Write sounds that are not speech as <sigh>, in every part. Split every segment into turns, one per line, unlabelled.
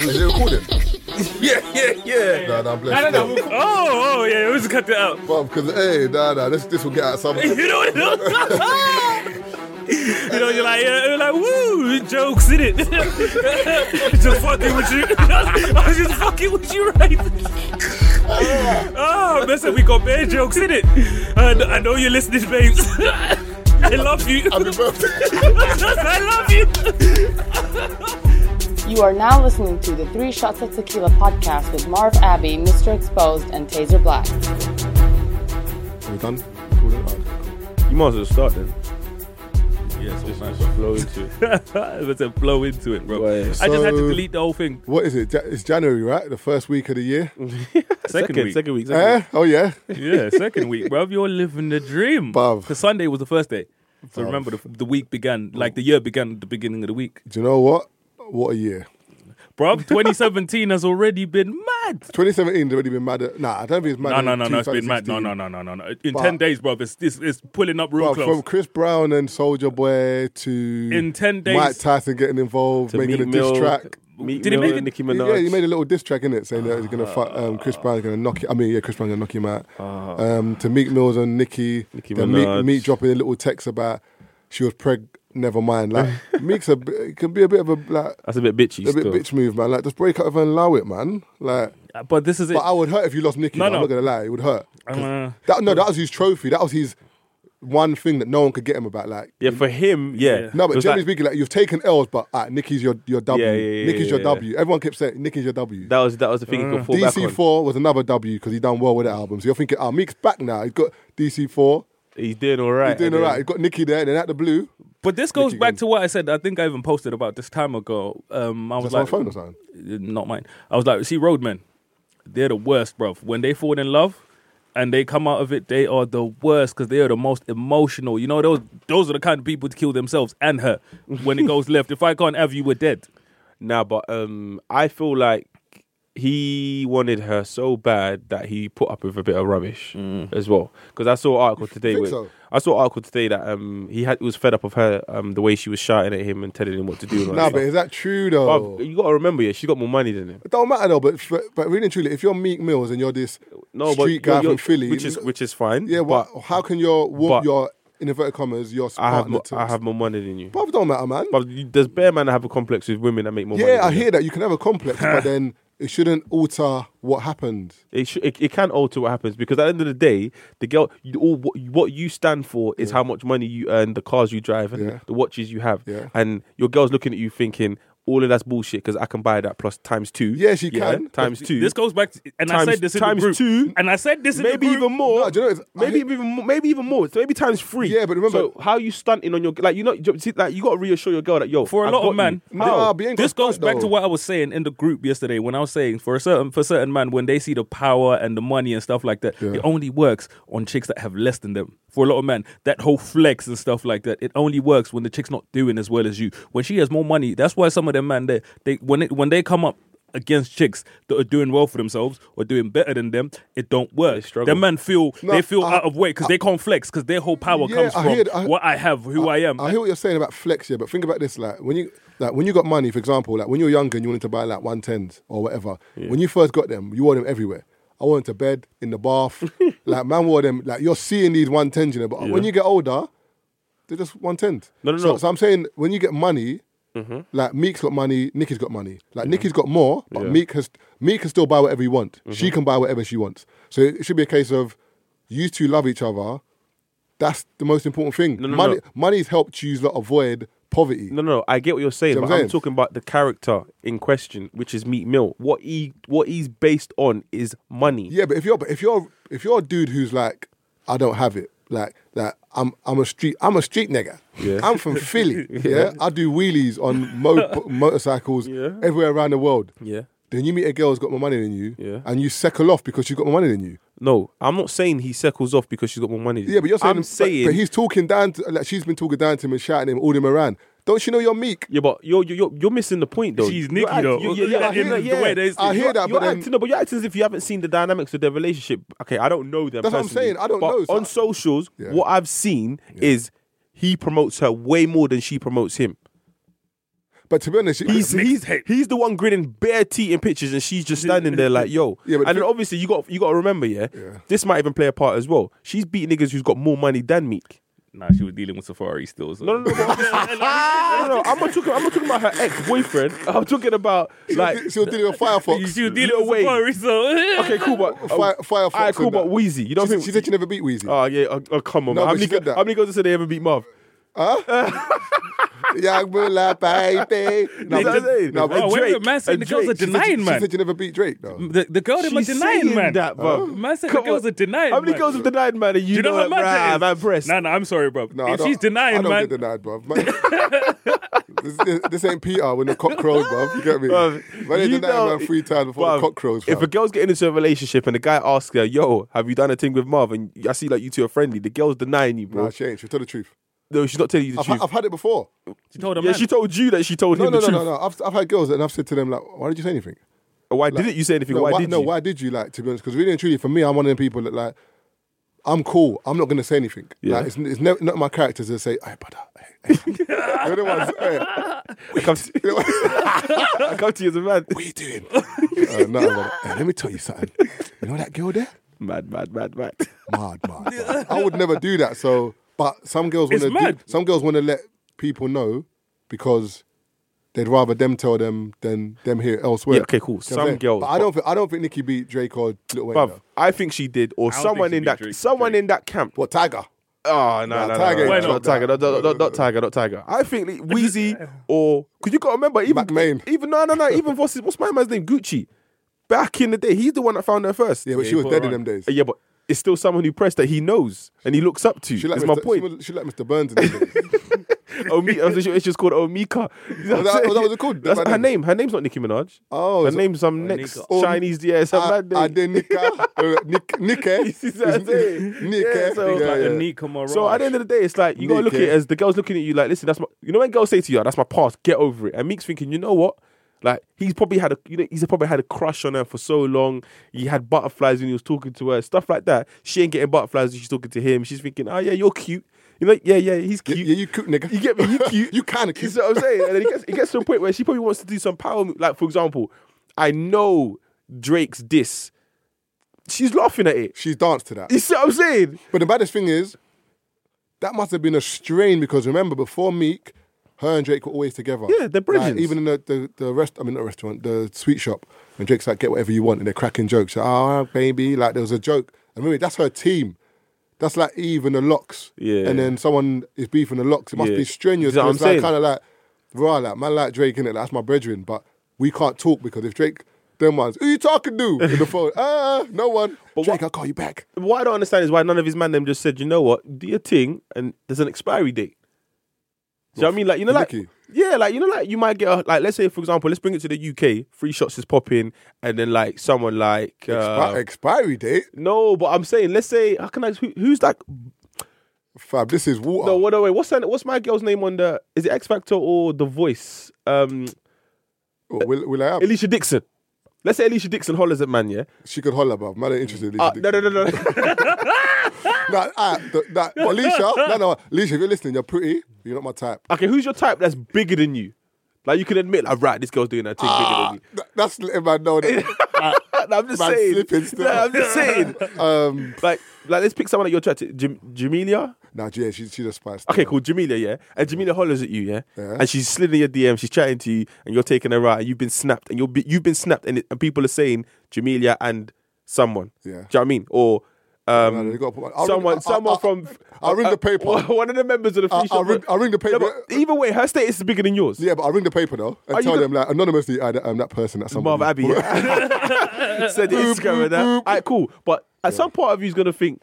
Is it recording?
<laughs> Yeah, yeah, yeah.
nah, nah, I'm
I don't
blessed.
know. Oh, oh, yeah. We just cut that out. <laughs>
Bruv, because, hey, nah, nah, this, this will get out some.
You know what? <laughs> you know, you're like, yeah, you're like, woo, jokes in it. <laughs> just fucking with you. I was just fucking with you, right? oh, listen, we got bad jokes in it. And I know you're listening, babes. <laughs> I love you.
Happy birthday.
<laughs> I love you. <laughs>
You are now listening to the Three Shots of Tequila podcast with Marv Abbey, Mr. Exposed, and Taser Black.
Are we done? Recording? Alright,
You might as well start then.
Yes,
Just flow into
<laughs>
it.
Let's blow into it, bro.
Right.
I just had to
So-
delete the whole thing.
What is it? Ja- It's January, right? The first week of the year.
Second, week.
second week. Second
Eh? Oh, yeah.
Yeah, second week, bruv. You're living the dream.
Bruv.
Because Sunday was the first day. So remember, the, the week began, like the year began at the beginning of the week.
Do you know what? What a year.
Bruv,
<laughs>
2017 has already been mad.
2017 has already been mad at. Nah, I don't think it's mad
No,
at
no, no, no, it's been mad. No,
2016.
no, no, no, no, no. In
But-
10 days, bruv, it's, it's, it's pulling up real
Bruv,
close.
from Chris Brown and Soldier Boy to
In 10 days-
Mike Tyson getting involved,
week.
making a
Meek
diss
Mill-
track.
Meek
Did he
Mill
make
and
it?
Nicki Minaj.
Yeah, he made a little diss track in it saying that he's
Ah.
gonna fuck um, Chris Brown's gonna knock him. I mean, yeah, Chris Brown's gonna knock him out. Um, to Meek Mills and Nicki,
Ah. Nicki
then Meek,
Minaj.
Meek dropping a little text about she was preg. Never mind.
<laughs>
Like Meek's a b- can be a bit of a like
That's a bit bitchy
a bit
still.
bitch move, man. Like just break up with her and allow it, man. Like,
But this is it.
but I would hurt if you lost Nicki.
No,
No, I'm
no.
not gonna lie, it would hurt.
I'm, uh,
That no, that was his trophy. That was his one thing that no one could get him about. Like
Yeah, for him, yeah.
Yeah.
No, but
It was
generally
like-
speaking, like you've taken L's, but uh, Nicki's your your W.
Yeah, yeah, yeah,
Nicki's your
yeah, yeah.
W. Everyone kept saying Nicki's your W.
that was that was the thing he could fall back
DC
on.
Four was another W because he done well with that album. So you're thinking, ah, Meek's back now. He's got DC Four.
He's doing all right.
He's doing all right. He's got Nicki there, and then at the blue,
but this goes
Nicki
back
Minaj.
to what I said. I think I even posted about this time ago. Um, I was
that's
like,
on phone or something.
not mine. I was like, see, Roadmen, they're the worst, bruv. When they fall in love and they come out of it, they are the worst because they are the most emotional. You know, those those are the kind of people to kill themselves and her when it goes <laughs> left. If I can't have you, we're dead.
Now, but um, I feel like he wanted her so bad that he put up with a bit of rubbish as well. Because I saw an article today.
think
with,
so?
I saw an article today that um, he had was fed up of her um, the way she was shouting at him and telling him what to do. and all
Nah,
that
but
stuff.
is that true though?
Bruv, you got to remember, yeah, she got more money than him.
It don't matter though. But f- but really and truly, if you're Meek Mills and you're this
No,
street
but you're-
guy from
you're-
Philly,
which is which is fine.
yeah,
but
what, how can your wo-
but-
your inverted commas your
I have
partner
more,
to-
I have more money than you.
Bruv, don't matter, man.
But you- there's bare man that have a complex with women that make more money.
Yeah, I
than them.
hear that. You can have a complex,
<laughs>
but then it shouldn't alter what happened.
It, sh- it it can alter what happens because at the end of the day, the girl, you, all what, what you stand for is how much money you earn, the cars you drive, and
Yeah.
the watches you have,
Yeah.
and your girl's looking at you thinking all of that's bullshit because I can buy that plus times two.
Yeah, she can.
times two.
This goes back, to, and
Times-
I said this in
times
the group,
two.
and I said this in
maybe
the group.
even more.
No, do you know it's-
maybe even more, maybe even more. So maybe times three.
Yeah, but remember-
so how you stunting on your like you know you- see, like you got to reassure your girl that yo
for a
I've
lot
got
of men.
you.
Nah,
How?
but you ain't got
this goes
point,
back to
though.
what I was saying in the group yesterday when I was saying for a certain for certain man when they see the power and the money and stuff like that, it only works on chicks that have less than them. For a lot of men, that whole flex and stuff like that, it only works when the chick's not doing as well as you. When she has more money, that's why some of them man they they when it, when they come up against chicks that are doing well for themselves or doing better than them, it don't work.
struggle.
Them man feel
No,
they feel
I-
out of weight because they can't flex because their whole power
Yeah,
comes
I
from
hear- I-
what I have, who I, am.
I hear what you're saying about flex, yeah, but think about this: like when you like when you got money, for example, like when you were younger and you wanted to buy like one tens or whatever. When you first got them, you wore them everywhere. I wore them to bed, in the
<laughs>
bath. like man wore them. Like you're seeing these one tens, you know. But when you get older, they're just one tens.
No, no,
so,
no. Mm-hmm.
So I'm saying when you get money. Like Meek's got money, Nicki's got money. Like Nicki's got more, but Meek has Meek can still buy whatever he wants.
Mm-hmm.
She can buy whatever she wants. So it should be a case of you two love each other. That's the most important thing.
no,
money,
no.
money's helped you lot avoid poverty.
No, no, I get what you're saying,
See what I'm
but I'm
saying?
talking about the character in question, which is Meat Mill. What he what he's based on is money.
Yeah, but if you're but if you're if you're a dude who's like, I don't have it, like like I'm I'm a street I'm a street nigga.
<laughs> Yeah.
I'm from Philly. yeah. I do wheelies on mo-
<laughs>
motorcycles
Yeah.
everywhere around the world.
Yeah.
Then you meet a girl who's got more money than you,
Yeah.
and you second off because she's got more money than you.
No, I'm not saying he circles off because she's got more money. than
Yeah, but you're saying,
I'm
but-
saying,
but, he's talking down. To, like she's been talking down to him and shouting him, all him around. Don't you know you're meek?
yeah, but you're you're you're missing the point though.
She's
You're
Nicki,
act-
though.
you- yeah,
Yeah,
yeah,
I
yeah,
hear-
yeah.
the way they-
I hear
You're-
that,
you're
but then-
acting, no, but you're acting as if you haven't seen the dynamics of their relationship. Okay, I don't know them.
That's what I'm
personally,
saying, I don't
but
know, so I-
on socials,
Yeah.
what I've seen is he promotes her way more than she promotes him.
But to be honest, you- <laughs>
He's, he's, he's the one grinning bare teeth in pictures and she's just standing there like, yo.
Yeah, but
and
the-
then obviously you got you gotta remember, yeah, This might even play a part as well. She's beating niggas who's got more money than Meek.
Nah, she was dealing with Safari still. So.
No, no, no,
<laughs>
no, no, no, no. I'm not talking I'm not talking about her ex-boyfriend. I'm
<laughs>
talking about like
she was dealing with Firefox.
She was dealing
Lil
with
Wayne.
Safari, so.
Okay, cool, but oh,
Fire- Firefox
alright, cool,
and
but
that.
Wheezy. You don't
She-
think
she said she never beat Weezy.
Oh yeah, oh, oh, come on,
No,
man. How
but she
many,
said
go-
that.
how many girls did they ever beat Marv?
Young Moolah,
<laughs>
baby. No,
That's what I'm saying.
no, but
Oh, wait,
Drake,
wait, man saying
and
the girls are
Drake. She
she said-
denying,
She
man.
said she never beat Drake, though.
The, the girls are
She's
denying,
saying
man.
that, bro.
Man said the
Come
girls
on.
are denying.
How many
man.
girls have denied, man? And you,
Do you know how
it,
mad that
rah,
is?
man, press.
Nah, nah, I'm sorry, bro.
No, I
if
don't-
she's denying,
I don't
man,
get denied, bro. this, this, this ain't Peter when the cock crows, bro. You get me?
Bruv,
Man, they
you
denied
know-
man three times before
bruv,
the cock crows.
If
fam.
a girl's getting into a relationship and the guy asks her, "Yo, have you done a thing with Marv?" and I see like you two are friendly, the girl's denying you, bro.
nah, she ain't. She told the truth.
no, she's not telling you the
I've,
truth.
I've had it before.
she told him.
yeah,
man.
she told you that she told
No,
him
no,
the
no,
truth.
no, no. I've, I've had girls and I've said to them like, why did you say anything?
Why didn't you say anything?
No,
why, did
no,
you?
why did you like to be honest? Because really and truly, for me, I'm one of the people that like, I'm cool. I'm not gonna say anything.
Yeah.
Like, it's it's never, not my character to say, "Hey, brother." Hey, <laughs> hey. You're the ones, hey,
<laughs> I come, to, I come to you as a man.
what are you doing? <laughs> uh, no, brother. Hey, let me tell you something. You know that girl there?
<laughs> Mad, mad, mad, mad.
Mad, mad. mad. I would never do that. So, but some girls want
It's
to.
mad.
Some girls want to let people know because they'd rather them tell them than them hear it elsewhere.
Yeah, okay, cool.
You know what
Some
I'm saying?
girls,
But I don't. Think, I don't think Nicki beat Drake or Lil Wayne.
Bruv,
though.
I think she did, or
don't
someone
think she
in
beat
that
Drake.
someone in that camp.
What Tiger?
Oh no,
Nah,
no, no,
Tiger
no,
ain't like
no, not Tiger, not, not, not, not Tiger, not Tiger. I think like, Wheezy or because you got to remember even
McMahon.
even no, no, no, even what's his, what's my man's name Gucci. Back in the day, he's the one that found her first.
Yeah, but she was
put
dead
her
in them
on.
days.
Uh, yeah, but it's still someone who pressed that he knows and he looks up to.
She like
That's
Mr.
my
She,
point.
was- she like Mr. Burns. In
<laughs>
them days. <laughs>
Omika, it's just called Omika. <laughs> You know
Was
what
that- was
I'm
that
saying?
what it's called?
That's
That
her
name?
name. Her name's not Nicki Minaj.
Oh,
her
so-
name's some next
Nika.
Chinese. Yeah, it's a
I,
mad
Ah, I
name.
did Nika.
<laughs>
Uh, Nick, Nick, eh?
You see what I'm saying?
Nick, eh?
Yeah, so-
Yeah,
Like
yeah.
Anika Mirage.
So at the end of the day, it's like you gotta look at
Nick,
it
eh?
as the girl's looking at you like, listen, that's my. You know when girls say to you, "Oh, "That's my past, get over it," and Meek's thinking, you know what? Like he's probably had a, you know, he's probably had a crush on her for so long. He had butterflies when he was talking to her, stuff like that. She ain't getting butterflies when she's talking to him. She's thinking, oh yeah, you're cute. You know, yeah, yeah, he's
Yeah,
cute.
yeah,
<laughs>
you cute, nigga.
You get me? You cute.
<laughs> You kinda cute.
You see what I'm saying? And then it gets, it gets to a point where she probably wants to do some power. move. Like for example, I know Drake's diss. She's laughing at it.
She's danced to that.
You see what I'm saying?
But the baddest thing is, that must have been a strain because remember, before Meek, her and Drake were always together.
Yeah, they're bridges.
Like, even in the, the, the rest, I mean, not restaurant, the sweet shop, and Drake's like, get whatever you want, and they're cracking jokes. Like, oh, baby, like there was a joke. And remember, that's her team. That's like Eve and the locks.
Yeah.
And then someone is beefing the locks. It must
Yeah.
be strenuous.
Is that what
It's
I'm
like
saying?
kind of like, rah, like, man, like Drake, innit? Like, that's my brethren, but we can't talk because if Drake, them ones, who you talking to? In the <laughs> phone, ah, no one. Drake, I'll call you back.
what I don't understand is why none of his man them just said, you know what, do your thing, and there's an expiry date. Do you know what I mean? Like you know, like
Nicky?
yeah, like you know, like you might get a, like let's say for example, let's bring it to the UK. Three shots is popping, and then like someone like uh,
Expi- expiry date?
no, but I'm saying let's say how can I? Who, who's like
Fab, this is water.
no? What away? What's her, what's my girl's name on the? Is it X Factor or The Voice? Um,
Oh, Will, will I have?
Alicia Dixon. Let's say Alicia Dixon hollers at man, yeah.
She could holler, bruv. Man, ain't interested in
Uh,
Alicia
no, no,
Dixon.
no, no. <laughs>
Nah, ah, th- nah, Alicia, no, no, Alicia, if you're listening, you're pretty, but you're not my type.
okay, who's your type that's bigger than you? Like you can admit, like right, this girl's doing her thing bigger than
Ah,
you.
th- that's letting man know
<laughs>
that.
No, I'm just
Man
saying.
slipping still.
No, I'm just saying.
<laughs> um,
like, like let's pick someone that you're attracted. Jam- Jamelia.
nah, yeah, she, she's a spice.
Okay, cool. Jamelia, yeah. And Jamelia hollers at you, yeah.
Yeah.
And she's slid in your DM. She's chatting to you, and you're taking her out, and you've been snapped, and you'll be, you've been snapped, and, it, and people are saying Jamelia and someone.
Yeah.
Do you know what I mean? Or. Um,
No, no, you gotta put- I'll ring-
someone,
I- I-
someone
I-
from.
I'll ring the paper.
<laughs> One of the members of the.
I-
free
I'll
shop-
ring- I'll ring the paper.
No, but either way, her status is bigger than yours.
Yeah, but I'll ring the paper though and
Are you
tell
gonna-
them, like, anonymously, I, I'm that person, that's someone.
Marv Abbey. <laughs> Said the Instagram and that. All right, cool. But at some part of you's gonna think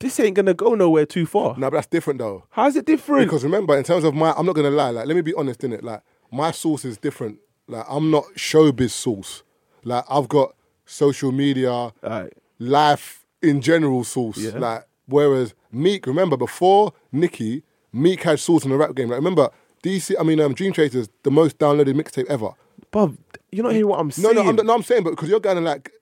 this ain't gonna go nowhere too far.
Nah, but that's different though.
How's it different?
Because remember, in terms of my, I'm not gonna lie. Like, let me be honest in it. Like, my source is different. Like, I'm not showbiz source. Like, I've got social media,
Aight.
life in general source.
Yeah.
Like, whereas Meek, remember before Nicki, Meek had source in the rap game. Like, remember DC? I mean, um, Dream Chasers, the most downloaded mixtape ever.
Bob, you're not hearing what I'm
No,
saying.
no, I'm, no, I'm saying, but because you're going to like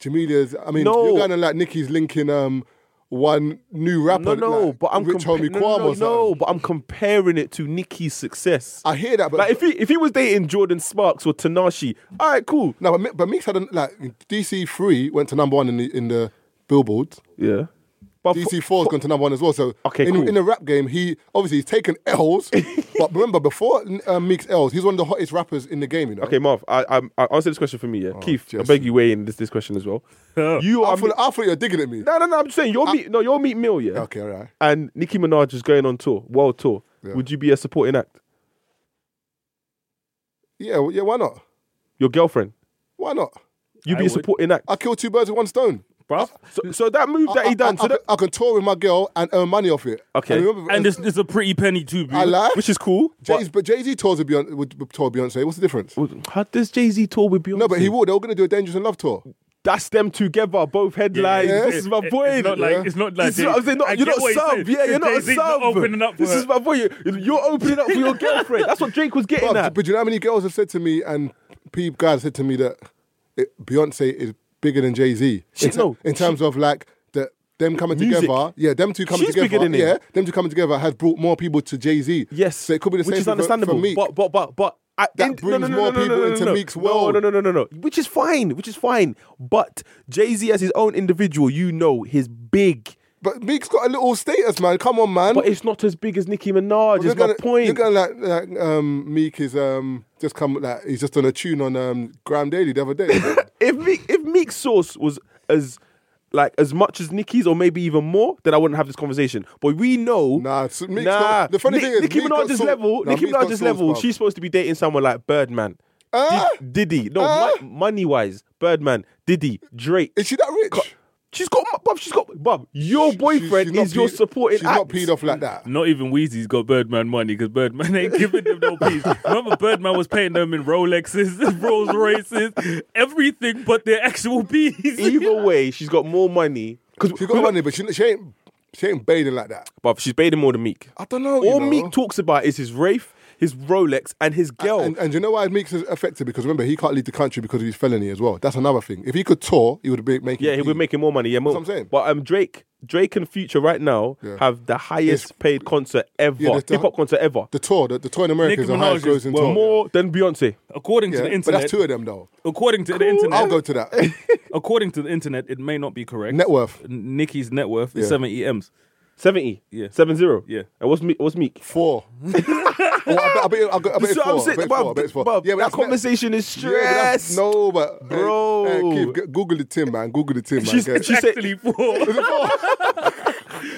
Jamelia's. I mean,
No.
you're going to like Nicki's linking. Um, one new
No,
rapper.
no,
like
but I'm
Rich
compa-
Homie
no,
Kwame
no,
or
no, no,
something.
but I'm comparing it to Nicki's success.
I hear that, but
like if he if he was dating Jordan Sparks or Tanashi, all right, cool.
no, but, Mi- but Mix had a, like DC three went to number one in the in the Billboard.
Yeah, but
DC four's gone to number one as well. So
Oh, Okay,
in,
cool.
in the rap game, he obviously he's taken
<laughs>
L's, but remember before uh, Meek's L's, he's one of the hottest rappers in the game. You know,
Okay, Marv, I, I, I answer this question for me, yeah. Keith, I
Oh, Jesse.
beg you weigh in this, this question as well. you
I
are.
thought, I thought you were digging at me.
no, no, no. I'm just saying you're meet. No, you're meet meal, yeah.
Okay, all right.
And Nicki Minaj is going on tour, world tour.
Yeah.
Would you be a supporting act?
Yeah, well, yeah. Why not?
Your girlfriend.
Why not?
You'd be
I
a
would.
supporting act.
I kill two birds with one stone.
bro.
So, so that move that
I,
he done,
I, I,
so that,
I can tour with my girl and earn money off it.
Okay.
and, remember,
And it's, it's a pretty penny too, bro.
I lie.
which is cool.
Jay's, but Jay Z tours with Beyonce, would would tour Beyonce. What's the difference?
but- how does Jay Z tour with Beyonce?
No, but he would. They were going to do a Dangerous in Love tour.
That's them together, both headlines.
yeah.
This is my
It-
point.
It's not like
Yeah.
it's not like
This is what I'm saying. Not,
I
you're
get
not
what
sub.
saying.
Yeah, you're
It's
not a
Jay-Z's not
sub.
opening up. For
this
her.
is my boy. You're, you're opening up
<laughs>
for your girlfriend. That's what Drake was getting
But,
at.
but do you know how many girls have said to me and P guys said to me that it, Beyonce is bigger than Jay Z in,
Shit, no.
in terms of like the them coming
Music.
together. Yeah, them two coming
She's
together.
bigger than him.
yeah, them two coming together has brought more people to Jay Z.
Yes,
so it could be the
which
same
is
for-
understandable.
for Meek.
But but but but I,
That brings more people into
no,
Meek's
no,
world.
No, no, no, no, no, which is fine, which is fine. But Jay Z as his own individual, you know, he's big,
But Meek's got a little status, man. Come on, man.
but it's not as big as Nicki Minaj.
you're
Is my
gonna, You're
point.
gonna like, like um, Meek is um, just come like he's just on a tune on um, Graham Daily the other
<laughs>
day.
If Meek, if Meek's source was as like as much as Nicki's or maybe even more, then I wouldn't have this conversation. But we know,
Nah, it's- Meek's
nah.
got- the funny
Ni-
thing is,
Nicki
Meek's got
Minaj's
soul-
level,
Nah,
Nicki
Meek's got
Minaj's
soul,
level,
bruv.
she's supposed to be dating someone like Birdman,
Ah?
Did- Diddy, no,
Ah?
money wise, Birdman, Diddy, Drake.
is she that rich?
She's got, Bob. She's got, Bob. Your
She's-
boyfriend
she's not
is your
peed-
supporting
She's
act.
not peed off like that.
Not even Weezy's got Birdman money because Birdman ain't giving them no peace. Remember, Birdman was paying them in Rolexes, Rolls Royces, everything but their actual peas.
<laughs> Either way, she's got more money. Because
She got money, but she, she ain't she ain't bathing like that.
Bob, she's paid him more than Meek.
I don't know.
All
you know.
Meek talks about is his Wraith, his Rolex, and his girl.
And, and you know why Meek's is affected? Because remember, he can't leave the country because of his felony as well. That's another thing. If he could tour, he would be making.
yeah, he would
peas.
be making more money. Yeah, more.
That's what I'm saying.
But um, Drake, Drake and Future right now
Yeah.
have the highest paid concert ever,
Yeah, there's the-
hip hop concert ever.
the tour. The, the tour in America
Nicki
is the
Minaj
highest
is
grossing
well-
tour.
more than Beyonce.
According to the
Yeah, but
internet,
that's two of them though.
according to the internet,
I'll go to that.
according to the internet, it may not be correct.
Net worth
N- Nicki's net worth is
Yeah.
seventy m's.
Seventy.
Yeah.
Seven zero.
Yeah.
And what's Meek? What's Meek?
four. oh, I bet, I bet, I bet, I bet it's four.
So I'm
I bet
saying,
it's four. I
Bob,
bet it's four.
Bob,
yeah, but
that
that's net-
conversation is
Yeah, but that's-
stress.
no, but
Bro.
hey, hey, Keith, g- Google the tin, man. Google the tin, man.
She's-
Get-
she's- She said-
Actually, four.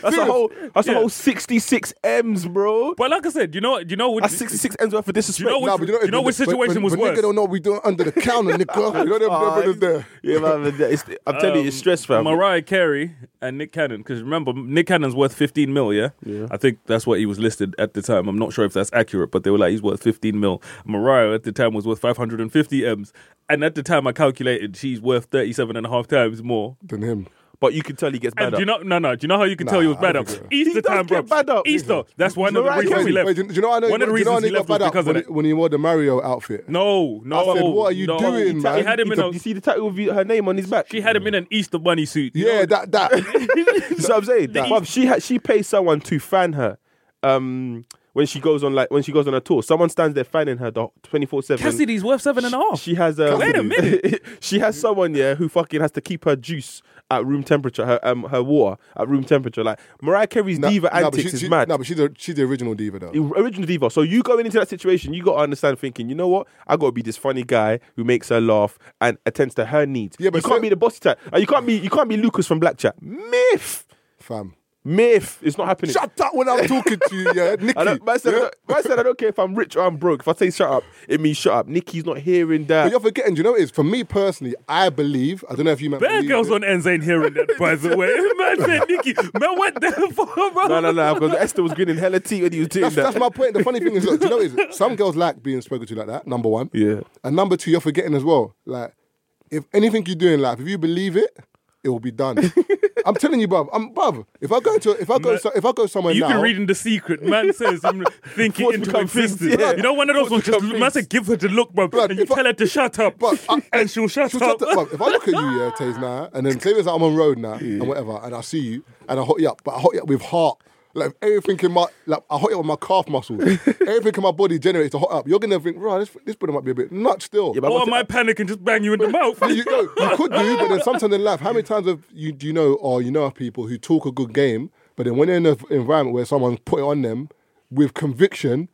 That's a whole. That's
Yeah.
a whole sixty-six m's, bro.
<laughs> but like I said, you know, you know, what
That's sixty-six m's worth of disrespect.
know what-
Nah, but
you know
but-
which
but-
situation
but,
was
but
worse?
Nigga don't know what we doing under the counter, nigga. <laughs> You know them
Ah,
brothers there.
Yeah, man. that- It's, I'm telling you, it's
um,
stress, fam.
Mariah Carey and Nick Cannon, because remember, Nick Cannon's worth 15 mil, yeah? yeah? I think that's what he was listed at the time. I'm not sure if that's accurate, but they were like, he's worth 15 mil. Mariah at the time was worth 550 M's. And at the time, I calculated she's worth 37 and a half times more.
Than him.
But you can tell he gets
And
better.
do you know, no, no, do you know how you can tell he was
Nah,
bad
I
up?
think so.
He
Easter
does
time, bro.
get bad up.
Easter. That's one of the
Mariah
reasons
Carey-
he left.
Wait, do you know I know?
one of the
do you know I
reasons
know
he
got
left was
bad up
because of
when,
that.
he, when he wore the Mario outfit?
No, no.
I said, what are you
no.
doing, man?
He had him in a,
You see the tattoo with her name on his back.
she had him in an Easter bunny suit. you
Yeah,
know?
that that.
That's what I'm saying. Bob, she had, she pays someone to fan her. Um, when she goes on like when she goes on a tour, someone stands there fanning her twenty four seven.
Cassidy's worth seven and a half.
She has um, <laughs>
Wait a minute.
she has someone yeah who fucking has to keep her juice at room temperature, her um her water at room temperature. Like Mariah Carey's
Nah,
diva
nah, but
antics
she, she,
is mad.
Nah, but she's the she's the original diva though.
original diva. So you going into that situation, you got to understand thinking, you know what? I got to be this funny guy who makes her laugh and attends to her needs.
Yeah, but
you can't
so-
be the bossy type. Uh, You can't be you can't be Lucas from Black Chat. Myth,
Fam,
myth. It's not happening.
shut up when I'm talking to you, yeah, Nikki.
I don't, man, said, I
yeah?
don't- man said I don't care if I'm rich or I'm broke. If I say shut up, it means shut up. Nikki's not hearing that.
But you're forgetting. Do you know what it is? For me personally, I believe. I don't know if you meant.
Bad
believe
girls
it.
on ends ain't hearing that, by
<laughs>
the way. Man said Nikki. Man went <laughs> there for bro.
no, no, no. Because Esther was grinning hella teeth when he was doing
That's,
that.
that's my point. The funny thing is, look, do you know what it is? Some girls like being spoken to like that. Number one.
<laughs> Yeah.
And number two, you're forgetting as well. Like, if anything you do in life, if you believe it, it will be
<laughs>
done. I'm telling you, bruv. I'm bruv. If I go to if I go
Man,
so, if I go somewhere
You've
now,
been reading The Secret. Man
<laughs>
says I'm thinking
Thoughts
into
become things,
existence.
yeah.
You know, one of those ones
Thoughts
just
become
man said,
things.
give her the look, bro,
Blood,
and you
if I-
tell her to shut up,
But I-
<laughs> and she'll shut
she'll
up.
shut
<laughs>
up. Bruv, if I look at you, yeah, Taze, now, and then say that I'm on road now and whatever, and I see you and I hot you up, but I hot you up with heart. Like everything in my like I hot you up with my calf
<laughs>
muscles. everything in my body generates to hot up. You're gonna think, right, this this brother might be a bit nut still.
Yeah, but
Or
I'm
am I panic and just bang you in
<laughs>
the mouth?
you, no, you could do, but then sometimes in life, how many times have you do you know or you know of people who talk a good game, but then when they're in an environment where someone's put it on them with conviction,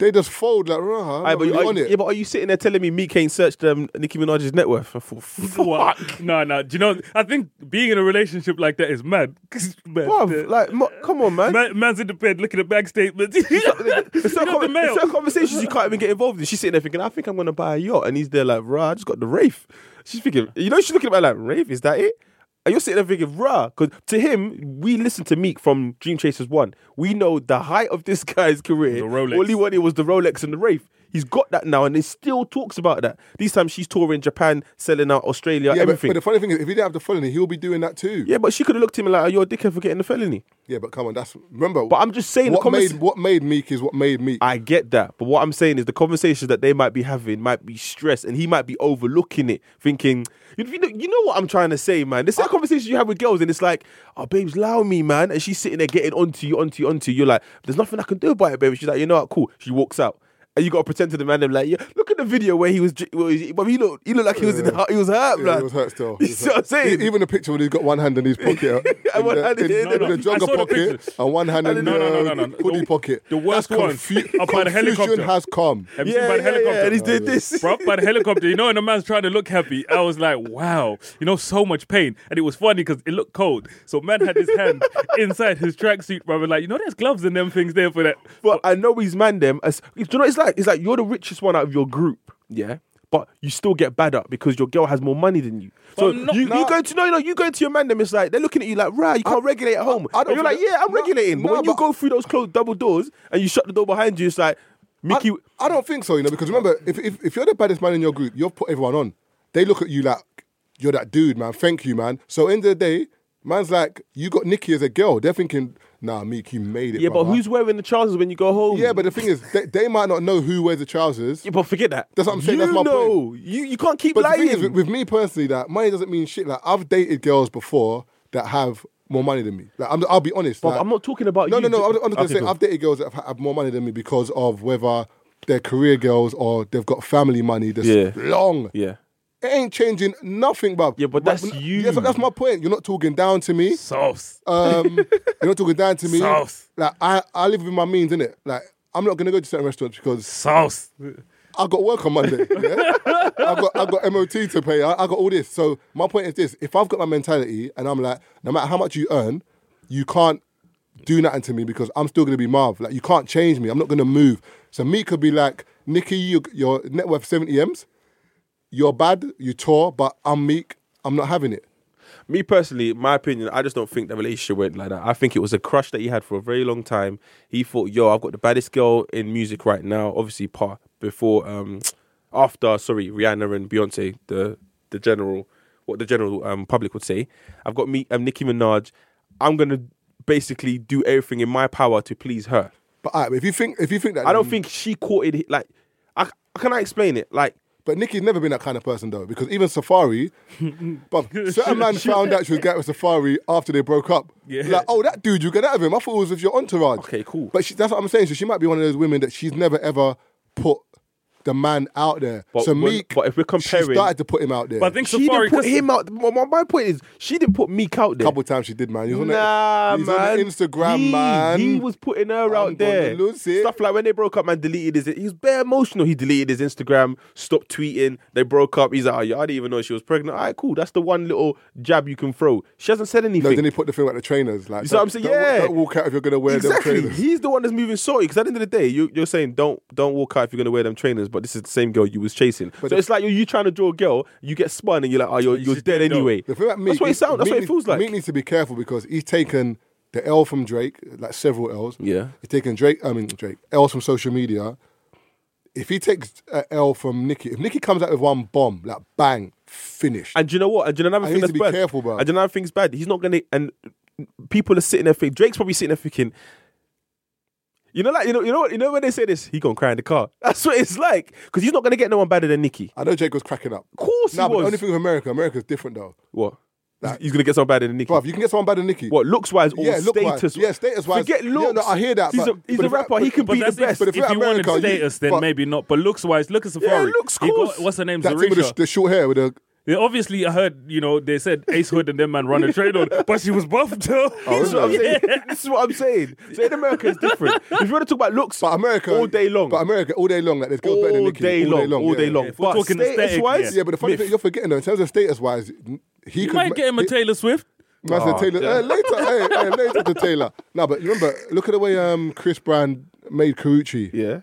they just fold like, rah, I'm
Aye,
not
but you-
really
are,
on it.
yeah, but are you sitting there telling me Meek ain't searched um, Nicki Minaj's net <laughs> worth? I thought,
What?
fuck.
No, no. Do you know? I think being in a relationship like that is mad. Man,
Bruv, like, mo- come on, man.
man- man's in the bed looking at bank statements. <laughs> you
It's certain,
know, the
con- there's
mail.
certain conversations you can't even get involved in. She's sitting there thinking, I think I'm going to buy a yacht. And he's there like, rah, I just got the Rafe. She's thinking, you know, she's looking at me like, Rafe, is that it? And you're sitting there thinking, rah. Because to him, we listen to Meek from Dream Chasers 1. We know the height of this <laughs> guy's career.
The Rolex.
All he wanted was the Rolex and the Rafe. He's got that now and he still talks about that. These times she's touring Japan, selling out Australia,
Yeah, but,
everything.
but the funny thing is, if he didn't have the felony, he'll be doing that too.
yeah, but she could have looked at him like, oh, you're a dickhead for getting the felony.
Yeah, but come on, that's remember.
But I'm just saying, the
what
convers-
made what made Meek is what made Meek.
I get that, but what I'm saying is the conversations that they might be having might be stressed, and he might be overlooking it, thinking, you, you know, you know what I'm trying to say, man. This is a conversation you have with girls, and it's like, oh, babes, allow me, man. And she's sitting there getting onto you, onto you, onto you. You're like, there's nothing I can do about it, baby. She's like, you know what, cool. She walks out. And you gotta pretend to the man, them like, yeah, look at the video where he was, dri- well, he, but he looked, he looked like he was, in the, hu- he was hurt,
yeah,
man.
it was hurt
<laughs>
still.
You
It was
see what I'm
hurt.
saying?
E- Even the picture when he's got one hand in his pocket, in
one
the,
hand in the-
in the-
No, no,
the
I saw
jogger
the
pocket,
picture.
and one hand in the
No, no, no, no,
uh,
no.
hoodie
The-
pocket.
the worst
That's
one.
confu-
Up by the
confusion
helicopter.
has come.
Have you
yeah,
seen by the
yeah,
helicopter?
yeah, and he's did this.
Bro, by the helicopter, you know, and the man's trying to look happy. I was like, wow, you know, so much pain. And it was funny because it looked cold. So man had his
<laughs>
hand inside his tracksuit, brother. Like, you know, there's gloves and them things there for that.
But I know he's man them. As, do you know what it's like? It's like you're the richest one out of your group, yeah. But you still get bad up because your girl has more money than you. So
I'm not-
you,
nah.
you go to no, no, you go to your man them. It's like they're looking at you like, right, you can't regulate at home.
I don't
and you're like,
think-
yeah, I'm
nah,
regulating. But
nah,
when you
but-
go through those closed double doors and you shut the door behind you, it's like Mickey.
I, I don't think so, you know, because remember, if, if if you're the baddest man in your group, you've put everyone on. They look at you like you're that dude, man. Thank you, man. So end of the day, man's like, you got Nikki as a girl. They're thinking, nah, Meek, you made it.
yeah, but
brother.
who's wearing the trousers when you go home?
Yeah, but the thing is, they, they might not know who wears the trousers.
Yeah, but forget that.
That's what I'm saying,
You
that's my point.
know, you you can't keep
But the
lying.
thing is, with, with me personally, that money doesn't mean shit. Like I've dated girls before that have more money than me. Like I'm, I'll be honest.
But
like-
I'm not talking about
no,
you.
no, no. I'm, I'm just
Okay,
gonna say
cool.
I've dated girls that have, have more money than me because of whether they're career girls or they've got family money that's
Yeah.
long.
yeah.
It ain't changing nothing, bruv.
Yeah, but
Bruv,
that's
n-
you.
Yes, that's my point. You're not talking down to
<laughs>
me.
Sauce.
Uh,
Um, you're not talking down to me.
Sauce.
Like I, I live with my means, innit? Like I'm not gonna go to certain restaurants because
Sauce.
I got work on Monday. Yeah? I got I got MOT to pay. I, I got all this. So my point is this: if I've got my mentality and I'm like, no matter how much you earn, you can't do nothing to me because I'm still gonna be Marv. Like you can't change me. I'm not gonna move. So me could be like, Nikki, you, your net worth 70 m's. You're bad. You tore, but I'm meek. I'm not having it.
me personally, my opinion, I just don't think the relationship went like that. I think it was a crush that he had for a very long time. He thought, yo, I've got the baddest girl in music right now. Obviously, part before, um, after, sorry, Rihanna and Beyonce, the the general, what the general um, public would say. I've got me, um, Nicki Minaj. I'm gonna basically do everything in my power to please her.
But alright, if you think if you think that
I don't
then-
think she courted hi- like. I, can I explain it? Like
But Nikki's never been that kind of person though, because even
<laughs>
Safari, but certain man found out she was getting with Safari after they broke up.
Yeah.
Like, oh, that dude, you get out of him. I thought it was with your entourage.
Okay, cool.
But she, that's what I'm saying. So she might be one of those women that she's never ever put the man out there.
But
so
when-
Meek,
but if we're
she
comparing-
started to put him out there.
But I think
she
Safari.
didn't put
'cause-
him out. My, my- my point is, she didn't put Meek out
a
there.
couple times she did, man. He was on the-
Nah,
he was on the
man.
Instagram,
he,
man.
He was putting her
gonna
out there.
lose it.
Stuff like when they broke up, man, deleted his. He was bare emotional. He deleted his Instagram, stopped tweeting. They broke up. He's like, oh, yeah, I didn't even know she was pregnant. All right, cool. That's the one little jab you can throw. She hasn't said
no,
anything.
then he put the thing about the trainers. Like,
You see what I'm
don't-
saying?
don't-
Yeah.
Don't walk out if you're gonna wear them
Exactly,
trainers.
he's the one that's moving sorry. Because at the end of the day, you, you're saying don't don't walk out if you're gonna wear them trainers. But this is the same girl you was chasing. so
the-
it's like you you trying to draw a girl, you get spun, and you're like, oh, you're, you're
She's
dead
dead, though.
anyway.
The thing about Meek,
that's what it sounds. That's what it
Meek-
feels like.
Meek needs to be careful because he's taken the L from Drake, like several L's.
Yeah.
he's taken Drake. I mean Drake L's from social media. if he takes a L from Nikki, if Nikki comes out with one bomb, like bang, finished.
And do you know what? And do you know another
I
thing
need
that's
to be
bad?
careful, bro.
And do you know another thing's bad? He's not gonna. And people are sitting there thinking Drake's probably sitting there thinking. You know, like you know, you know, what- you know when they say this, he gonna cry in the car. <laughs> That's what it's like because he's not gonna get no one better than Nicki.
I know Jake was cracking up.
Of course
Nah,
he
but the
was.
only thing with America, America's different though.
what?
That-
he's gonna get someone better than Nicki.
Bro, if you can get someone better than Nikki.
What looks wise or
Yeah, look-wise.
status?
Yeah, status-wise.
Forget
Yeah,
looks.
no, I hear that,
He's
but-
a, he's
but
a
if I-
rapper. he can
But
be the
that's
best.
if, if,
if
you wanted
America, you-
status, then
but-
maybe not. But looks wise, look at Safari.
looks
He got-
course.
what's her name?
that thing with the,
Zarisha.
sh- the short hair with the
Yeah, obviously, I heard you know they said Ace Hood and them
<laughs>
man run a trade on, but she was buffed
Oh,
<laughs> though.
This is what I'm saying. <laughs> This is what
<laughs>
I'm saying. So in America, it's different. If you want to talk about looks,
But America
all day long,
But America all day long. Like there's girls
all,
better than Nicki.
day long, all
yeah,
day
yeah.
long.
Yeah, if we're
but
talking
status
aesthetic,
Yeah,
wise,
yeah.
but the funny
myth.
thing you're forgetting though, in terms of status wise, he
You
could
might
ma-
get him a
he-
Taylor Swift.
Man said
Oh,
Taylor
yeah.
eh, later, hey, hey, later to Taylor. No, but remember, look at the way um Chris Brand made Karuchi.
yeah.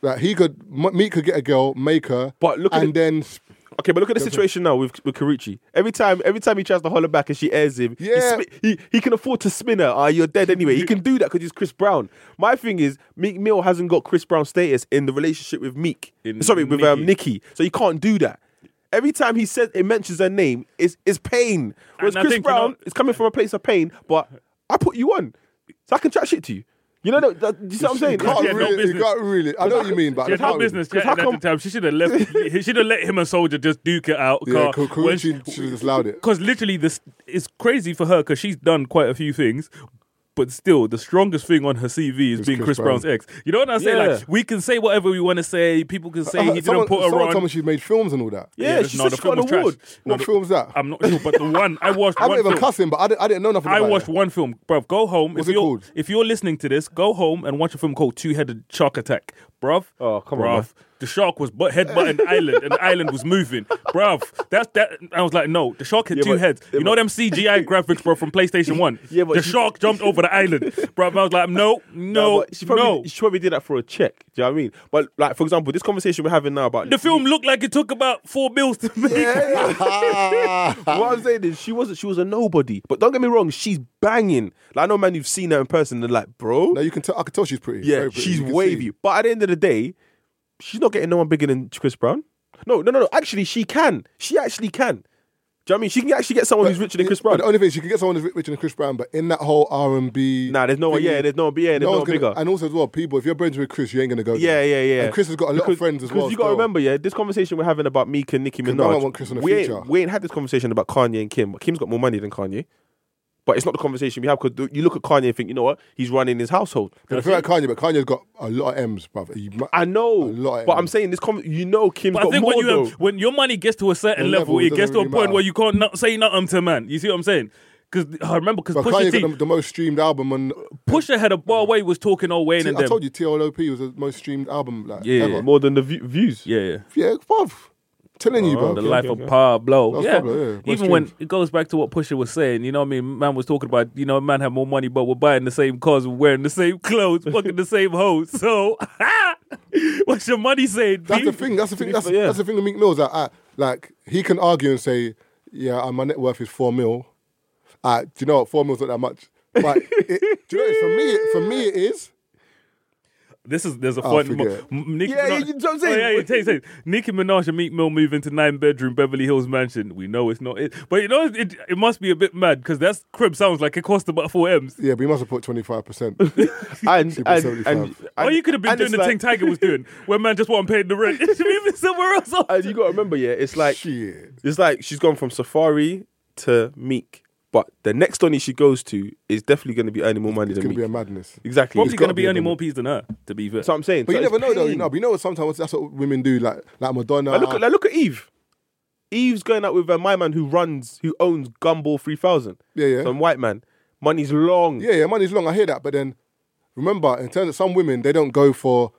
Like he could, M- Meek could get a girl, make her,
But look at
and
it-
then
Okay, but look at the situation now with with Karuchi. Every time, every time he tries to holler back and she airs him, he,
Yeah.
smi- he he can afford to spin her. Ah, you're dead anyway. He can do that because he's Chris Brown. My thing is, Meek Mill hasn't got Chris Brown status in the relationship with Meek.
In
Sorry, with um, Nikki. So he can't do that. Every time he says it mentions her name, it's it's pain. Whereas
I
Chris
think, you
Brown
know-
is coming from a place of pain, but I put you on, so I can chat shit to you. You know, that, that, you see what I'm saying?
can't
she had no
really, you
business.
can't really. I know what you mean, but you
She had her
can't really.
business
'Cause how
chatting at the
come-
time. She should have left. he should have let him and Soldier just duke it out.
Yeah, Ka-
When she-
Karuchi should have just allowed it.
because literally this is crazy for her because she's done quite a few things but still the strongest thing on her cv is being chris,
Chris
brown's
Brown.
ex you know what i say
Yeah.
like we can say whatever we want to say people can say
Uh,
<laughs> he didn't
someone,
put her
someone told
on
me she made films and all that.
Yeah,
Yeah,
she
no,
said
the
she
film
got an
was trash.
award.
No,
What
the-
film's that?
i'm not sure but the one
<laughs>
i watched
I'm
one
not even
film.
cussing, but I didn't, I didn't know nothing.
I
about
watched
That.
one film, bruv. Go home.
What's
if
it
you're
called?
if you're listening to this, go home and watch a film called Two Headed Shark Attack, bruv.
Oh, come on,
bruv.
man.
The shark was butt head butting the island,
<laughs>
and the island was moving, bruv. That's that. I was like, no, the shark had
Yeah,
two
but-
heads.
yeah,
you know
but-
them
<laughs>
CGI graphics, bro, from PlayStation One.
Yeah, but
the
she-
shark
<laughs>
jumped over the island, bruv. I was like, no, no,
but she probably,
no.
She probably did that for a check. Do you know what I mean? But like, for example, this conversation we're having now about
the film looked like it took about four bills
<laughs>
to make.
what I'm saying is, she wasn't. She was a nobody. But don't get me wrong, she's banging. Like I know, man, you've seen her in person. and like,
<laughs>
bro,
No, you can tell. I can tell she's pretty.
yeah,
very pretty,
she's
you can
wavy.
see.
But at the end of the day, she's not getting no one bigger than Chris Brown. No, no, no, no. Actually, she can. She actually can. Do you know what I mean? She can actually get someone who's richer than Chris
But
Brown.
The only thing is she can get someone who's richer than Chris Brown, but in that whole R and B.
Nah, there's no one. Yeah, there's no one. Yeah, there's no,
one's
one
gonna-
bigger.
And also as well, people, if you're friends with Chris, you ain't gonna go.
Yeah,
there.
yeah, yeah.
And Chris has got a lot
Because-
of friends as
because
well.
you got to
still.
remember, yeah, this conversation we're having about Meek and Nicki Minaj.
no one want Chris in the
we ain't-
future.
we ain't had this conversation about Kanye and Kim. But Kim's got more money than Kanye. But it's not the conversation we have because you look at Kanye and think, you know what? He's running his household.
But I feel like Kanye, but Kanye's got a lot of M's, brother. You mu-
I
A
know,
lot of
but I'm
M's.
saying this. Com- you know, Kim's
But I
got
think
more
when you
though.
have, when your money gets to a certain
The
level,
level,
it
it
gets to a
doesn't
point
really
where
matter.
you can't not say nothing to man. You see what I'm saying? Because I remember because
But Kanye
Pusha T,
got the, the most streamed album, and
Pusha had a bar way was talking all Wayne and
I
them.
told you TLOP was the most streamed album like
Yeah.
ever.
more than the
<laughs>
view- views.
Yeah, yeah.
Yeah, bruv. Telling you, bro.
Oh,
the life of Pablo.
That's
yeah.
Pablo, yeah. West
Even when
Streams.
it goes back to what Pusha was saying, you know what I mean? Man was talking about, you know, man had more money, but we're buying the same cars, we're wearing the same <laughs> clothes, fucking the same hoes. So, <laughs> what's your money saying?
That's
B?
the thing. That's the thing. That's,
fair, yeah.
that's the thing with Meek Mill. is That uh, like he can argue and say, "Yeah, uh, my net worth is four mil." Uh, do you know what? Four mil's not that much. But it, do you know? What, for me, it- for me, it is.
This is there's a
Oh,
fun. Mo-
forget.
M- Nicki
Yeah,
Minaj-
you know what I'm saying?
Oh, yeah, yeah, take, take. Nicki Minaj and Meek Mill move into nine bedroom Beverly Hills mansion. We know it's not it, but you know it. It must be a bit mad because that's crib sounds like it cost about four m's.
Yeah, but he must have put twenty five percent.
And,
She was
and, and,
75.
Or you could have been
and
doing
it's
the
like-
thing Tiger was
<laughs>
doing, where man just wasn't paying the rent. <laughs> It should be somewhere else.
And you got to remember, yeah, it's <laughs> like
Shit.
It's like she's gone from Safari to Meek, but the next one she goes to is definitely going to be earning more money
It's
than
gonna
Meek.
be a madness.
exactly.
Probably
It's gotta
going to be earning
a-
more peas than her, to be fair.
That's what I'm saying.
But
So
you
it's
never know, though. You
pain.
know, but you know what? Sometimes that's what women do. Like, like Madonna.
Like, look, at- like, look at Eve. Eve's going out with uh, my man who runs, who owns Gumball 3000.
Yeah, yeah.
Some white man. Money's long.
yeah, yeah, money's long. I hear that, but then remember, in terms of some women, they don't go for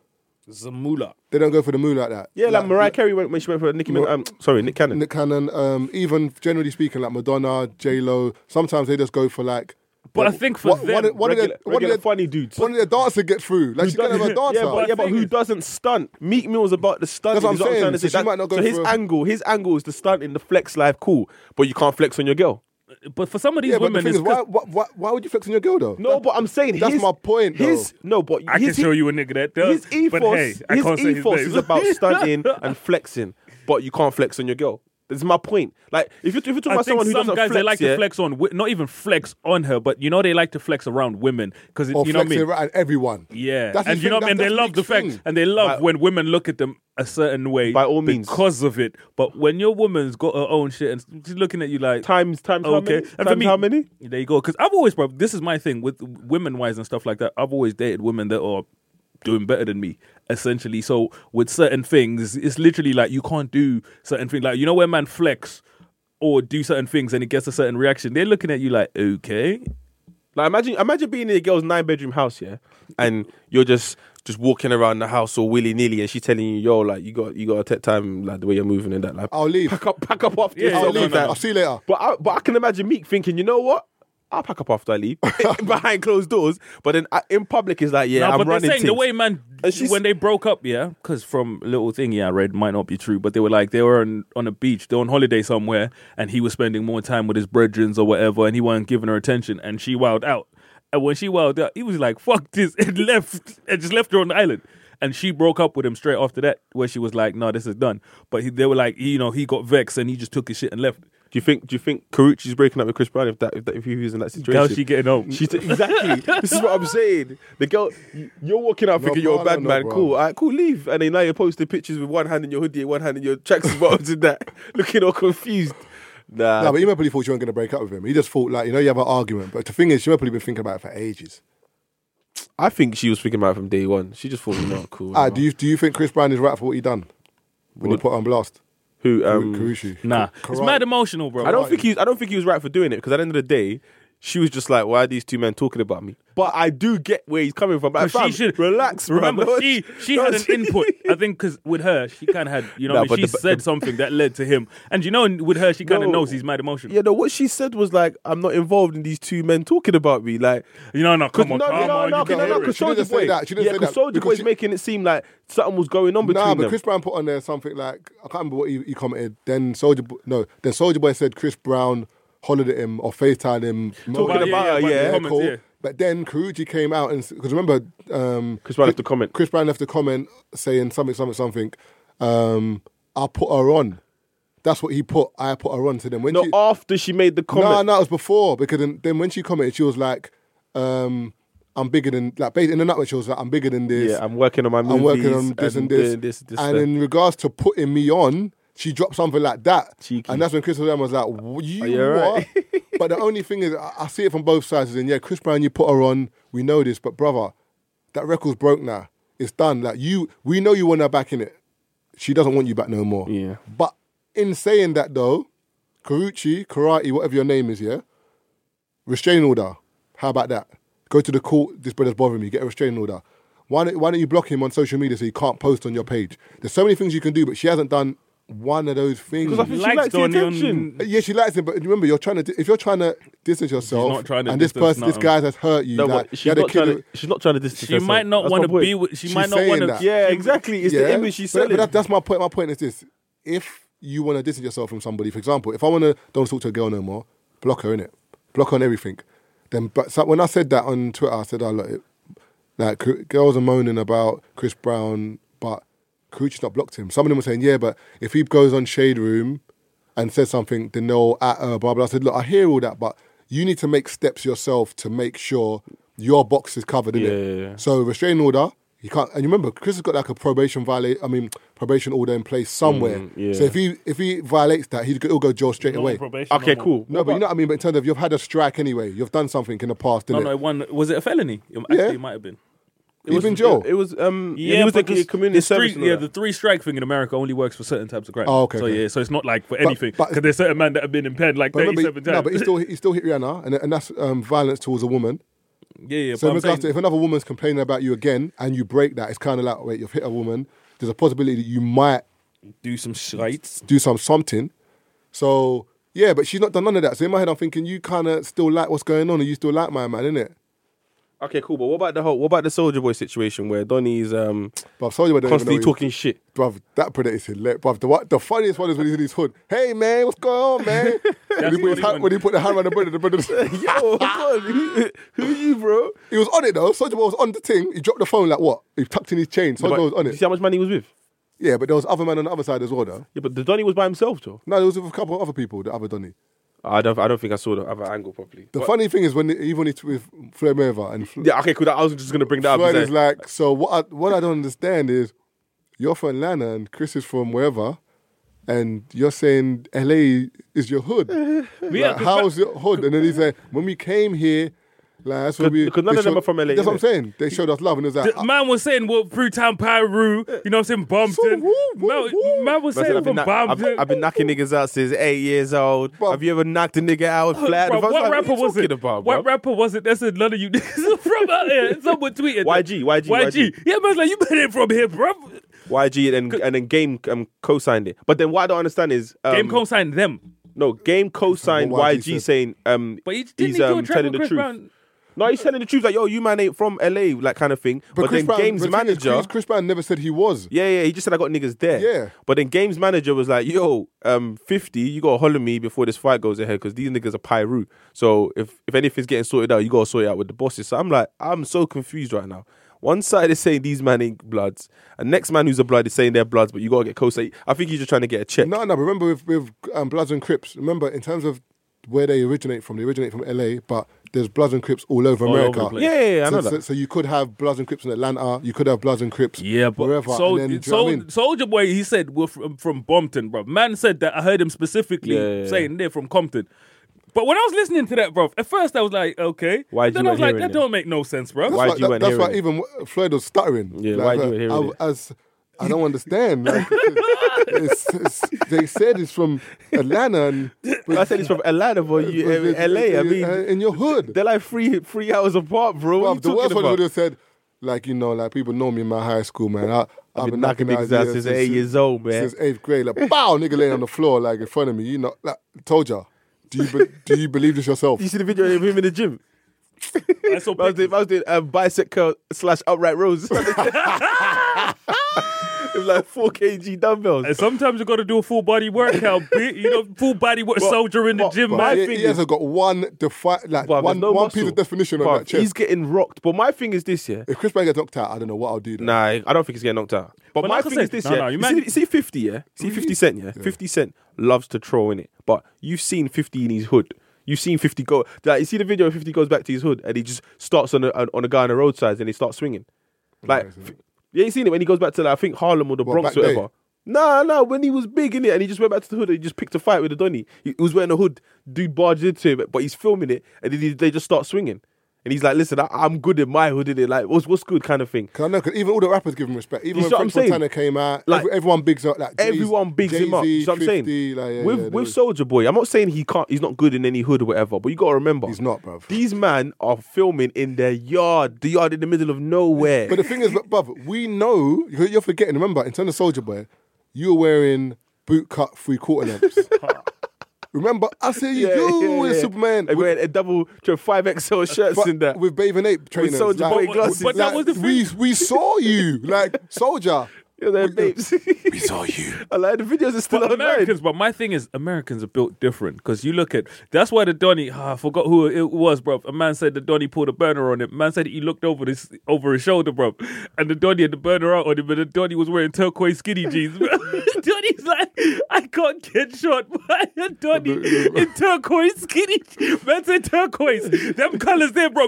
Zamula.
they don't go for the moon like that.
Yeah, like Mariah Carey went when she went for Nicki Minaj. Um, sorry, Nick Cannon.
Nick Cannon, um, even generally speaking, like Madonna, J Lo, sometimes they just go for like.
But I think for
one-
them,
one, of- one
regular-
of the one of
regular
the
funny dudes.
one of the dancers get through. Like she's gonna have a dancer.
<laughs> Yeah, but, yeah, but who doesn't stunt? Meek Mill's about the stunting.
That's what
is
I'm saying.
trying to
So
say.
she might not go
so his
for a-
angle, his angle is the stunt in the flex life, cool. But you can't flex on your girl.
but for some of these
yeah, but the
women,
thing
it's
is, why,
'cause-
why, why, why would you flex on your girl though?
No, but I'm saying
That's
his-
my point, though.
His, no, but
I can
his, e-
show you a nigga that does.
His ethos,
but hey, I
his
can't say his
ethos
name. <laughs>
is about stunting and flexing, but you can't flex on your girl. That's my point. Like if you if you're talking
I
about
think
someone who
some
doesn't
guys
flex,
they like
yeah,
to flex on, wi- not even flex on her, but you know they like to flex around women because you know
Or
what I mean.
flexing around everyone.
Yeah,
That's the
and you
thing,
know, what I mean?
that-
they
that's
love the
the
fact,
thing.
and they love
By-
when women look at them a certain way
By all means.
because of it. But when your woman's got her own shit and she's looking at you like
times times how
okay,
many?
and
Times how many?
There you go. Because I've always, bro, this is my thing with women wise and stuff like that. I've always dated women that are doing better than me, essentially. So with certain things, it's literally like you can't do certain things. Like you know where man flex or do certain things and it gets a certain reaction. They're looking at you like, okay,
Like imagine imagine being in a girl's nine bedroom house, yeah, and you're just just walking around the house all willy nilly, and she's telling you, yo, like you got you got to take time, like the way you're moving and that, like
I'll leave.
pack up, pack up after
Yeah,
yourself.
I'll
no,
leave.
and that.
I'll see you later.
But I, but I can imagine Meek thinking, you know what? I'll pack up after I leave <laughs> behind closed doors. But then uh, in public, it's like, yeah,
No,
I'm
but they're
running.
saying the
things.
way man
And she's-
when they broke up, yeah, because from little thing yeah I read might not be true, but they were like they were on, on a beach, they're on holiday somewhere, and he was spending more time with his brethren or whatever, and he wasn't giving her attention, and she wowed out, and when she wowed out, he was like fuck this <laughs> and left and just left her on the island. And she broke up with him straight after that, where she was like, "No, this is done." But he, they were like, you know, he got vexed and he just took his shit and left.
Do you think? Do you think Karuchi's breaking up with Chris Brown if that if, that, if he was in that situation?
How's she getting home?
She's exactly. this is what I'm saying. The girl, you're walking out
No,
thinking you're a
bro,
bad
no,
man.
bro.
Cool, all right, cool. Leave, and then now you're posting pictures with one hand in your hoodie and one hand in your tracksuit bottoms and that, <laughs> looking all confused. Nah,
No, but Ema probably thought you weren't going to break up with him. He just thought, like, you know, you have an argument. But the thing is, she probably been thinking about it for ages.
I think she was thinking about it from day one. She just thought, you know, cool.
Ah,
nah.
do you do you think Chris Brown is right for what he done when
What?
he put on blast?
Who? Um,
Karushi.
Mm. Nah, it's
Karate.
mad emotional, bro.
I don't think he. I don't think he was right for doing it because at the end of the day, she was just like, "Why are these two men talking about me?" But I do get where he's coming from. Like,
But
fam,
she should
relax. bro.
Remember,
No,
she she
<laughs> no,
had an input. I think because with her, she kind of had you know
Nah,
what I mean?
but
she
the-
said
the-
something that led to him, and you know with her, she kind of
No.
knows he's mad emotional.
Yeah, no. What she said was like, "I'm not involved in these two men talking about me." Like,
You know, no, come on,
no,
come
no,
on,
no,
you
no,
can
no,
hear
because
it.
She didn't
Soldier
say
Boy,
that. She didn't
yeah,
say
because
that,
Soldier
because
Boy's
she-
making it seem like something was going on between
Nah, but
them.
Chris Brown put on there something like I can't remember what he, he commented. Then Soldier, no, then Soldier Boy said Chris Brown hollered at him or FaceTimed him,
Talking
moaning.
about her,
the
yeah,
comments,
cool. But then Karuji came out and because remember, um,
Chris Brown left a comment.
Chris Brown left a comment saying something, something, something. Um, I put her on. That's what he put. I put her on to them. When
no,
she,
after she made the comment.
No, no, it was before because then, then when she commented, she was like, um, "I'm bigger than like." Basically, in the nutshell, she was like, "I'm bigger than this.
Yeah, I'm working on my
I'm working on
movies
this and,
and
this."
doing this, this,
and
that.
in regards to putting me on, she dropped something like that,
Cheeky.
and that's when Chris Brown was like, "W- "You,
you
what?"
<laughs> alright?
but the only thing is, I, I see it from both sides. And yeah, Chris Brown, you put her on. We know this, but brother, that record's broke now. It's done. Like you, we know you want her back in it. She doesn't want you back no more.
Yeah.
But in saying that though, Karuchi, Karate, whatever your name is, yeah? Restraining order. How about that? Go to the court, this brother's bothering me, get a restraining order. Why don't, why don't you block him on social media so he can't post on your page? There's so many things you can do, but she hasn't done one of those things.
Because I think she
Likes
likes the
Donny on-
attention.
Uh, yeah, she likes him, but remember, you're trying to di- if you're trying to distance yourself,
not trying to
and this
distance
person, this
nothing.
guy has hurt you.
No,
like,
but
you
she's
had a
not,
kid
trying to,
with-
she's not trying to distance
She might not want to be with. She
She's
might not
saying
want to.
that.
Yeah, exactly. It's the
Yeah.
image she's
But-
selling.
But that, that's my point. My point is this: if you want to distance yourself from somebody, for example, if I want to don't talk to a girl no more, block her in it, block her on everything. Then, but so when I said that on Twitter, I said, "Oh look, it, like cr- girls are moaning about Chris Brown, but Karuchi's not blocked him." Some of them were saying, "Yeah, but if he goes on Shade Room and says something, then they'll at her." Blah blah. I said, "Look, I hear all that, but you need to make steps yourself to make sure your box is covered in it."
Yeah, yeah, yeah.
So restraining order, he can't. And you remember, Chris has got like a probation violate. I mean, probation order in place somewhere.
Mm, yeah.
So if he if he violates that, he'd, go- he'll go jail straight away.
probation,
Okay,
no more.
cool.
No, but you know what I mean. But in terms of you've had a strike anyway, you've done something in the past,
No,
didn't
no,
it?
one was it a felony? It actually
Yeah.
it might have been.
He's been jail.
It, it was um.
Yeah,
he was
but
like a
this-
community
this
service. and
Three,
all
yeah,
that.
the three strike thing in America only works for certain types of crime.
Oh, okay,
So
okay.
yeah, so it's not like for anything.
but-
Because there's certain men that have been impaired like
But remember,
thirty-seven
he- no,
times.
but he still he still hit Rihanna, and and that's um, violence towards a woman.
<laughs> yeah, yeah.
So
but
in
I'm
regards
saying-
to if another woman's complaining about you again and you break that, it's kind of like wait, you've hit a woman. There's a possibility that you might
do some shites.
do some something. So yeah, but she's not done none of that. So in my head, I'm thinking you kind of still like what's going on, and you still like my man, innit?
Okay, cool. But what about the whole? What about the Soldier Boy situation where Donny's um
Bruv, Soulja Boy don't even know
constantly
who-
talking shit?
Bruv, that predator is hilarious. Bruv, the, one- the funniest one is when he's in his hood. Hey, man, what's going on,
<laughs>
man? when, he put his
the
hand,
one.
when he put the hand around the brother, the brother.
Yo, <laughs> come on, who, who you, bro?
he was on it, though. Soldier Boy was on the thing. He dropped the phone, like, what? He tucked in his chain. Soldier Boy was on
You
it.
see how much money he was with?
Yeah, but there was other man on the other side as well, though.
Yeah, but the Donny was by himself, though.
No, there was with a couple of other people, the other Donny.
I don't. I don't think I saw the other angle properly.
The
But-
funny thing is, when even when it's with Floyd Mayweather and Flo-
Yeah. Okay. Cool. I was just gonna bring that up.
Floyd
is
is
that-
like, so what? I, what I don't understand is, you're from Atlanta and Chris is from wherever, and you're saying LA is your
<laughs>
hood.
Yeah,
Like,
'cause
how's your hood? And then he said, when we came here, like that's what we.
Because none
they
of them
showed-
are from LA,
That's what I'm
innit?
saying. They showed us love, and it was like, "Ah,
The man was saying, well, through town Peru, you know what I'm saying, Bumpton.
woo, woo, woo.
Man, man was
I
saying
have been
from
knock- I've,
Bumpton.
I've been knocking niggas out since eight years old.
Bro.
Have you ever knocked a nigga out flat?
Bro,
If I
what
like,
rapper
are you
was it?
talking About,
what
bro?
rapper was it? That's said none of you <laughs> niggas are from out here. Someone tweeted. that.
YG, YG,
YG. Yeah, man's like, you been in from here, bro.
YG and and then Game um, co-signed it. But then what I don't understand is um,
Game co signed them.
No, Game co-signed
What YG
YG,
said.
saying um,
But he didn't
he's
he do a
um,
track
telling
with
the
Chris
truth.
Brown?
No, he's telling the truth. Like yo, you man ain't from LA, like kind of thing. But,
Chris
then
Brown-
Game's
but the thing is,
manager.
Chris, Chris Brown never said he was.
Yeah, yeah, he just said I got niggas there.
Yeah.
But then Game's manager was like, yo, um, 50, you gotta holler me before this fight goes ahead, because these niggas are Pyru. So if if anything's getting sorted out, you gotta sort it out with the bosses. So I'm like, I'm so confused right now. One side is saying these man ain't bloods, and next man who's a blood is saying they're bloods, but you gotta get closer. I think he's just trying to get a check.
No, no. But remember with with um, Bloods and Crips. Remember in terms of where they originate from, they originate from LA, but there's Bloods and Crips all over
All over the
America.
place.
Yeah, yeah, yeah, I
so,
know
so,
that.
so you could have Bloods and Crips in Atlanta. You could have Bloods and Crips.
Yeah, but
wherever.
so,
and then, do you know
so
what I mean?
Soldier Boy, he said we're from, from Brompton, bro. Man said that. I heard him specifically
Yeah, yeah, yeah.
saying they're from Compton. But when I was listening to that, bro, at first I was like, okay.
Why
then
you
I was
weren't
like,
hearing
that
it?
don't make no sense, bro.
Why
That's
you
why,
weren't
that, that's why
hearing it?
even Floyd was stuttering.
Yeah, why you weren't hearing
I, As I don't understand. Like, it's, it's, they said it's from Atlanta, and uh,
I said he's from Atlanta, but you, LA, I mean,
in your hood.
they're like three three hours apart, bro.
Well,
What
the
you
worst
talking
one
about?
would have said, like you know, like people know me in my high school, man. I, I've
been knocking niggas out since eight years old, man.
Since eighth grade, like bow, nigga laying on the floor, like in front of me. You know, like told ya. Do you be,
<laughs>
do you believe this yourself?
You see the video of him in the gym.
I saw
I was doing, I was doing um, bicep curl slash upright rows. <laughs> it was like four kg dumbbells.
And sometimes you got to do a full
<laughs>
body workout, bit. You know, full body work, soldier in the
but-
gym,
But
man.
he, he <laughs> hasn't got one defi- like
Bruv, there's
one,
no
one
muscle.
piece of definition
Bruv,
on that chest.
He's getting rocked. But my thing is this year.
If Chris Brown gets knocked out, I don't know what I'll do. Then.
Nah, I don't think he's getting knocked out. But,
But
my
like I
thing
said,
is this
no,
year.
no, you
you
man- Mm-hmm.
see, see 50, yeah? See 50 Cent, yeah? 50 Cent loves to troll in it. But you've seen 50 in his hood. You've seen 50 go. Like, you see the video where 50 goes back to his hood and he just starts on a, on on a guy on the roadside and he starts swinging. Like, f- yeah, you seen it when he goes back to, like, I think Harlem or the
What,
Bronx
back
or
there?
whatever. Nah, nah, when he was big in it and he just went back to the hood and he just picked a fight with the Donny. He, he was wearing a hood. Dude barged into him, but he's filming it and then he- they just start swinging. And he's like, listen, I, I'm good in my hood, in it. Like, what's, what's good kind of thing.
Cause I know, 'cause even all the rappers give him respect. Even
You
when
see what I'm
French Montana
saying?
came out,
Like,
every- everyone bigs up. Like, Jay-
Everyone bigs him up.
Jay-Z,
You know what I'm
50,
saying?
like, yeah,
with
yeah,
with
they-
Soldier Boy, I'm not saying he can't. He's not good in any hood or whatever. But you got to remember,
He's not, bruv.
These man are filming in their yard, the yard in the middle of nowhere.
But the thing is, bruv, we know you're you're forgetting. Remember, in terms of Soldier Boy, you were wearing boot cut three quarter
<laughs>
lengths. remember, I said
Yeah,
you
yeah,
were
yeah.
Superman.
They're
with-
wearing a double five XL shirts
but
in that.
with bathing ape trainers,
Soulja Boy glasses.
But that was the
we we saw you like Soldier.
You know, they're babes.
<laughs>
We saw you.
<laughs> I like the videos are still
But
online.
Americans, but my thing is Americans are built different because you look at that's why the Donny ah, I forgot who it was, bro. A man said the Donny pulled a burner on him. Man said he looked over this over his shoulder, bro, and the Donny had the burner out on him, and the Donny was wearing turquoise skinny jeans. <laughs> bro. Donny's like, I can't get shot by
<laughs>
a Donny in turquoise skinny. je- Man said turquoise, them colors there, bro,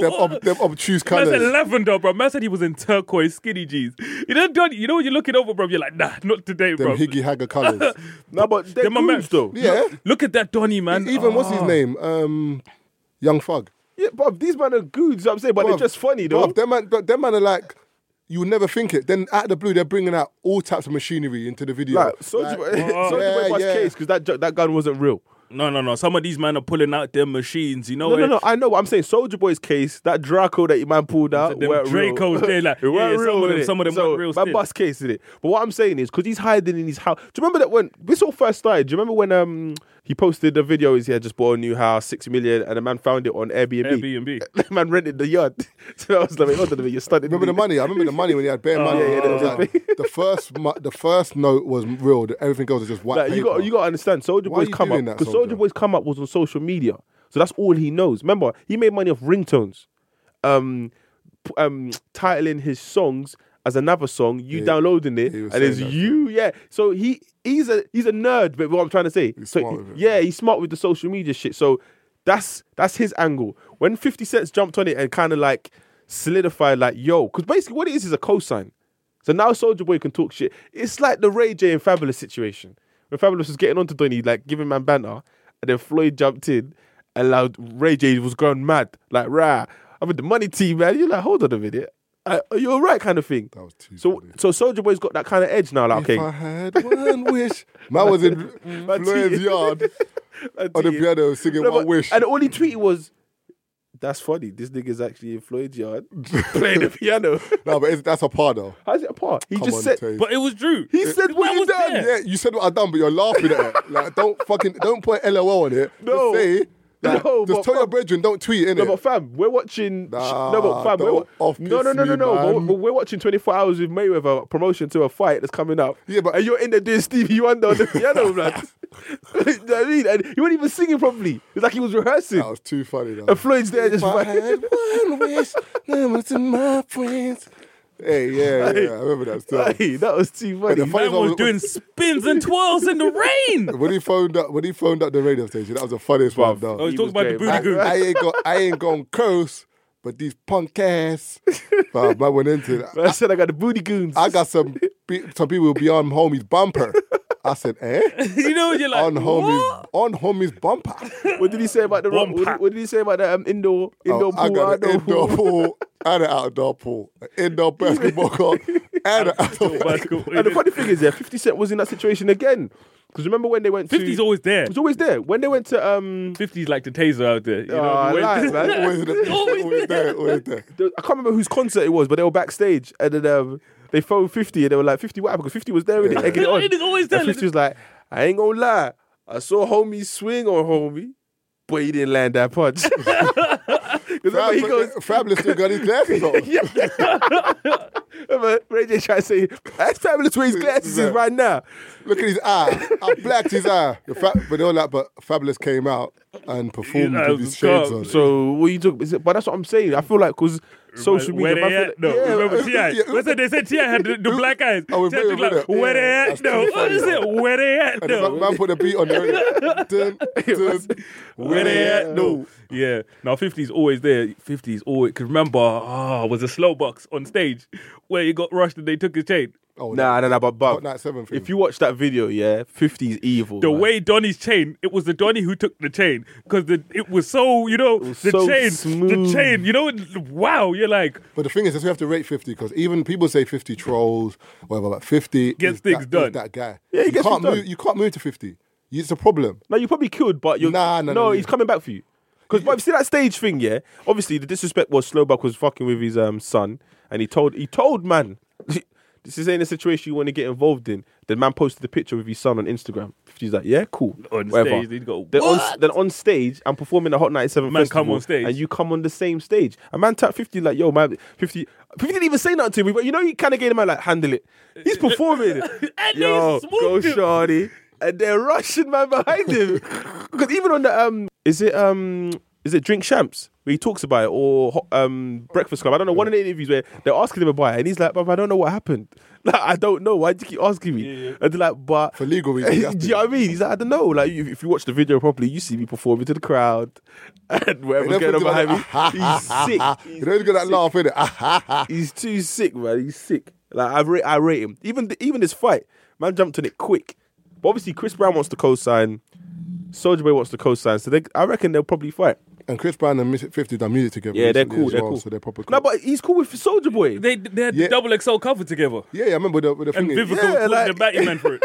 <laughs> Them, ob-
<laughs>
them obtuse
Man said
colours.
lavender, bro. Man said he was in turquoise skinny jeans. You know, Donny, you know when you're looking over, bro, you're like, nah, not today,
Them
bro.
Higgy Hagger
<laughs>
colours.
No, but they're
Them Amer-
dudes though. E-
yeah.
Look at that Donny, man.
Even what's his
Ah.
name? Um, Young Thug.
Yeah, but these man are goods. You know what I'm saying, but
Bruv,
they're just funny though.
bruv, them man, bruv, them man are like, you would never think it. Then out of the blue, they're bringing out all types of machinery into the video.
Like
<laughs>
Soldier <laughs> Boy, Soulja Boy was case because that ju- that gun wasn't real.
No, no, no. Some of these men are pulling out their machines. You know,
No, no,
eh?
no. I know what I'm saying. Soldier Boy's case, that Draco that your man pulled out,
them
weren't real.
Dracos there, like,
<laughs> it
yeah,
weren't real,
some of them-
innit?
some of them
so,
weren't real
My
still.
bus case in it. But what I'm saying is, because he's hiding in his house. Do you remember that when this all first started? Do you remember when um He posted a video. Is he had just bought a new house, six million, and a man found it on Airbnb.
Airbnb.
<laughs> The man rented the yard. <laughs> so I was like, hold on a minute, you're studying.
Remember the
me.
money? I remember the money when you had
<laughs>
bare money.
Oh, yeah, yeah,
It was
yeah.
like, the first, mu- the first note was real. the- Everything else was just white.
Like, you got
paper.
you got to understand. Soldier
Why are
Boy's
you
come up
doing that,
because
Soulja?
Soldier Boy's come up was on social media, so that's all he knows. Remember, he made money off ringtones, um, p- um, titling his songs as another song, you downloading it,
he was
and it's
saying that,
you, yeah. So he he's a he's a nerd, but what I'm trying to say, so
smart with it.
yeah, he's smart with the social media shit. So that's that's his angle. When 50 Cent's jumped on it and kind of like solidified, like yo, because basically what it is is a cosign. So now Soldier Boy can talk shit. It's like the Ray J and Fabulous situation. When Fabulous was getting onto Donny, like giving man banter, and then Floyd jumped in and loud Ray J was going mad, like rah, I'm with the money team, man. You're like, hold on a minute. Uh, are you all right, kind of thing?
was too
so,
funny.
so Soldier Boy's got that kind of edge now. Like,
If I
okay,
had one wish, man was
<laughs>
in
Man
Floyd's
cheated. <laughs>
yard
That's
on the
it.
piano singing
No,
"One
but-
Wish."
And all he tweeted was, "That's funny. This nigga's actually in Floyd's yard <laughs>
<laughs>
playing the piano.
No, but it's, that's a part though.
How's it apart? He
Come
just
on,
said."
Tay.
But it was Drew.
He said, "What
That
you
was
done?"
there.
yeah, you said what I done, but you're laughing at it. Like, don't fucking don't put LOL on it.
<laughs> No.
just say, like,
No,
just
but
tell your
fam-
brethren, don't tweet in
No,
it.
but fam, we're watching.
Nah,
no, but fam, we're,
don't off
no, no, no,
piss me,
no, no. But,
man.
but we're watching 24 Hours with Mayweather promotion to a fight that's coming up.
Yeah, but-
and you're in there doing Stevie Wonder
<laughs>
on the piano, man. <laughs> you know what I mean? And he wasn't even singing properly. It's like he was rehearsing.
that was too funny though.
and Floyd's there just.
If I
vibing.
had one wish, no one to my friends. Hey, yeah, yeah, I remember that still.
Hey, that was too funny.
the funny
Man was doing spins and twirls
<laughs>
in the rain.
When he phoned up, when he phoned up the radio station, that was the funniest one.
Bruv,
Oh,
Though.
he's
He
talking
was
about the
great,
booty
I,
man.
goo.
I ain't go, I ain't gonna curse, but these punk ass. Bruv, man went into it.
Man, I said I got the booty goons.
I got some pe- some people will be on homie's bumper. I said, eh?
<laughs> you know, you're like,
on homie's
what?
on homie's bumper.
What did he say about the
One
what, did-
pack.
what did he say about that um, indoor indoor
Oh, I
pool?
got an
outdoor
indoor
pool?
pool and an outdoor pool, an indoor basketball court and an outdoor.
Basketball.
And the funny thing is, yeah, Fifty Cent was in that situation again. Because remember when they went to
50's always there.
It was always there when they went to um.
50's like the taser out there. You know,
Ah,
the way- <laughs>
lies, man.
Always there, always there, always there.
the- I can't remember whose concert it was, but they were backstage and then um, they phoned 50 and they were like, 50 what happened? Because 50 was there and
Yeah.
they egging
<laughs>
it on.
It's always there,
And 50
like-
was like, I ain't gonna lie, I saw homie swing on homie, but he didn't land that punch. <laughs> Because remember, he goes,
Fab- Fabulous still got his glasses on.
yeah. remember Ray J tried to say, that's fabulous where his glasses
Yeah.
is right now.
Look at his eye. I blacked his eye. The fa- but they were like, but Fabulous came out and performed
Yeah,
with his shades on.
So what you talking is it- But that's what I'm saying. I feel like because social media.
Where
man, I
they
feel
at?
like-
No,
Yeah,
remember T.I.
yeah,
What's that? They said T.I. had the, the black eyes.
Oh, we're
T.I.
very
looked like,
good at- yeah,
where they
that's
at? No,
too
what
funny.
is it? Where they at?
and the
No,
man- man put a beat on the dun, dun,
where they at? No. Yeah. Now 50's always there. 50's always. Because remember, ah, was a slow box on stage where he got rushed and they took his chain.
Oh,
Nah, nah, nah, but, but
Hot Night 7 thing.
if you watch that video, yeah, 50 is evil.
The
man.
way Donny's chain, it was the Donny who took the chain because it was so you know
was
the
so
chain,
smooth.
the chain. You know, it- wow. You're like
But the thing is, is we have to rate 50 because even people say 50 trolls, whatever, but 50
Gets
is
things
that, is
done.
that guy.
Yeah, he
you
gets
can't
things done.
move, You can't move to 50. It's a
<laughs>
problem.
No, you probably killed, but you're
Nah, nah,
no,
nah,
he's
yeah.
coming back for you. Because but see that stage thing, yeah. Obviously, the disrespect was Slowback was fucking with his um son, and he told he told man, <laughs> this is ain't a situation you want to get involved in. The man posted the picture with his son on Instagram. He's like, yeah, cool.
On stage, he'd go,
Then on,
"What?"
then on stage, I'm performing a Hot 97
Man
festival,
come on stage.
and you come on the same stage. A man tapped 50 like, yo, man, 50. 50 didn't even say nothing to me, but you know he kind of gave the man like, handle it.
<laughs>
He's performing.
And
yo,
he
go
swooped him.
Shawty, and they're rushing man behind
<laughs>
him. Because even on the um, is it um, is it Drink Champs where he talks about it or Ho- um, Breakfast Club? I don't know. One of the interviews where they're asking him about it, and he's like, "But I don't know what happened. <laughs> Like, I don't know. Why do you keep asking me?" And they're like, "But
For
<laughs>
legal reasons, you have
do
to.
you know what I mean? He's like, "I don't know. Like, if, if you watch the video properly, you see me performing to the crowd <laughs> and whatever's
They
going on
put him
behind
on
me. He's
<laughs>
sick. He's
Ah, you know, he's got that laugh Ah, in it.
He's too sick, man. He's sick. Like I rate, I rate him. Even th- even this fight, man jumped on it quick. But obviously, Chris Brown wants to co-sign. Soldier Boy wants to co-sign. So they, I reckon they'll probably fight.
and Chris Brown and Miss 50 done music together.
Yeah, they're
recently
cool.
as
They're
well,
cool.
So they're proper cool.
No, but he's cool with Soldier Boy.
they they had
Yeah.
the double XL cover together.
yeah, yeah, I remember the, the
And
thing. is-
Vivica
yeah,
was calling
like-
the batty man for it.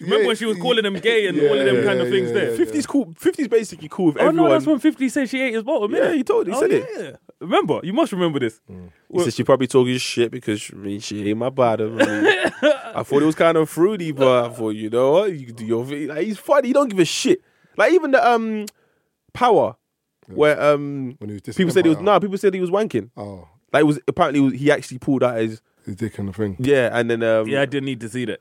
Remember when she was
yeah,
calling him gay and all of them
yeah,
kind of things
yeah,
there?
yeah.
50's cool. 50's basically cool with
Oh
everyone.
no, that's when 50 said she ate his bottom.
Yeah,
innit?
he told- he
oh,
said
yeah.
it. Mm-hmm.
Remember, you must remember this.
He said she probably talking shit because I mean she ate
<laughs>
my bottom. I, mean, I thought it was kind of fruity, but I thought you know what, you can do your thing. Like, he's funny. He don't give a shit. Like even the um power where um
When he was dissing
people said he was
Empire.
no, people said he was wanking.
Oh,
Like it was apparently it was- he actually pulled out his
his dick and the thing.
yeah, and then um
Yeah, I didn't need to see that.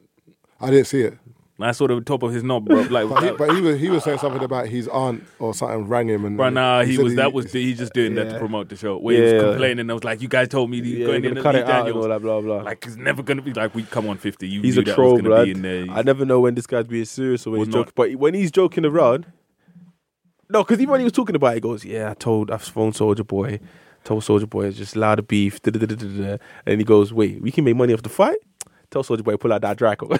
I didn't see it.
I saw the top of his knob, bro. Like,
But
<laughs>
he, but he was he was saying something about his aunt or something rang him and.
Right now, he,
said
was that was he just doing that to
Yeah.
promote the show. Where he
Yeah.
was complaining, I was like, "You guys told me
yeah,
he's
you're
going
gonna
in
cut
Lee
it out and all
Daniels.
that blah blah.
Like it's never gonna be like we come on fifty. You
he's
knew
a
that
troll,
was gonna
blood.
be in there.
I never know when this guy's being serious or when
Was
he's
not.
joking. But when he's joking around, no, because even when he was talking about it, he goes, "Yeah, I told I've phoned Soldier Boy, told Soldier Boy it's just loud of beef." da da da da da da." And he goes, "Wait, we can make money off the fight." Tell Soldier Boy pull out that Draco. <laughs>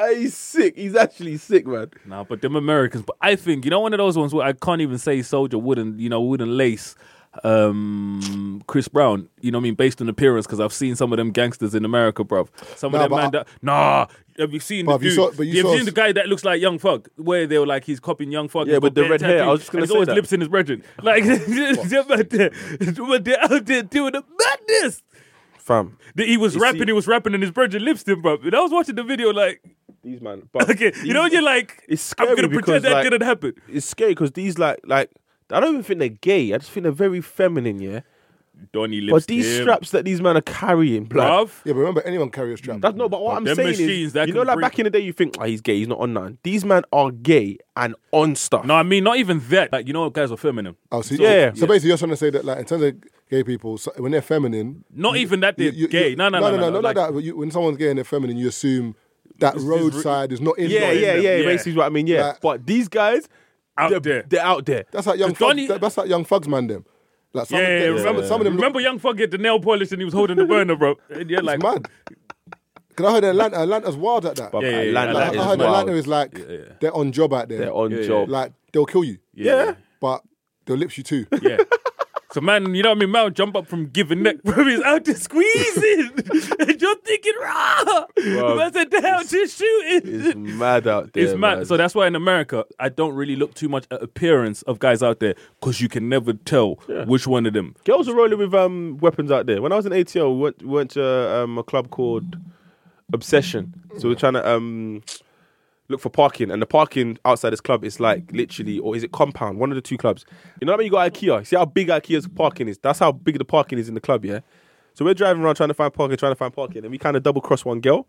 Ah, he's sick. He's actually sick, man.
Nah, but them Americans. But I think you know one of those ones where I can't even say Soldier wouldn't you know wouldn't lace um Chris Brown. You know what I mean based on appearance because I've seen some of them gangsters in America, bro. Some
Nah,
of them
but
man.
I-
that, nah. Have you seen
But
the
have you
dude?
saw- but you
have
saw-
seen the guy that looks like Young Thug, where they were like he's copying Young Thug.
Yeah,
he's got
but the
bare
red hair, I
tattoos,
was just gonna
and he's
say
always
that.
lips in his brethren. Like <laughs> they're out there- they're out there doing the madness.
Fam,
That He was
You see-
rapping, he was rapping, and his brethren lips him, bro. And I was watching the video like. <laughs>
these man. But
Okay, you know when you're like,
It's
I'm
scary
gonna
because,
pretend that
like-
didn't happen.
it's scary because these like like I don't even think they're gay. I just think they're very feminine, yeah.
Donny lips.
But these
him,
straps that these men are carrying, blood.
bruv.
Yeah, but remember, anyone carry a strap.
That's no, but what I'm
them
saying
machines
is,
that
you
can
know, like
bring-
back in the day, you think, oh, he's gay, he's not on none. These men are gay and on stuff.
No, I mean not even that. Like you know, guys are feminine.
Oh, so,
Yeah.
So basically, you're trying to say that, like, in terms of gay people, so, when they're feminine,
Not even that they're
you- you-
gay.
you-
No, no, no, no,
not
like-
that. But you, when someone's gay and they're feminine, you assume that roadside is not in.
yeah,
not in
yeah, yeah,
them.
Yeah.
Basically, what I mean, yeah.
Like-
but these guys,
Out
they're,
there.
they're out there.
That's like young.
The
Thugs,
Donny-
that- that's like young thugs, man. Them. Like some
Yeah,
of
yeah,
them,
remember
some of them.
Remember, young fuck get the nail polish and he was holding the burner,
<laughs>
bro. And you're like,
look, mad. Because I heard Atlanta, Atlanta's wild at that.
But
Yeah, yeah, yeah.
Atlanta
Like,
Atlanta
I
is
heard
wild.
Atlanta is like
yeah.
they're on job out there.
They're on
Yeah,
job.
Like they'll kill you,
yeah.
but they'll lips you too.
yeah. So man, you know what I mean? Man, jump up from giving neck, bro. He's out there squeezing, <laughs> and you're thinking, rah.
Bro,
Man said, they're out there shooting.
It's mad out there.
It's mad.
man.
So that's why in America, I don't really look too much at appearance of guys out there because you can never tell which one of them.
Girls are rolling with um weapons out there. When I was in ATL, we went, we went to um, a club called Obsession. So we're trying to um look for parking, and the parking outside this club is like literally, or is it compound? One of the two clubs. You know what I mean? You got IKEA. See how big IKEA's parking is. That's how big the parking is in the club. Yeah. So we're driving around trying to find parking, trying to find parking, and we kind of double cross one girl,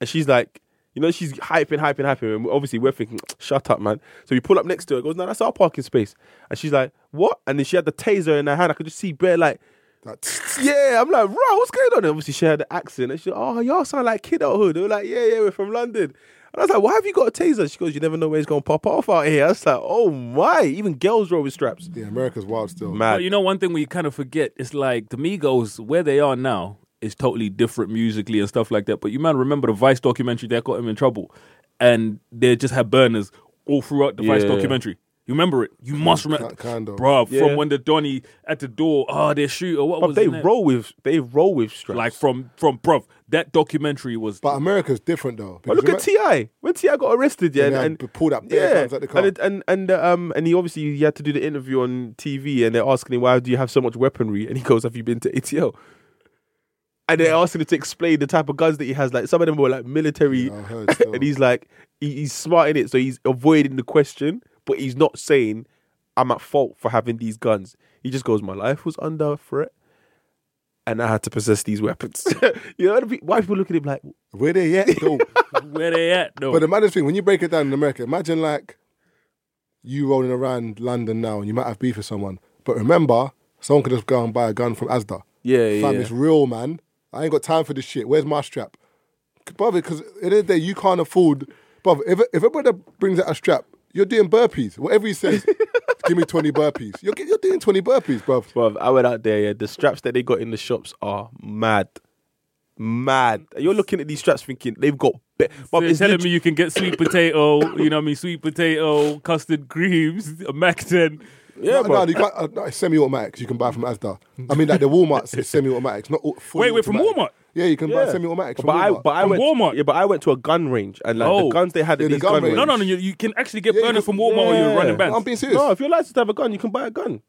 and she's like. You know, she's hyping, hyping, hyping. And obviously, we're thinking, shut up, man. So we pull up next to her, goes, no, that's our parking space. And she's like, what? And then she had the taser in her hand. I could just see bare, like,
Like, <laughs>
yeah, I'm like, bro, what's going on? And obviously, she had the accent, and she's like, oh, y'all sound like kiddohood. They were like, yeah, yeah, we're from London. And I was like, why have you got a taser? She goes, you never know where it's going to pop off out here. I was like, oh my, even girls roll with straps.
yeah, America's wild still.
But
Mad.
you know, one thing we kind of forget is like the Migos, where they are now, is totally different musically and stuff like that. But you man, remember the Vice documentary that got him in trouble, and they just had burners all throughout the Vice
Yeah.
documentary. You remember it? You must remember,
Ki- kind of.
bruv.
Yeah.
From when the Donny at the door, oh, their shooter, what
But
was
they
his name?
roll with they roll with straps.
Like from from bruv, that documentary was
But America's different though.
But look
because
at Ti when Ti got arrested, yeah,
And
and,
they had pulled up bare guns at the car.
and it- and and uh, um and he obviously he had to do the interview on TV, and they're asking him why do you have so much weaponry, and he goes, "Have you been to ATL?" And they're asking him to explain the type of guns that he has. Like some of them were like military,
Yeah, I heard so.
and he's like he, he's smart in it, so he's avoiding the question, but he's not saying I'm at fault for having these guns. He just goes, "My life was under threat." And I had to possess these weapons. <laughs> you know, why people look at him like,
where they yet
<laughs>
though.
where they at though.
but the maddest thing when you break it down in America, imagine like you rolling around London now and you might have beef with someone, but remember someone could just go and buy a gun from Asda.
yeah, yeah,
Fam,
yeah.
it's real, man. I ain't got time for this shit. Where's my strap? Brother, because at the end of the day, you can't afford. Brother, if, a- if a brother brings out a strap, you're doing burpees. Whatever he says, <laughs> give me 20 burpees. You're, you're doing 20 burpees, bruv.
Bruv, I went out there, yeah. The straps that they got in the shops are mad. Mad. You're looking at these straps thinking they've got be-
So
Bruv,
you're
it's
telling
lit-
me you can get sweet potato, you know what I mean, sweet potato, custard creams, <laughs> a Mac 10.
Yeah,
no,
bruv.
no, you can't, uh, no, it's semi-automatics you can buy from Asda. I mean, like the Walmart's is semi-automatics, not au- fully
Wait, wait, from
automatic.
Walmart?
Yeah, you can buy
Yeah.
semi-automatics from
But I
Walmart.
but I
From
went
Walmart?
Yeah, but I went to a gun range and like
Oh.
the guns they had
Yeah,
at
the
these
gun
gun
range.
range.
No, no, no, you, you can actually get
Yeah, you
burners
can-
from Walmart when you're
yeah.
running bands.
I'm being serious.
No, if you're licensed to have a gun, you can buy a gun.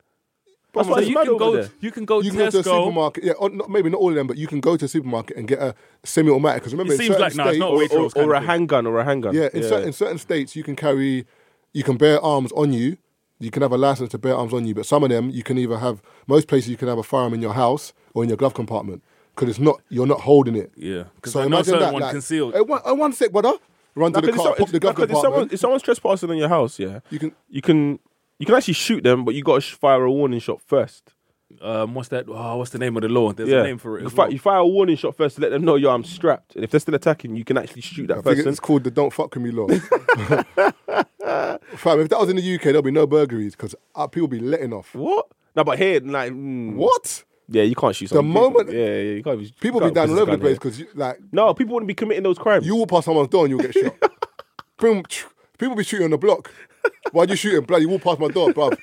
That's
man,
why
it's
you
mad
can
over
go.
there.
You can go
You can go to a
Tesco.
supermarket. Yeah, or not, maybe not all of them, but you can go to a supermarket and get a semi-automatic. Because remember,
It
in
seems
certain
like- nah, it's
states-
not
or,
Waitrose
or,
kind
or
of
a
thing.
handgun or a handgun.
Yeah, in, Certain, in certain states, you can carry, you can bear arms on you. You can have a license to bear arms on you, but some of them you can either have. Most places you can have a firearm in your house or in your glove compartment because it's not you're not holding it.
Yeah, 'cause I know certain one concealed.
Hey, one, hey, one sec, brother. Run to the
Nah, 'cause if
car,
some-
pop the
nah,
glove
'cause if, someone,
compartment.
if someone's trespassing on your house, yeah,
You can.
you can you can actually shoot them, but you got to fire a warning shot first.
Um, what's that? Oh, what's the name of the law? There's
yeah,
a name for it.
You,
as
fi-
well.
you fire a warning shot first to let them know, yo, I'm strapped. And if they're still attacking, you can actually shoot that
I think
person.
it's called the "Don't fuck with me" law. <laughs> Fam, if that was in the UK, there'll be no burglaries because people be letting off.
What? No, but here, like, mm,
What?
Yeah, you can't shoot. Someone. You-
moment-
yeah, yeah, you can't. Be,
People
you
be
can't
down all
business
over the
down
place
here.
because, like,
No, people wouldn't be committing those crimes.
you will pass someone's door and you'll get
<laughs>
shot. Boom. People be shooting on the block. Why you shooting? Blood, you walk past my door, bruv.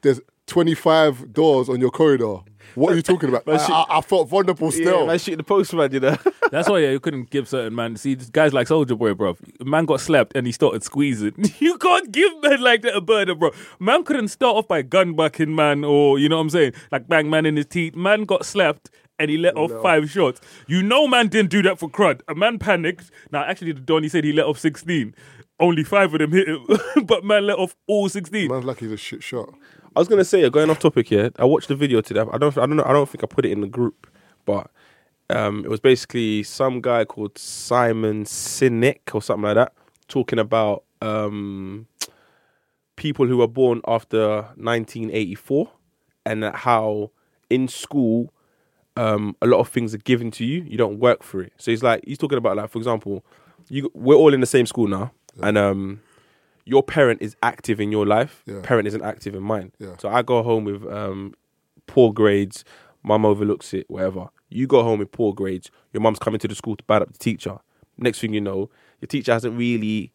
There's 25 doors on your corridor. What are you talking
<laughs>
about? I,
shit-
I, I felt vulnerable still.
yeah, man, shoot the postman, you know. <laughs>
That's why yeah, you couldn't give certain man. See, guys like Soldier Boy, bro. Man got slapped and he started squeezing. <laughs> you can't give man like that a burden, bro. Man couldn't start off by gun backing man, or you know what I'm saying, like bang man in his teeth. Man got slapped and he let off five shots. You know, man didn't do that for crud. A man panicked. Now, actually, the Donny said he let off 16. Only five of them hit him, <laughs> but man let off all 16.
Man's lucky he's a shit shot.
I was gonna say, yeah, going off topic here. I watched the video today. I don't, I don't know, I don't think I put it in the group, but um, it was basically some guy called Simon Sinek or something like that, talking about um, people who were born after 1984 and that how in school um, a lot of things are given to you. You don't work for it. So he's like, he's talking about like, for example, you we're all in the same school now, and um, your parent is active in your life.
Yeah.
Parent isn't active in mine.
Yeah.
So I go home with um, poor grades. Mum overlooks it. Whatever. You go home with poor grades. Your mum's coming to the school to bad up the teacher. Next thing you know, your teacher hasn't really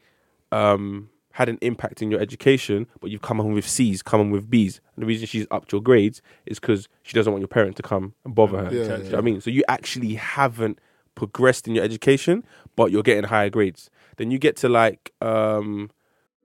um, had an impact in your education, but you've come home with C's, come home with B's. And the reason she's upped your grades is because she doesn't want your parent to come and bother her.
Yeah,
Do you know
yeah,
what I mean? So you actually haven't progressed in your education, but you're getting higher grades. Then you get to like, um,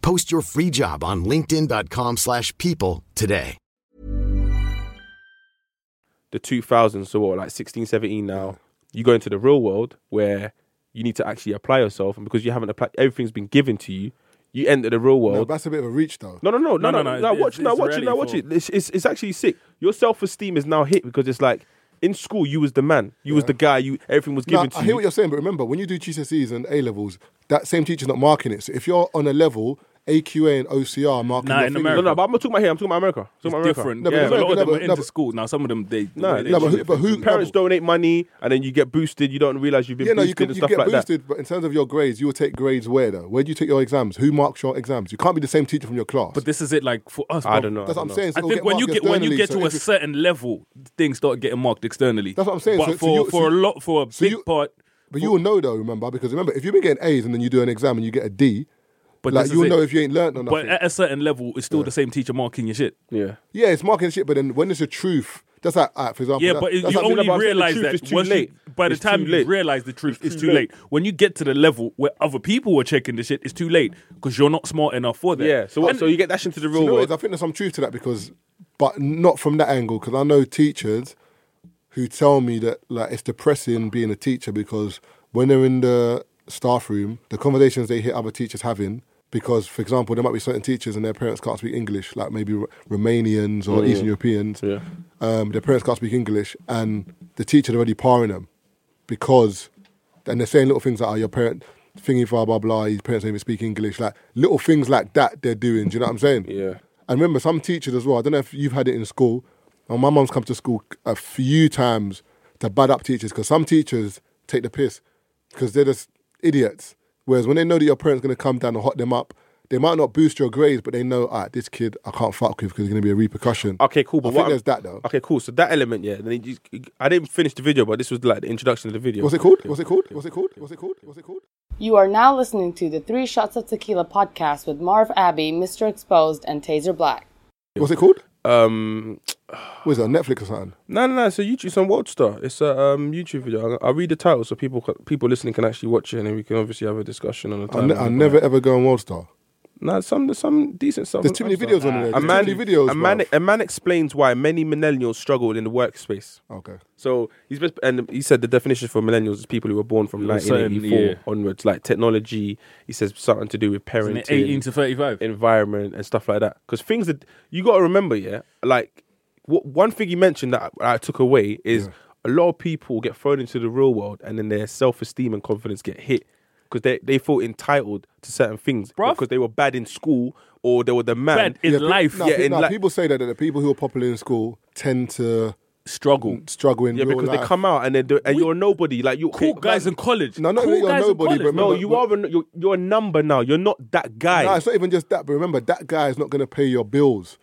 Post your free job on linkedin.com/people slash people today.
the 2000s, so what, like 16, 17 now, you go into the real world where you need to actually apply yourself. And because you haven't applied, everything's been given to you, you enter the real
No,
world.
that's a bit of a reach, though.
No, no, no, no, no, no.
it's-
watch,
it's
no, watch it,
really
no, watch
full.
it. It's, it's, it's actually sick. Your self esteem is now hit because it's like in school you was the man, you was the guy, you everything was
Now,
given to
I
you.
hear what you're saying, but remember, when you do GCSEs and A levels, that same teacher's not marking it. So if you're on a level, AQA and OCR are marking.
Nah,
your
in
fingers.
no,
America.
no, but I'm not talking about here. I'm talking about America. I'm
It's
talking about America.
different.
No, but
yeah,
America-
a lot of them
no,
are
but-
into
no, but-
school now. Some of them they. the
No,
way they
no, but
shoot
who-
it.
but who?
Parents donate money, and then you get boosted. You don't realize you've been
Yeah, no,
boosted
you can
and
you
stuff
get
like
boosted, but in terms of your grades, you will take grades where though? Where do you take your exams? Who marks your exams? You can't be the same teacher from your class.
But this is it, like for us.
that. I
bro.
don't know.
that's what
I
I'm
don't know.
saying. so
I
it'll
think when you
marked
get when you
externally,
get
so
to a
if you-
certain level, things start getting marked externally.
That's what I'm saying.
But
So- so
for
you-
for
so-
a lot for a
so
big
you-
part,
But you will know though, remember, because remember, if you've been getting A's and then you do an exam and you get a D,
but
like
this
you'll
is it.
know if you ain't learnt or
But uh,
nothing.
at a certain level, it's still the same teacher marking your shit.
Yeah.
yeah, it's marking shit. But then when it's the truth, that's like, alright, for example,
Yeah,
that-
but
that's
it- you
like-
thing
only
about saying the
realize
truth is
that
too
once you-
late.
by the
It's
time
too
you
late.
realize the truth, it's, too
too
late.
late.
When you get to the level where other people were checking the shit, it's too late because you're not smart enough for that.
Yeah. So what?
And-
so you get dashed into the
Do
real
you know what it
world.
is? I think there's some truth to that because, but not from that angle. Because I know teachers who tell me that like it's depressing being a teacher because when they're in the staff room, the conversations they hear other teachers having. Because, for example, there might be certain teachers and their parents can't speak English, like maybe R- Romanians or Eastern Europeans.
Yeah.
Um, their parents can't speak English, and the teacher's already parring them because, and they're saying little things like, oh, your parent thingy, blah, blah, blah, your parents don't even speak English. Like little things like that they're doing. Do you know what I'm saying?
Yeah.
And remember, some teachers as well. I don't know if you've had it in school. And my mum's come to school a few times to bad up teachers because some teachers take the piss because they're just idiots. Whereas when they know that your parents going to come down and hot them up, They might not boost your grades, but they know, all right, this kid I can't fuck with because there's going to be a repercussion.
Okay, cool. But
I
what
think
I'm-
there's that though.
Okay, cool. So that element, yeah. Then you, I didn't finish the video, but this was like the introduction of the video.
What's it called? What's it called? What's it called? What's it called? What's it called?
You are now listening to the Three Shots of Tequila podcast with Marv Abbey, Mr. Exposed, and Taser Black.
What's it called?
Um,
Was it on Netflix or something?
no, no, no. It's a YouTube. It's on WorldStar. It's a um, YouTube video. I, I read the title so people ca- people listening can actually watch it, and then we can obviously have a discussion on the
I,
title.
ne- I never ever go on WorldStar.
Nah, some some decent stuff.
There's too many
Some
videos
stuff.
on there.
A
There's
man,
too many videos.
a man,
bruv.
a man explains why many millennials struggle in the workspace.
Okay.
So he's best, and he said the definition for millennials is people who were born from
A certain
1984
year.
onwards, like technology. He says something to do with
Isn't it
parenting,
18 to 35.
environment, and stuff like that. Because things that you got to remember, yeah, like what, one thing he mentioned that I, I took away is a lot of people get thrown into the real world, and then their self esteem and confidence get hit because they they feel entitled to certain things
Bruv.
because they were bad in school or they were the man.
Bad in
Yeah, pe-
life.
No,
Yeah,
pe-
in
no,
li-
people say that, that the people who are popular in school tend to
Struggle.
struggle in
yeah,
real
because
life.
they come out and they do, and you're a nobody. Like you
Cool guys
man,
in college.
No, not
cool
that you're
guys in
nobody,
college,
but
bro.
No,
remember-
you are. A, you're, you're a number now. You're not that guy.
No, it's not even just that. But remember, that guy is not going to pay your bills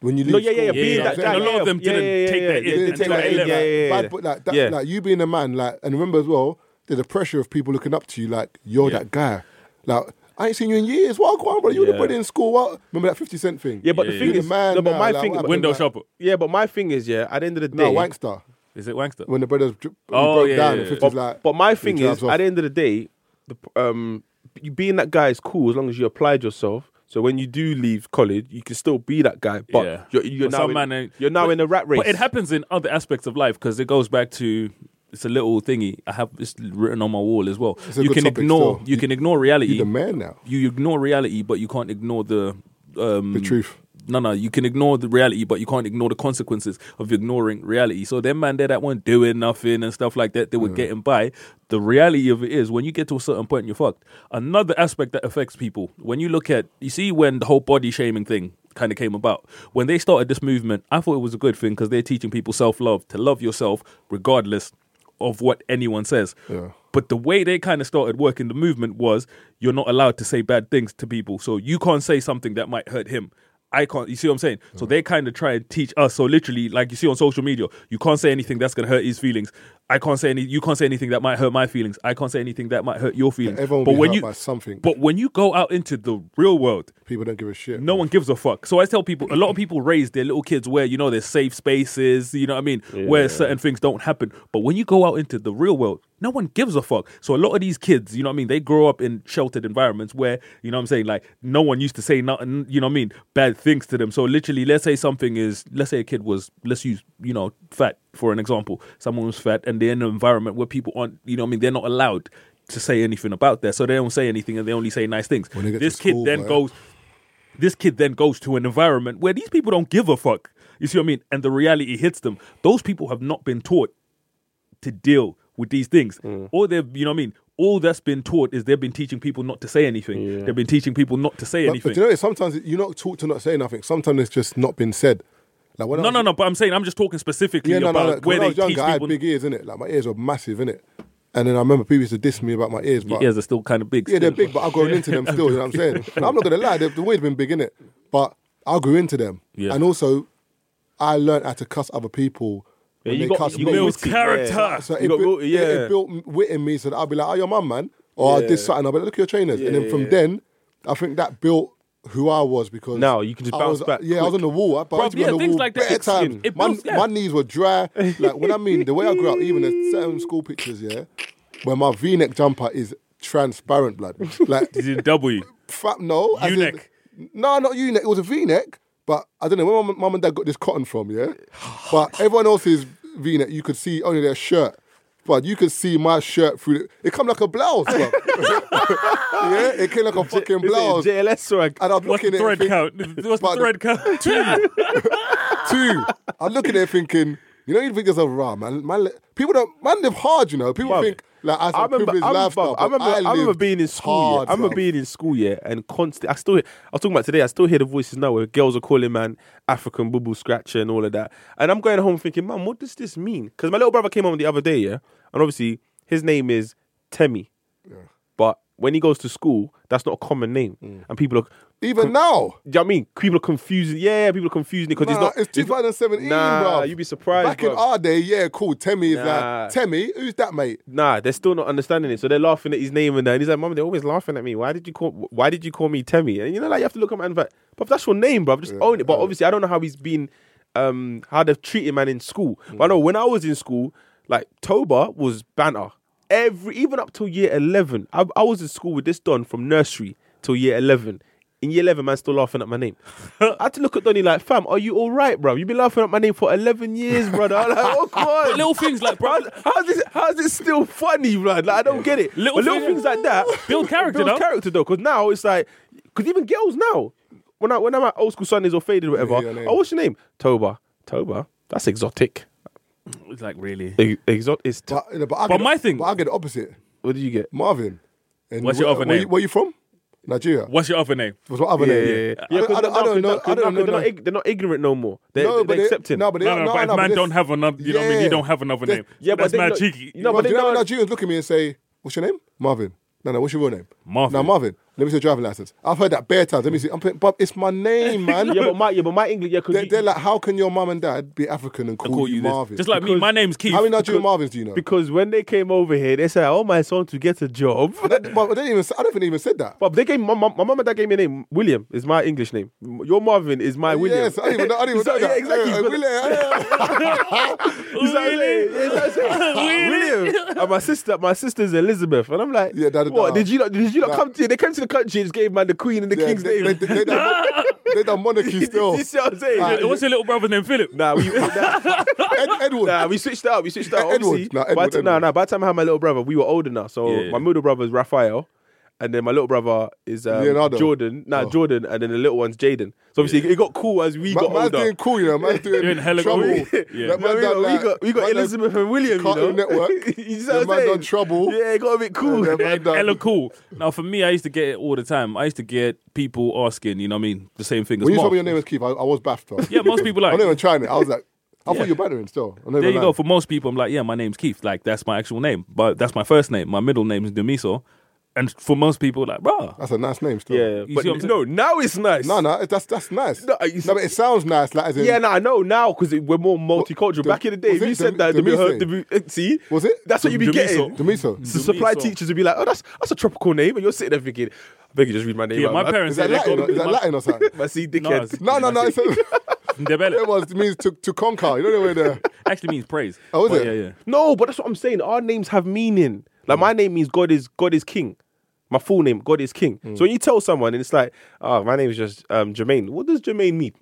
when you leave.
no, yeah, yeah, yeah.
school.
Being
Yeah,
that
yeah,
guy.
yeah. A lot
yeah,
of them
yeah,
didn't
yeah, yeah,
take
yeah,
that
yeah,
in
didn't
Didn't
take
take that
that
in,
in,
like,
yeah, yeah, yeah.
bad- but like, that,
Yeah.
like you being a man, like, and remember as well, there's a pressure of people looking up to you, like you're that guy. Like I ain't seen you in years. What go on, bro? You were the
Yeah.
brother in school. What? Remember that fifty cent thing?
Yeah, but the
You're
thing is,
man
no, but
now,
my
like,
thing,
what happened,
Window
like-
shopper.
yeah, but my thing is, yeah. At the end of the
No,
day,
wankster.
Is it Wangster?
When the brothers dri-
Oh,
broke
yeah,
down,
yeah,
the
yeah.
fifties
but,
like.
but my
he
thing
drives
is,
off.
at the end of the day, the, um, you being that guy is cool as long as you applied yourself. So when you do leave college, you can still be that guy, but
yeah.
you're, you're
But
now
some
in,
man ain't-
you're now
but-
in a rat race.
But it happens in other aspects of life because it goes back to it's a little thingy. I have it's written on my wall as well.
a
You
good
can
topic
ignore
still.
you, can ignore reality.
You're the man now.
You ignore reality, but you can't ignore the um,
The truth.
No, no, you can ignore the reality, but you can't ignore the consequences of ignoring reality. So them man there that weren't doing nothing and stuff like that, they were getting by. The reality of it is when you get to a certain point, you're fucked. Another aspect that affects people, when you look at you see when the whole body shaming thing kind of came about. When they started this movement, I thought it was a good thing because they're teaching people self love, to love yourself regardless of what anyone says.
Yeah.
But the way they kind of started working the movement was you're not allowed to say bad things to people. So you can't say something that might hurt him. I can't. You see what I'm saying? So they kind of try and teach us. So literally, like you see on social media, you can't say anything that's gonna hurt his feelings. I can't say any. You can't say anything that might hurt my feelings. I can't say anything that might hurt your feelings.
everyone will
but
be
when
hurt
you
by something.
But when you go out into the real world,
People don't give a shit.
no one gives a fuck. So I tell people, a lot of people raise their little kids where you know there's safe spaces, you know what I mean, where certain things don't happen. But when you go out into the real world, no one gives a fuck. So a lot of these kids, you know what I mean, they grow up in sheltered environments where you know what I'm saying, like no one used to say nothing, you know what I mean, bad things to them. So literally, let's say something is, let's say a kid was, let's use you know fat for an example. Someone was fat, and they're in an environment where people aren't, you know what I mean, they're not allowed. To say anything about that, so they don't say anything and they only say nice things.
When they get to
This kid
school,
then
boy.
goes, this kid then goes to an environment where these people don't give a fuck. You see what I mean? And the reality hits them. Those people have not been taught to deal with these things. All they've, you know what I mean? All that's been taught is they've been teaching people not to say anything. They've been teaching people not to say
But,
anything.
but you know, sometimes you're not taught to not say nothing. Sometimes it's just not been said. Like when I
no,
was-
no, no. But I'm saying I'm just talking specifically
Yeah, no,
about
no, no. 'cause
where
when I
they
was younger,
teach
I
people.
had big ears, innit? Like my ears were massive, innit? And then I remember people used to diss me about my ears,
Your
but
ears are still kind of big.
yeah, they're
still.
big, but I've grown into them still. You know what I'm saying? And I'm not gonna lie, they've- the weird's been big, innit? But I grew into them,
Yeah.
and also I learned how to cuss other people.
Yeah,
when
you
they
got-
cuss
you
me.
build
Yeah.
character.
So
You
it,
got
bu-
root-
it-
yeah.
it built wit in me so that I'll be like, oh, your mum, man. Or I
Yeah.
did something. I'll be like, look at your trainers. and then from then, I think that built who I was because.
Now you can just
I
bounce
was-
back
Yeah, I was on
quick.
the wall. I bounced
yeah,
on the
things
wall
like that.
bare
It's skin.
times.
It
my,
builds- yeah.
my knees were dry. Like,
<laughs>
what I mean, the way I grew up, even there's certain school pictures, yeah, where my v neck jumper is transparent, blood. Like, <laughs>
Is it W?
Fat no. as in-
U-neck.
No, not U neck. It was a V neck, but I don't know where my mum and dad got this cotton from. Yeah,
<sighs>
but everyone else's V neck, you could see only their shirt. But you could see my shirt through. The, it come like a blouse. bruv. <laughs> yeah, it came like a fucking
Is it
blouse.
JLS swag.
And I'm
What's
looking
the
at it
thread
think- <laughs>
count? <laughs> What's the
But- <laughs>
thread count?
two. <laughs> I'm looking at it thinking, you know, you think yourself, rah, man, man, li- people don't, man, live hard, you know. People
Bruv,
think like I,
I remember,
privileged
I remember,
lifestyle.
I
but
remember, I remember
lived
being in school.
hard,
yeah. I remember
bruv.
being in school, yeah, and constant. I still, hear- I was talking about today. I still hear the voices now where girls are calling man African boo boo scratcher and all of that. And I'm going home thinking, man, what does this mean? Because my little brother came home the other day, yeah, and obviously his name is Temi, but when he goes to school, that's not a common name, and people are.
Even
con-
now.
do you know what I mean people are confusing? Yeah, people are confusing it because
Nah,
it's not.
it's 2017,
Nah,
bruv.
you'd be surprised.
Back in
bruv.
our day, yeah, cool. Temmie is
Nah.
like, Temmie, who's that, mate?
Nah, they're still not understanding it. So they're laughing at his name and that. And he's like, Mum, they're always laughing at me. Why did you call why did you call me Temmie? And you know, like you have to look at man and be like, But that's your name, bro. Just own it. But obviously I don't know how he's been um how they've treated man in school. But I know when I was in school, like Toba was banter. Every even up till year eleven. I, I was in school with this Don from nursery till year eleven. In year 11, man, still laughing at
<laughs>
my name. I had to look at Donny like, fam, are you all right, bro? You've been laughing at my name for 11 years, brother. <laughs> I'm like, oh, come on.
But little things like, bro,
How's, how's this? How's it still funny, man? Like I don't get it.
Little
Little, little
thing-
things like that
Build character,
Build
though.
character though, because now it's like, because even girls now, when I when I'm at old school Sundays or faded or whatever,
Yeah, yeah, yeah.
oh, what's your name? Toba. Toba. That's exotic.
it's like really.
Ex- exo- is t-
But, but, I
But
get-
my thing-
But I get the opposite.
what did you get?
Marvin. And
What's your
where- where
other name?
You, where you from? Nigeria.
What's your other name?
What's my other
Yeah, yeah,
name?
yeah. yeah.
I,
'cause
I, don't- I
no,
don't
'cause
know.
no, 'cause
I don't
no, 'cause
know.
They're,
no.
not, ig- they're not ignorant no more. They're, they're,
but
they're
they-
accepting.
No, but they
No,
don't-
no, but if
but
man
this-
don't have another, you know what I mean? You
Yeah.
don't have another
This-
name.
Yeah, but
that's
they
mad
know-
cheeky.
you know,
Bro,
but
do you
they
know
know-
how Nigerians look at me and say, "What's your name, Marvin?" No, no. What's your real name,
Marvin.
Now, Marvin. Let me see your driving license. I've heard that bare times. Let me see. I'm putting, but it's my name, man.
<laughs> yeah, but my yeah, but my English yeah,
they're,
because
they're like, "How can your mum and dad be African and call,
call
you,
you this.
Marvin?"
Just like me, my name's Keith.
How many Nigerian Marvins do you know?
because when they came over here, they said, "I want my son to get a job."
That- <laughs> but they didn't even. say- I don't think they even said that.
<laughs> But they gave my mum, my mum and dad gave me a name. William is my English name. Your Marvin is my William.
Yes, I didn't even know, I
<laughs>
didn't even
So,
know that.
Yeah, exactly.
Uh, uh, Willie, uh,
He's like,
Willie.
yeah, yeah, that's it.
<laughs>
William. And my sister, my sister's Elizabeth, and I'm like,
Yeah, that-
what?
that-
did you not? Did you not
that-
come to? They came to the country and just gave man the Queen and the
yeah,
<laughs> King's
they, they,
name.
they, they, done- they done monarchy still.
<laughs> you see what I'm saying?
Ah,
What's your little brother's name, Philip?
Nah, we, <laughs> nah,
Ed, Edward.
nah, we switched out. We switched out.
Edward.
Obviously,
Nah,
by
Edward,
the- nah,
Edward.
nah. By the time I had my little brother, we were older now. So
Yeah.
my middle brother is Raphael, and then my little brother is um,
Leonardo. Oh.
Jordan. Nah, Jordan, and then the little one's Jaden. So obviously it got cool as we
Ma-
got
man's
older.
doing cool, you know. Man's
<laughs>
doing,
Doing hella
trouble.
cool.
That
Yeah.
man
But
done,
we, got,
like,
we got we got
man done-
Elizabeth and William,
Cartoon
you know. <laughs>
Network.
you see what I'm
The man
saying?
done Trouble.
Yeah, it got a bit cool.
Yeah, man done-
Hella cool. Now, for me, I used to get it all the time. I used to get people asking, you know what I mean, the same thing as
When you
Mark.
told me your name was Keith, I, I was baffed. bro.
Yeah, most people like-
I'm not even trying it. I was like, I
Yeah.
thought you were battering still. I'm not
There
even
you go.
lying.
For most people, I'm like, yeah, my name's Keith. Like, that's my actual name. But that's my first name. My middle name is Demiso. And for most people, like,
<laughs>
bruh.
That's a nice name still.
Yeah,
You
but
see what I'm
no, now it's nice.
No, no, it- that's that's nice.
No,
No,
you see-
but it sounds nice. Like, as in,
Yeah, no, I know now because we're more multicultural.
the-
Back in the day,
was
if
it
you said
Demi-
that, the eh,
Demise?
see,
Was it?
That's what you'd be
Demise,
getting.
so-
Demiso.
The supply
Demise, so-
teachers would be like, "Oh, that's that's a tropical name," and you're sitting there thinking, "I think you just read my name."
Yeah,
out,
my
man."
parents
Is that
Yeah,
Latin?
they call
Or, is
me
that
my-
Latin or
<laughs>
something?
<laughs> But see,
No,
dickhead.
it's-
No, no, no. It's
Ndebele.
it was it means to to conquer. You know the way there.
Actually means praise.
Oh, is
But
it?
Yeah, yeah.
No, but that's what I'm saying. Our names have meaning. Like my name means God is God is King. My full name, God is King. So when you tell someone and it's like, oh, my name is just um, Jermaine. What does Jermaine
<laughs>
mean?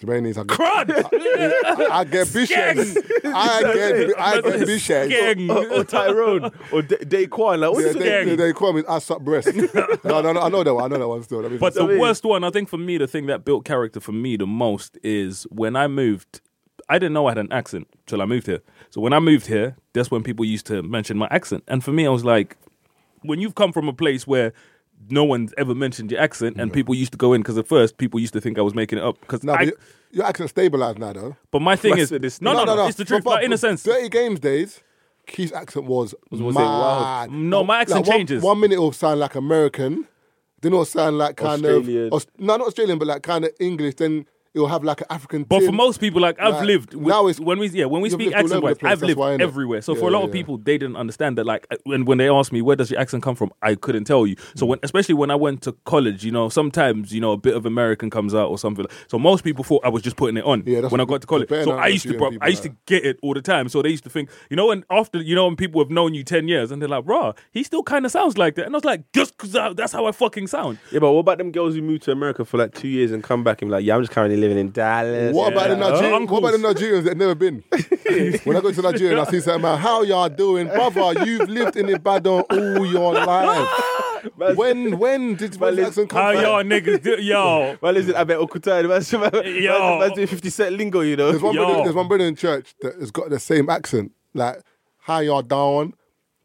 Jermaine is. I get-
Crud!
I get bishops. I get I get bishops.
Gang.
Or,
<laughs>
or Tyrone or Da- Daquan. Like, what
Yeah,
does it
they,
gang.
they, they call me I suck breast.
<laughs>
no, no, no. I know that one. I know that one still. That means-
But the
what I mean.
worst one, I think for me, the thing that built character for me the most is when I moved. I didn't know I had an accent till I moved here. So when I moved here, that's when people used to mention my accent. And for me, I was like, when you've come from a place where no one's ever mentioned your accent, and people used to go in because at first people used to think I was making it up. Because
No,
I,
but
but,
your, your accent stabilized now, though.
my thing
That's
is,
it, it's-
no, no, no, <laughs> it's the truth.
but-
like, in a
but
sense,
dirty games days, Keith's accent was, mad.
it wild?
No, my accent
like, one-
changes.
One minute it'll sound like American, then it'll sound like kind
Australian.
of Aus- no, not Australian, but like kind of English. Then it'll have like an African.
But for
tint.
most people, like I've
Like,
lived with,
now it's-
when we yeah when we
you've
speak
lived all over
accent wise,
the place,
I've
that's
lived
why, innit?
everywhere. So
Yeah,
for a lot of
yeah.
people, they didn't understand that. Like when when they asked me where does your accent come from, I couldn't tell you. So when especially when I went to college, you know, sometimes you know a bit of American comes out or something. So most people thought I was just putting it on
Yeah, that's
when I
what-
got to college.
the bare
So I
number
used to
of
bro,
young
I used to
people
get it all the time. So they used to think you know, and after you know when people have known you ten years and they're like, "Rah, he still kind of sounds like that," and I was like, "Just 'cause I- that's how I fucking sound."
Yeah, but what about them girls who moved to America for like two years and come back and be like, yeah, I'm just currently living in Dallas.
What about the
Yeah.
Nigerians?
Uncles.
What about the Nigerians that never
<laughs>
been? when I go to Nigeria and I see something, man, how y'all doing, brother? You've lived in Ibadan all your
<laughs>
life. when when did when
Man,
did accent come?
How
back?
y'all niggas do,
<laughs>
yo?
Well, listen, I bet Okutai, <laughs> that's,
Yo.
that's, that's 50 cent lingo, you know. <laughs>
There's one,
Yo.
brother, there's one brother in church that has got the same accent. Like, how y'all down?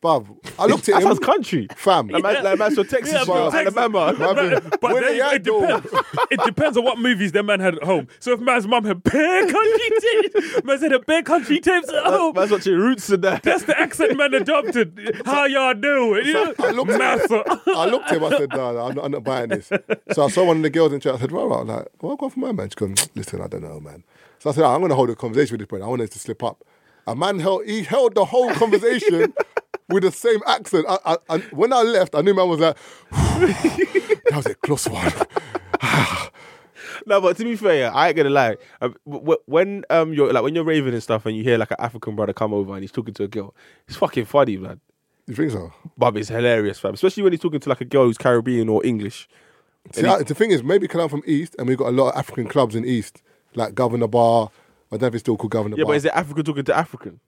Bruv, I looked at
<laughs> That
him,
sounds country.
fam.
Like, man, like man, so Texas,
Yeah,
bro,
from Texas.
Alabama.
Bruv,
But
where
then
they
it,
at though?
depends. it depends on what movies their man had at home. So if man's mum had bear country
<laughs>
tapes, man said a bear country tapes at home.
<laughs> Man's watching Roots and that.
That's the accent man adopted. How y'all doing? You know?
I looked at him.
Massa.
I looked at him. I said, "Nah, nah I'm, not, I'm not buying this." So I saw one of the girls in church. I said, "Right, right, like, what I got for my man?" She goes, "Listen, I don't know, man." So I said, "Ah, "I'm going to hold a conversation with this brother. I want us to slip up." A man held he held the whole
<laughs>
conversation with the same accent. I, I, and when I left, I knew man was like, <sighs> "That was a close one."
No, but to be fair, yeah, I ain't gonna lie. Um, w- w- When um you're like when you're raving and stuff, and you hear like an African brother come over and he's talking to a girl, it's fucking funny, man.
You think so?
Bob it's hilarious, fam. Especially when he's talking to like a girl who's Caribbean or English.
See, I, the thing is, maybe because I'm from East, and we've got a lot of African clubs in East, like Governor Bar. I don't know if it's still called Governor
Yeah,
Bar.
but is it African talking to African?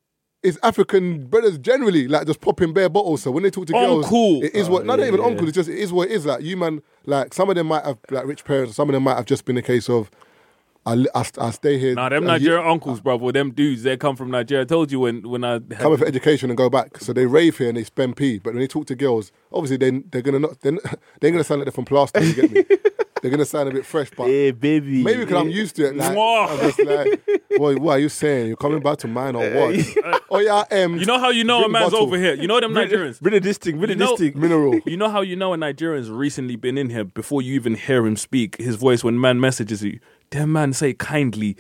it's African brothers generally like just popping bare bottles. So when they talk to girls,
Uncle.
it is what not even uncle. It's just it is what it is. Like you man, like some of them might have like rich parents. Some of them might have just been a case of I li- I, st- I stay here.
<laughs> Nah, them
a year-
Nigerian uncles, bro, or them dudes that come from Nigeria. I told you when when I had
Come here for education and go back. So they rave here and they spend pee. But when they talk to girls, obviously they they're gonna not they're, <laughs> not- they're gonna sound like they're from plaster. You get
<laughs>
me? they're gonna sound a bit fresh, but
baby.
maybe because I'm used to it. Like,
Mwah.
I'm just like, what, what are you saying? You're coming back to mine
<laughs>
or what? oh yeah, I am.
You know how you know a
Drink
man's
bottle.
over here. You know them Nigerians.
Rid of this thing. Rid
You
of this
know-
thing.
mineral.
<laughs> You know how you know a Nigerian's recently been in here before you even hear him speak his voice when man messages you. Damn man say kindly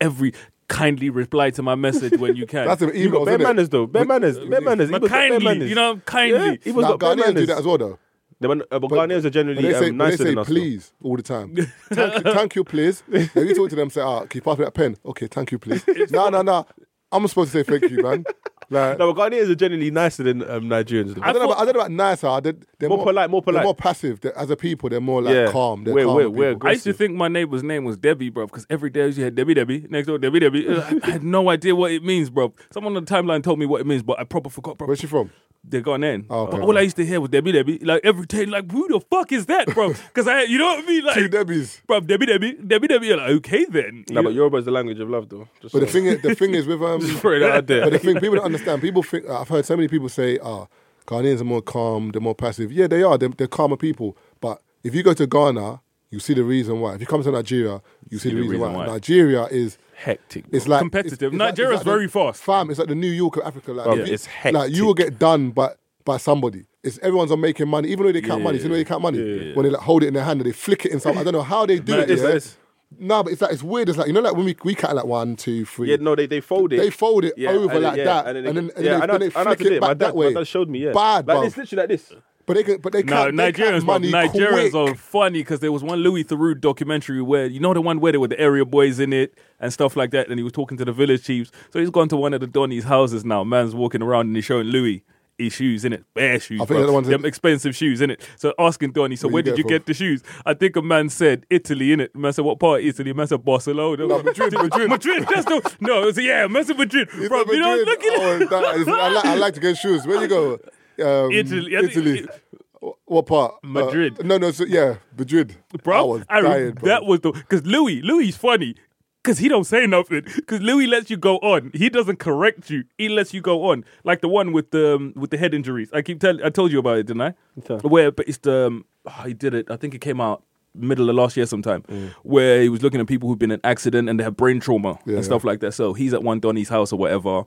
every kindly reply to my message when
<laughs>
you can.
That's an
You
email.
got bare manners though. Bare manners. Bare manners.
But
Igbo's got bare
kindly,
manners.
you know, kindly.
Yeah, Igbo's
Nah,
got bare
Ghanaians do
manners.
that as well though.
The man- uh, But Ghanaians are
When they
generally
say,
um, nicer
when they
than
say
us. though.
please all the time.
<laughs>
thank, you, thank you, please. Then you talk to them, say, ah, keep up with that pen. Okay, thank you, please. No, no, no. I'm supposed to say thank you,
<laughs>
man. Like,
No, but Ghanaians are generally nicer than um, Nigerians. Though.
I, don't know about, I don't know about nicer. They're, they're
More polite, more polite.
They're more passive. They're- as a people, they're more like
Yeah.
calm. They're
We're-
calm
we're- we're
people.
I used to think my neighbor's name was Debbie, bro, because every day she had Debbie, Debbie, next door Debbie, Debbie. Uh, I I had no idea what it means, bro. Someone on the timeline told me what it means, but I proper forgot, bro.
Where's she from?
They're gone in.
Oh, okay.
But all I used to hear was Debbie, Debbie, like every day, like who the fuck is that, bro? Because I, you know what I mean,
<laughs>
like
Two Debbies.
bro, Debbie, Debbie, Debbie, Debbie. You're like, okay then.
No,
You-
but Yoruba is the language of love, though. Just
But the
so-
thing is, the thing is with
<laughs>
um,
throw it out there.
<laughs> But the thing people don't understand. People think uh, I've heard so many people say, "Ah, Ghanaians are more calm. They're more passive." Yeah, they are. They're, they're calmer people. But if you go to Ghana, you see the reason why. If you come to Nigeria, you see, the, reason, why. Nigeria is
hectic.
It's like
Competitive.
it's- it's like-
Nigeria's
it's like the-
very fast.
Fam, it's like the New York of Africa. Like,
Bruv,
if you-
it's hectic.
Like you will get done by by somebody. It's everyone's on making money, even though they count money. You know they count money when they like hold it in their hand and they flick it in something. I don't know how they do
Nah,
it.
it's-
yeah?
it's-
No, but it's like it's weird. It's like you know, like when we we count like one, two, three.
Yeah, no, they, they fold it.
They fold it over
and
like that, and
and then, they-
then- and
yeah,
then
I
they-
know-
then they
I know how to
flick it
do it. My
back
dad,
that way.
My dad showed me, yeah.
Bad,
like
bruv.
it's literally like this.
But they can, but they
No,
count. they
Nigerians,
count
bro.
money.
Nigerians
quick.
are funny because there was one Louis Theroux documentary where you know the one where there were the area boys in it and stuff like that, and he was talking to the village chiefs. So he's gone to one of the Donny's houses now. Man's walking around and he's showing Louis his shoes in it, bare shoes,
think
bro.
they're the ones that-
them expensive shoes in it. So asking Donny, so
Where
where
you
did
get
you
from?
get the shoes? I think a man said Italy in it. Man said what part of Italy? Man said Barcelona.
No, Madrid, Madrid.
<laughs> Madrid. That's the no. It was, yeah, man said Madrid,
It's
bro.
not
You know,
Madrid.
look at
Oh,
it.
that is- I, like, I like to get shoes. Where you go? Um,
Italy. I think-
Italy. What part? Uh,
Madrid.
no, no. So, yeah, Madrid.
bro.
I was
re-
dying, bro.
That was the because Louis, Louis's funny because he don't say nothing because Louis lets you go on. He doesn't correct you. He lets you go on, like the one with the um, with the head injuries. I keep telling. I told you about it, didn't I? Where, but it's the um, oh, he did it. I think it came out middle of last year sometime
Mm.
where he was looking at people who've been in accident and they have brain trauma
Yeah.
and stuff like that so he's at one donny's house or whatever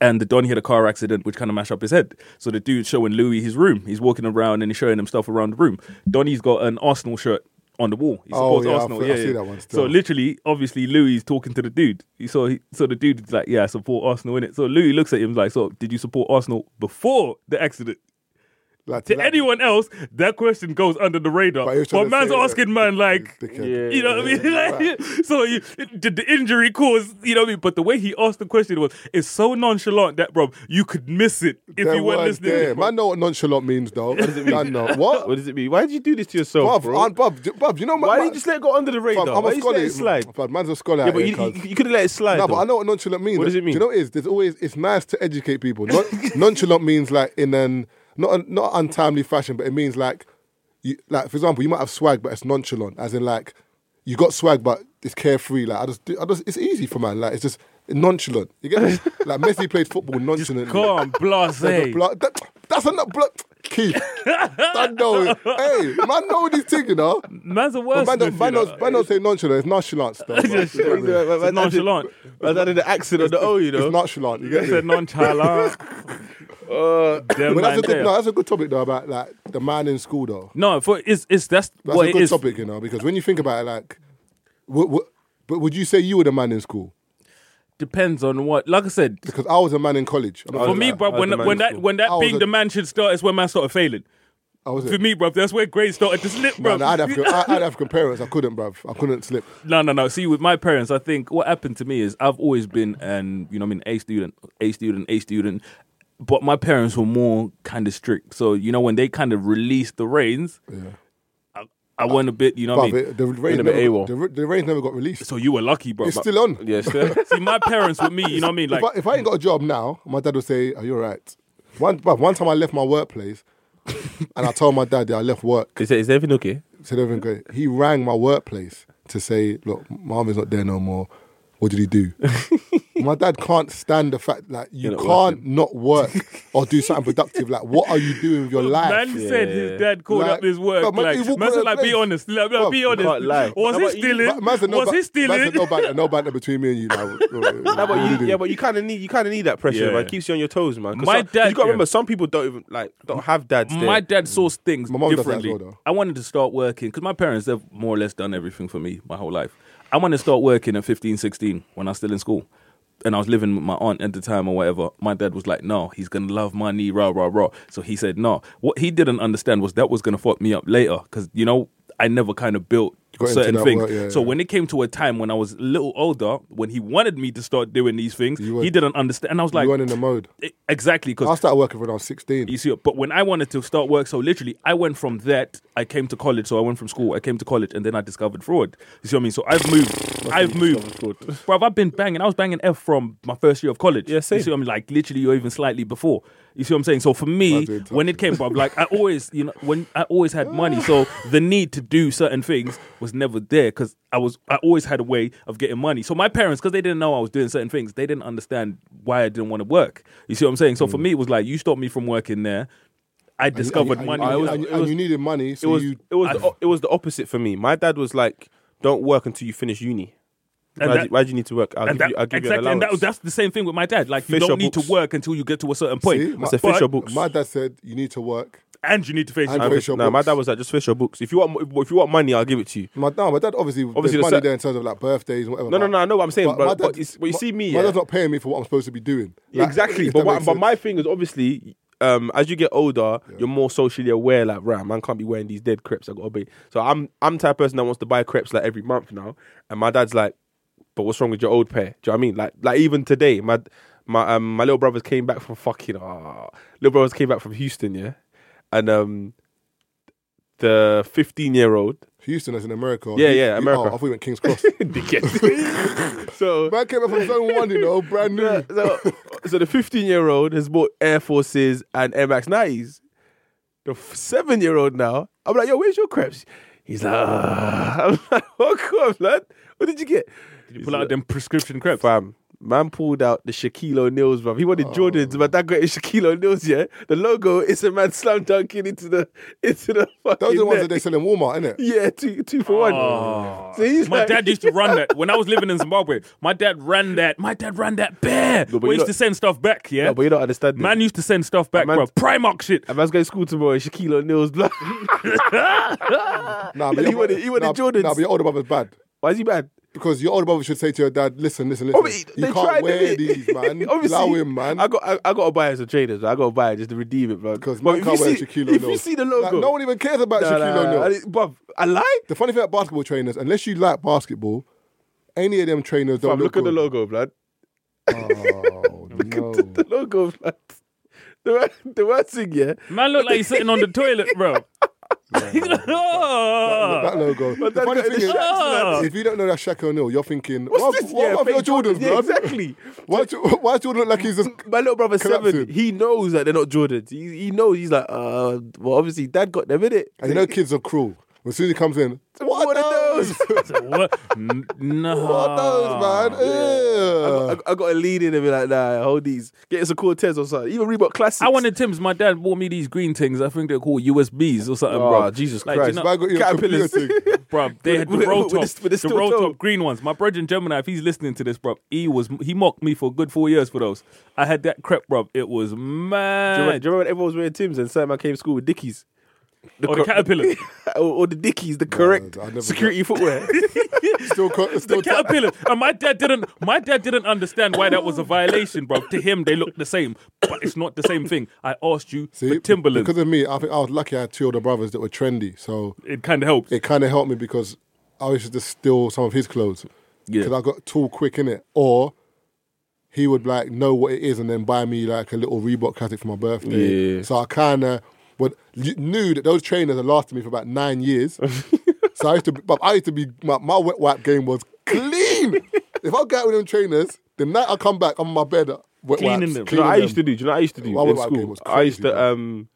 and the Don had a car accident, which kind of mashed up his head. So the dude's showing Louis his room. He's walking around and he's showing him stuff around the room. Donny's got an Arsenal shirt on the wall. He
Oh,
supports
yeah, I
Arsenal.
feel- I
yeah,
see
yeah.
that one still.
so literally, obviously, Louis is talking to the dude. He saw, he, so the dude's like, "Yeah, I support Arsenal in it." So Louis looks at him like, "So did you support Arsenal before the accident?"
Like,
To
like-
anyone else, that question goes under the radar.
But he was
But,
trying to
man's
say that-
asking man like,
Dickhead.
you know what I mean? <laughs> Like, So you, did the injury cause? You know what I mean? But the way he asked the question was it's so nonchalant that, bro, you could miss it if
There
you weren't
was
listening.
there.
bro.
Man, know what nonchalant means, though. What does it mean? know. What?
What does it mean? Why did you do this to
Bruv,
yourself, bro?
Aunt Bob, Bob, you know my.
Why
my-
did you just let it go under the radar?
Bruv, I'm
Why
a
did you just
scholar.
let it slide?
Bruv, man's a scholar.
Yeah,
out
but
here,
you,
cuz.
you, could have let it slide.
No, but
though.
I know what nonchalant means.
What does it
Do
mean?
you know what it is? There's always it's nice to educate people.
<laughs>
Non- nonchalant means like in an not not untimely fashion, but it means like you like for example, you might have swag, but it's nonchalant, as in like you got swag, but it's carefree. Like I just, do- I just, it's easy for man. Like it's just nonchalant. You get me?
<laughs>
like Messi played football nonchalantly. <laughs>
Calm,
Like,
blase.
the blood- that- that's another blood. Keith, I know. it. Hey, man, know these things, you know.
Man's a
But
worse.
man, don't, man,
midfielder.
don't, man don't say nonchalant. It's nonchalant stuff.
<laughs>
man.
Just
You know what I mean?
Yeah, but- but that did-
nonchalant.
but that did the accent on the O, you know.
It's nonchalant. You
It's a
get me? <laughs>
nonchalant.
uh,
Them
But that's
man
a good,
there.
no, that's a good topic though about like the man in school though.
No, for it's it's that's,
That's
what
a
it
good
is.
topic, you know, because when you think about it, like, w- w- but would you say you were the man in school?
Depends on what. Like I said,
Because I was a man in college. I'm not
for
gonna
me,
lie.
bro,
I was
when
the man
when
in
that
school.
when that
I was
being
a-
the man should start is when man started failing.
I was
For
it.
me, bro, that's where grades started to slip, bro.
Man, I had African, I I had African parents. I couldn't, bruv. I couldn't slip.
No, no, no. See, with my parents, I think what happened to me is I've always been an you know I mean A student, A student, A student, but my parents were more kind of strict. So you know when they kind of released the reins, I, I went a bit. You know
Bruv,
what I mean.
it- the, range
bit
never,
AWOL.
got- the, ra- the range never got released.
so you were lucky, bro.
it's
but-
still on.
Yeah, still.
See, my parents with me, you know what I mean? Like,
if, I, if I ain't got a job now, my dad would say, "Are you alright?" One, bruv, one time I left my workplace, <laughs> and I told my dad that I left work.
Is, is everything okay?
said everything great. He rang my workplace to say, look, Marvin's not there no more. What did he
<laughs>
do? my dad can't stand the fact that you
You're
can't
not
not work or do something productive. Like, what are you doing with
<laughs>
your life?
man said his dad called
Like,
up his work.
but man,
like,
he walked
man said,
around
like,
the
be
place.
honest. Like, like,
Bro,
be
you
honest.
can't lie.
Was
How
he
about you-
stealing?
Ma- man's a no
Was
ba-
he stealing?
man's a no banter, no banter between me and
<laughs>
you. Now,
No, but you, yeah, but you kind of need you kind of need that pressure,
Yeah.
man. It keeps you on your toes, man. 'Cause
My
some-
dad-
You got to
yeah.
remember, some people don't even like don't have dads.
My
there.
dad saw things
Mm. My mum does that as
differently.
well, though.
I wanted to start working because my parents they've more or less done everything for me my whole life. I wanted to start working at 15, 16 when I was still in school. And I was living with my aunt at the time or whatever. My dad was like, no, he's going to love money, rah, rah, rah. So he said, no. What he didn't understand was that was going to fuck me up later because, you know, I never kind of built
Got into
certain
that
things.
work, yeah,
so
yeah.
when it came to a time when I was a little older, when he wanted me to start doing these things,
were-
he didn't understand. And I was like,
you weren't in the mode.
"E- exactly. Because
I started working when I was 16.
you see, but when I wanted to start work, so literally I went from that, I came to college, so I went from school, I came to college, and then I discovered fraud. You see what I mean? So I've moved, I've moved.
<laughs>
Bro, I've been banging, I was banging F from my first year of college.
Yeah, same.
You see what I mean? Like literally or even slightly before. You see what I'm saying? So for me,
Man's in touch,
when it came, bro, like I always, you know, when I always had money, so the need to do certain things was never there because I was, I always had a way of getting money. So my parents, because they didn't know I was doing certain things, they didn't understand why I didn't want to work. You see what I'm saying? So for me, it was like you stopped me from working there. I
And you-
discovered
and you-
money.
and,
I
you-
was-
and, you-
it
and
was-
you needed money, so
it was
you.
it was the, o- it was the opposite for me. My dad was like, "Don't work until you finish uni.
And
Why,
that-
do, why do you need to work? I'll give
and that-
you. I'll give you an
exactly, and
allowance."
that, was- that's the same thing with my dad. Like you
Fish
don't
your
need
books.
to work until you get to a certain point.
See?
It's a fish
But-
your books.
My dad said you need to work.
and you need to face
And
your
fish your
no, my
books.
dad was like, "Just fish your books. If you want, if you want money, I'll give it to you."
My, no, my dad obviously,
Obviously
there's
the
money
set-
there in terms of like birthdays and whatever.
No, no, no. I know what I'm saying, but,
my
but,
dad-
it's, but you
my-
see me.
My
yeah?
dad's not paying me for what I'm supposed to be doing. Like,
exactly.
if
But
that
what,
makes
but
sense.
my thing is obviously, um, as you get older, you're more socially aware. Like, right, man can't be wearing these dead crepes. I got to be. So I'm I'm the type of person that wants to buy crepes like every month now, and my dad's like, but what's wrong with your old pair? Do you know what I mean? Like, like even today, my my um my little brothers came back from fucking ah little brothers came back from Houston, yeah, and um the 15 year <laughs> old.
Houston is in America.
Yeah, yeah, America.
Oh, I thought we went King's
<laughs>
Cross. <laughs>
so
man came up from zone one, you know, brand new.
Yeah, <laughs> so, so the 15 year old has bought Air Forces and Air Max 90s. The seven year old now, I'm like, yo, where's your crepes? He's like, "Ah." <laughs> I'm like, what crepes, lad? What did you get? Did
pull out them prescription crepes.
Fam, man pulled out the Shaquille O'Neal's, bruv. He wanted Jordans, but that got his Shaquille O'Neal's, yeah? The logo is a man slam dunking into the, into the fucking.
Those are the ones that
net.
they sell in Walmart, innit?
<laughs> Yeah, two, two for one. So he's
Oh. <laughs> My
like-
dad
<laughs>
used to run that when I was living in Zimbabwe. My dad ran that. My dad ran that bear.
but
we
you
used
don't-
to send stuff back. Yeah,
No, but you don't understand.
man used to send stuff back,
man-
bro. Primark shit.
I man's going to school tomorrow, Shaquille O'Neal's, <laughs> blood.
Nah, but
He
your-
wanted- he wanted
nah,
Jordans.
Nah, but your older brother's bad.
Why is he bad?
Because your older brother should say to your dad, listen, listen, listen.
Oh, but
you
they
can't
tried,
wear
didn't they?
these,
<laughs>
man.
Obviously,
Allow him, man.
I got, I, I got to buy it as a trader. So I got to buy it just to redeem it, bro.
Because
But
man can't
you
wear
see-
Shaquille
If you
O'Neal.
see the logo,
Like, no one even cares about
Nah,
Shaquille
nah, nah.
O'Neal.
I didn't- bruv, I lied.
The funny thing about basketball trainers, unless you like basketball, any of them trainers don't
Bruv, look at the
good.
logo, blood. <laughs>
Oh, no.
The logo, blood. The, wor- the worst thing, yeah.
Man looked like he's sitting on the toilet, bro.
<laughs>
that logo.
Ah. But
the
that
funny
got
thing
the
is,
Shaqs,
man.
if you don't know that Shaq O'Neal, you're thinking,
What's
why,
this?
why
yeah,
have your
fake
Jordans,
Jordans. Yeah,
bro?
exactly.
<laughs> Why, Jo- why is Jordan look like he's just
My little brother seven,
Collapsing.
he knows that they're not Jordans. He, he knows. He's like, uh, well, obviously, dad got them in it.
And you know kids are cruel. As soon as he comes in, what,
What
the?
the- those? Ah,
So what? N- no.
What are <laughs> those, man? Ew.
I, got, I got a lead in and be like, nah, hold these. Get us a Cortez or something. Even Reebok
<laughs>
Classics.
I wanted Tim's. My dad bought me these green things. I think they're called USBs or something,
Oh,
bro.
Jesus
do
Christ.
If I got you a
Caterpillars.
computer <laughs> thing.
bro. They had the
With- with-
roll
with
top,
this- with this
the
steel
roll
toe.
top green ones. My brother in Gemini, if he's listening to this, bro, he was he mocked me for a good four years for those. I had that crep, bro. It was
Do you, remember,
mad.
do you remember when everyone was wearing Tim's and Sam I came to school with Dickies?
Oh,
Or the Caterpillar.
<laughs> or, or the Dickies, the correct
I never got-
security
<laughs>
footwear.
Still,
<laughs>
co-
The
still
caterpillar, and my dad didn't. My dad didn't understand why that was a violation, bro. To him, they look the same, but it's not the same thing. I asked you
See,
for Timberland.
Because of me, I think I was lucky I had two older brothers that were trendy. So
it kind of helps.
it kind of helped me because I used to just steal some of his clothes.
Yeah.
Because I got too quick in it. Or he would like know what it is and then buy me like a little Reebok classic for my birthday.
Yeah.
So I kind of would knew that those trainers had lasted me for about nine
<laughs>
years. so I used to, be- but I used to be my, my wet wipe game was
<laughs>
clean. if I got with them trainers, the night I come back, I'm on my bed. Wet
Cleaning
wipes,
them.
Do you know what I used to
them.
do? Do you know what I used to do
Well, I
in
would like it
school?
was
I used
crazy,
to
bro.
um,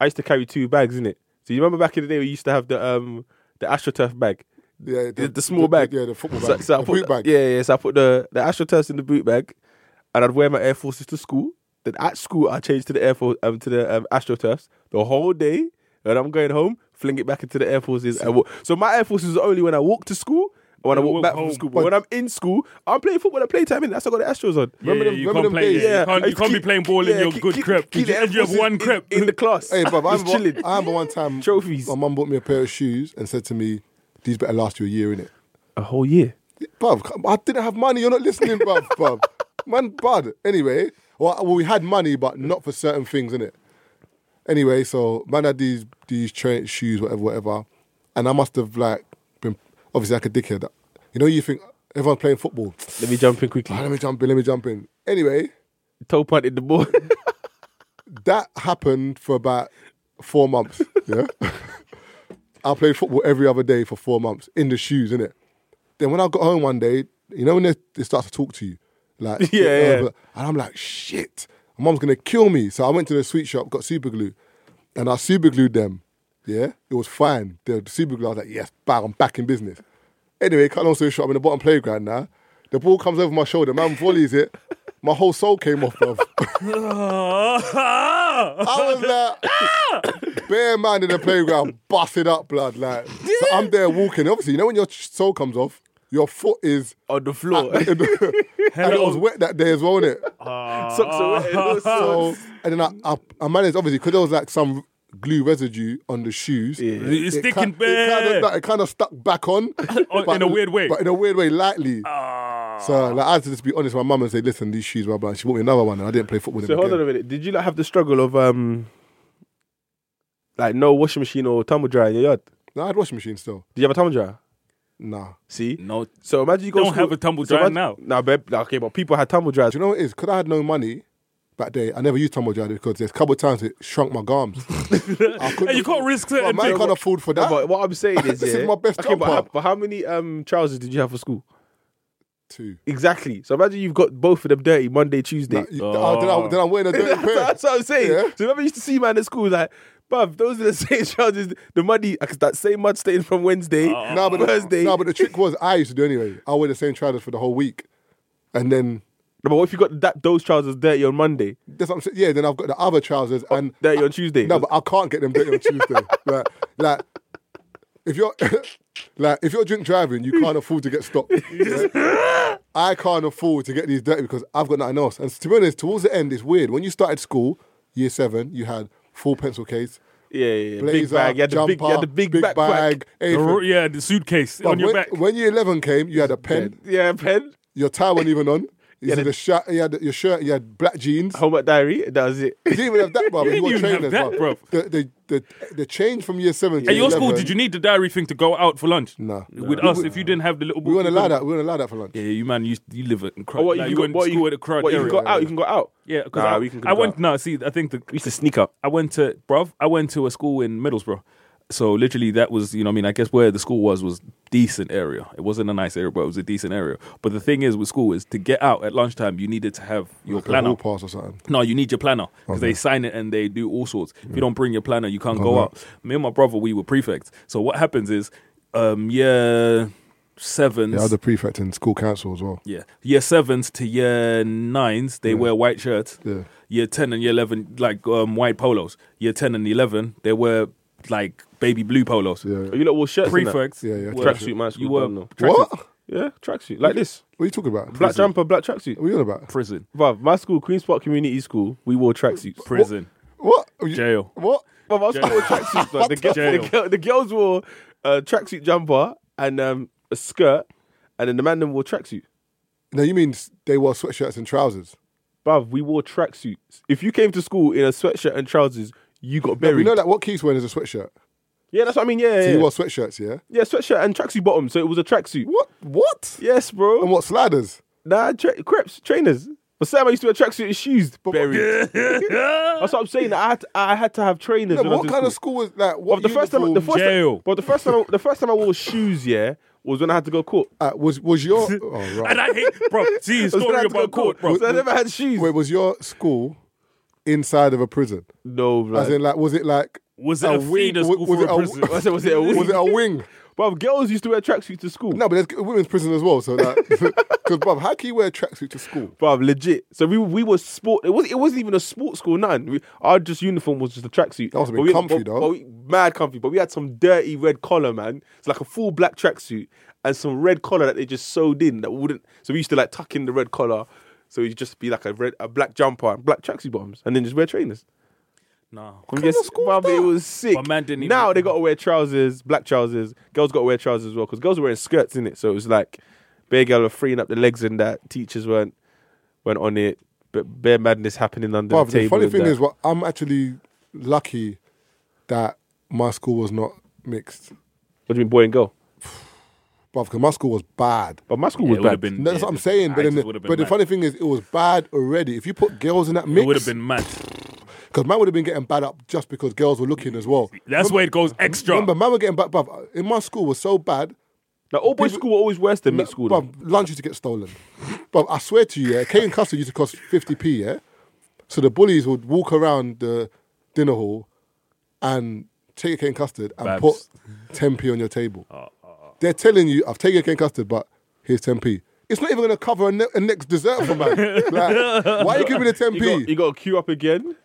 I used to carry two bags in it. So you remember back in the day we used to have the um, the astroturf bag,
Yeah,
the, the small bag,
Yeah, the football
So,
bag.
so I
the
put
boot bag.
Yeah, yeah. So I put the the astroturf in the boot bag, and I'd wear my Air Forces to school. Then at school I changed to the Air Force um, to the um, astroturfs the whole day, and I'm going home, fling it back into the Air Forces. and walk. So my Air Forces is only when I walk to school. and When I
Yeah,
walk
walk
back from
home.
school, but when I'm in school, I'm playing football at playtime, and that's why I got the Astros on.
yeah,
them-
you
remember
can't
them
play.
days?
yeah,
Yeah,
you can't,
I
you
used to
can't be
keep-
playing ball in
yeah,
your
keep-
good
keep-
crep.
keep the
and you have
emphasis
one
in-
crep
in,
<laughs>
the class.
Hey, bruv, I
Just
remember,
chilling.
I remember one time
Trophies.
My mum bought me a pair of shoes and said to me, "These better last you a year, innit?"
a whole year.
Bruv, come- I didn't have money. You're not listening, bruv, <laughs> bruv. Man, bud. Anyway, well, well, we had money, but not for certain things, innit? Anyway, so man had these these train shoes, whatever, whatever, and I must have like been obviously like a dickhead. You know, you think everyone's playing football.
Let me jump
Ah,
in quickly.
let me jump in. Let me jump in. Anyway,
Toe punted the ball. <laughs>
that happened for about four months. Yeah. <laughs> I played football every other day for four months in the shoes, innit? Then when I got home one day, you know when they, they start to talk to you? Like,
<laughs> Yeah, yeah.
and I'm like, shit, my mom's gonna kill me. So I went to the sweet shop, got super glue, and I super glued them. Yeah, it was fine. The super glue, I was like, yes, bang, I'm back in business. Anyway, cut long story short, I'm in the bottom playground now. The ball comes over my shoulder, man volleys it. My whole soul came off, bruv. <laughs> I was
<laughs>
like,
Ah!
<coughs> bare man in the playground, busted up blood. Like, so I'm there walking. Obviously, you know when your soul comes off, your foot is.
on the
<laughs>
floor.
and it was wet that day as well, innit?
<laughs>
<laughs> Socks are wet.
<laughs>
Those socks.
So, and then I, I, I managed, obviously, because there was like some glue residue on the shoes.
It's
It
sticking
kind, it, kind
bare.
of, like, it kind of stuck back on.
<laughs> Oh, in a weird way. Ah.
But in a weird way, lightly. So like, I had to just be honest with my mum and say, listen, these shoes, blah, blah. And she bought me another one and I didn't play football with
So
them
hold on
again.
a minute. Did you like have the struggle of um, like no washing machine or tumble dryer in your yard?
No, I had washing machine still.
Do you have a tumble dryer?
Nah.
See,
No.
So imagine you go
Don't
school-
have a tumble
so
dryer
imagine-
now.
Nah, babe, nah, okay, but people had tumble dryers.
Do you know what it is? Because I had no money back day, I never used tumble dryer because there's a couple of times it shrunk my
<laughs>
gums. I couldn't
Hey, you can't risk
Well,
certain
man, I
things.
can't afford for
No,
that.
but what I'm saying
<laughs>
is,
This is
yeah,
my best
okay, but
jumper.
how, but how many um trousers did you have for school?
Two.
Exactly. So imagine you've got both of them dirty Monday, Tuesday.
Like, you- oh, then, I, then I'm wearing a
<laughs>
dirty
that's,
pair.
<laughs> that's what I'm saying.
Yeah.
So remember, you used to see man at school like, bruv, those are the <laughs> same trousers. The muddy, that same mud stain from Wednesday,
No, Uh-uh. but the,
Thursday.
no, but the trick was I used to do anyway. I wear the same trousers for the whole week, and then
No, but what if you got that those trousers dirty on Monday,
that's what I'm saying. Yeah, then I've got the other trousers and
dirty on Tuesday?
No, but I can't get them dirty on Tuesday.
<laughs>
like, like, if you're <coughs> like, if you're drink driving, you can't afford to get stopped.
<laughs>
Yeah? I can't afford to get these dirty because I've got nothing else. And to be honest, towards the end, it's weird. When you started school, year seven, you had full pencil case,
yeah, yeah, yeah.
blazer,
big bag. You had the
jumper,
big, you had the big, backpack.
bag,
The
everything.
ro- yeah, the suitcase
But
on your
when,
back.
when year eleven came, you had a pen.
Yeah, pen.
Your tie wasn't even on. You
Yeah,
had
the-
a shirt. You had your shirt. You had black jeans.
Homework diary. That was
<laughs>
it.
You didn't even have that,
<laughs>
bro. You,
didn't
wore
even have
trainers,
that,
bruv.
bruv.
The, the, the, the change from year seven. to
At your school,
11
did you need the diary thing to go out for lunch?
No.
With
No.
us, if you didn't have the little,
We weren't
book, you
allowed
couldn't-
that. We weren't allowed that for lunch.
Yeah, you man, you you live at crowd.
Oh, what,
like,
you,
you
got-
went
what,
to school
you,
at a crowd
what, you
area.
got out? You can go out.
Yeah, because
Nah,
I,
we can go
I went.
out.
No, see, I think the
We used to sneak up.
I went to bruv, I went to a school in Middlesbrough. So literally that was, you know, what I mean, I guess where the school was was decent area. It wasn't a nice area, but it was a decent area. But the thing is with school is to get out at lunchtime, you needed to have your
Like a
planner.
hall pass or something.
No, you need your planner because they sign it and they
Uh-huh.
do all sorts. If you don't bring your planner, you can't go
Okay.
out. Me and my brother, we were prefects. So what happens is um, year sevens.
Yeah, I was a prefect in school council as well.
Yeah. Year sevens to year nines, they wear white shirts.
Yeah.
Year ten and year eleven, like um, white polos. Year ten and eleven, they wear like baby blue polos.
Yeah. yeah.
Are you lot wore shirts? and that?
Prefects.
Yeah, yeah,
were-
Tracksuit, man, school,
You were
don't know.
tracksuit
What?
Yeah, tracksuit like this.
What are you talking about?
Black
Prison.
jumper, black tracksuit.
What are you on about?
prison.
Bruv, my school, Queen's Park Community School, we wore tracksuits.
Prison.
What? Are you-
Jail.
What?
Bruv, our school wore tracksuits, man. The, girl,
Jail.
the, girl, the girls wore a tracksuit jumper and um, a skirt, and then the man them wore tracksuit.
No, you mean s- they wore sweatshirts and trousers?
Bruv, we wore tracksuits. If you came to school in a sweatshirt and trousers, you got
No,
buried.
we know that what Keith's wearing is a sweatshirt.
Yeah, that's what I mean. Yeah,
So
yeah,
he
yeah.
wore sweatshirts, yeah?
Yeah, sweatshirt and tracksuit bottom. So it was a tracksuit.
What? What?
Yes, bro.
And what, sliders?
Nah, tra- creps, trainers. But Sam, I used to wear tracksuit and shoes. Buried.
<laughs>
That's what I'm saying. I had to, I had to have trainers.
No,
when
but
I was
what
in
kind
school.
of school was that?
But
What
the first time, the
uniform-
first
Jail.
time, but the first time, I- the first time I wore shoes, yeah, was when I had to go court.
uh, was was
<laughs>
your oh, right.
And I hate,
<laughs>
bro. See, his
Was when I
story
had to go
about court, bro.
So I never had shoes.
Wait, was your school inside of a prison?
no,
As
like,
in, like, was it like
Was it a feeder
wa-
school for a
was,
<laughs> prison?
I said, was it a
it a, was it
wing?
a wing?
Bruv, girls used to wear tracksuits to school.
No, but there's g- women's prison as well. So, like, <laughs> because, bruv, how can you wear a tracksuit to school?
Bruv, legit. So we we were sport. It was it wasn't even a sports school. Nothing. We, our just uniform was just a tracksuit.
That must have been
But we-
comfy,
but-
though.
but we- Mad comfy. But we had some dirty red collar, man. It's like a full black tracksuit and some red collar that they just sewed in that wouldn't. So we used to like tuck in the red collar. So it'd just be like a red, a black jumper and black tracksuit bottoms, and then just wear trainers.
Nah.
yes, bruv, it was sick.
But man didn't even-
now they got to wear trousers, black trousers. Girls got to wear trousers as well because girls were wearing skirts in it. So it was like bare girl were freeing up the legs and that. Teachers weren't weren't on it. But bare madness happening under
Bruv,
the table.
the funny
and
thing
that.
is, well, I'm actually lucky that my school was not mixed.
what do you mean, boy and girl?
Bruv, because my school was bad.
But my school
Yeah, it
was
would've
bad.
been-
No, that's
yeah,
what I'm saying. But, then
ISIS
the,
would've been
but the
mad.
funny thing is, it was bad already. If you put girls in that mix,
It would have been mad.
Because man would have been getting bad up just because girls were looking as well.
That's where it goes extra.
Remember, man were getting bad. Bruv, in my school was so bad.
Now, all boys school were always worse than mixed school. though.
Bruv, lunch used to get stolen. Bruv, I swear to you, yeah, K and custard used to cost 50p, yeah? So the bullies would walk around the dinner hall and take your cane custard and
Babs.
put 10p on your table.
Ah,
They're telling you, I've taken your cane custard, but here's 10p. It's not even going to cover a, ne- a next dessert for man.
<laughs>
like, why are you giving me the 10p?
You got, you got to queue up again.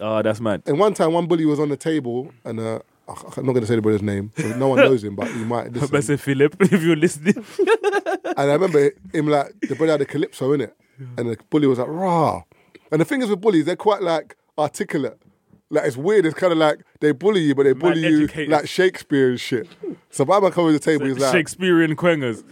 Oh, that's mad.
And one time, one bully was on the table, and uh, I- I'm not going to say the brother's name. so
<laughs>
No one knows him, but you might listen.
<laughs> But say Philip, <laughs> if you're listening.
And I remember him like the brother had a calypso in it, and the bully was like rah. And the thing is with bullies, they're quite like articulate. Like it's weird. It's kind of like they bully you, but they bully you
educated.
like Shakespeare and shit. So my man come over the table, he's like,
Shakespearean quangers.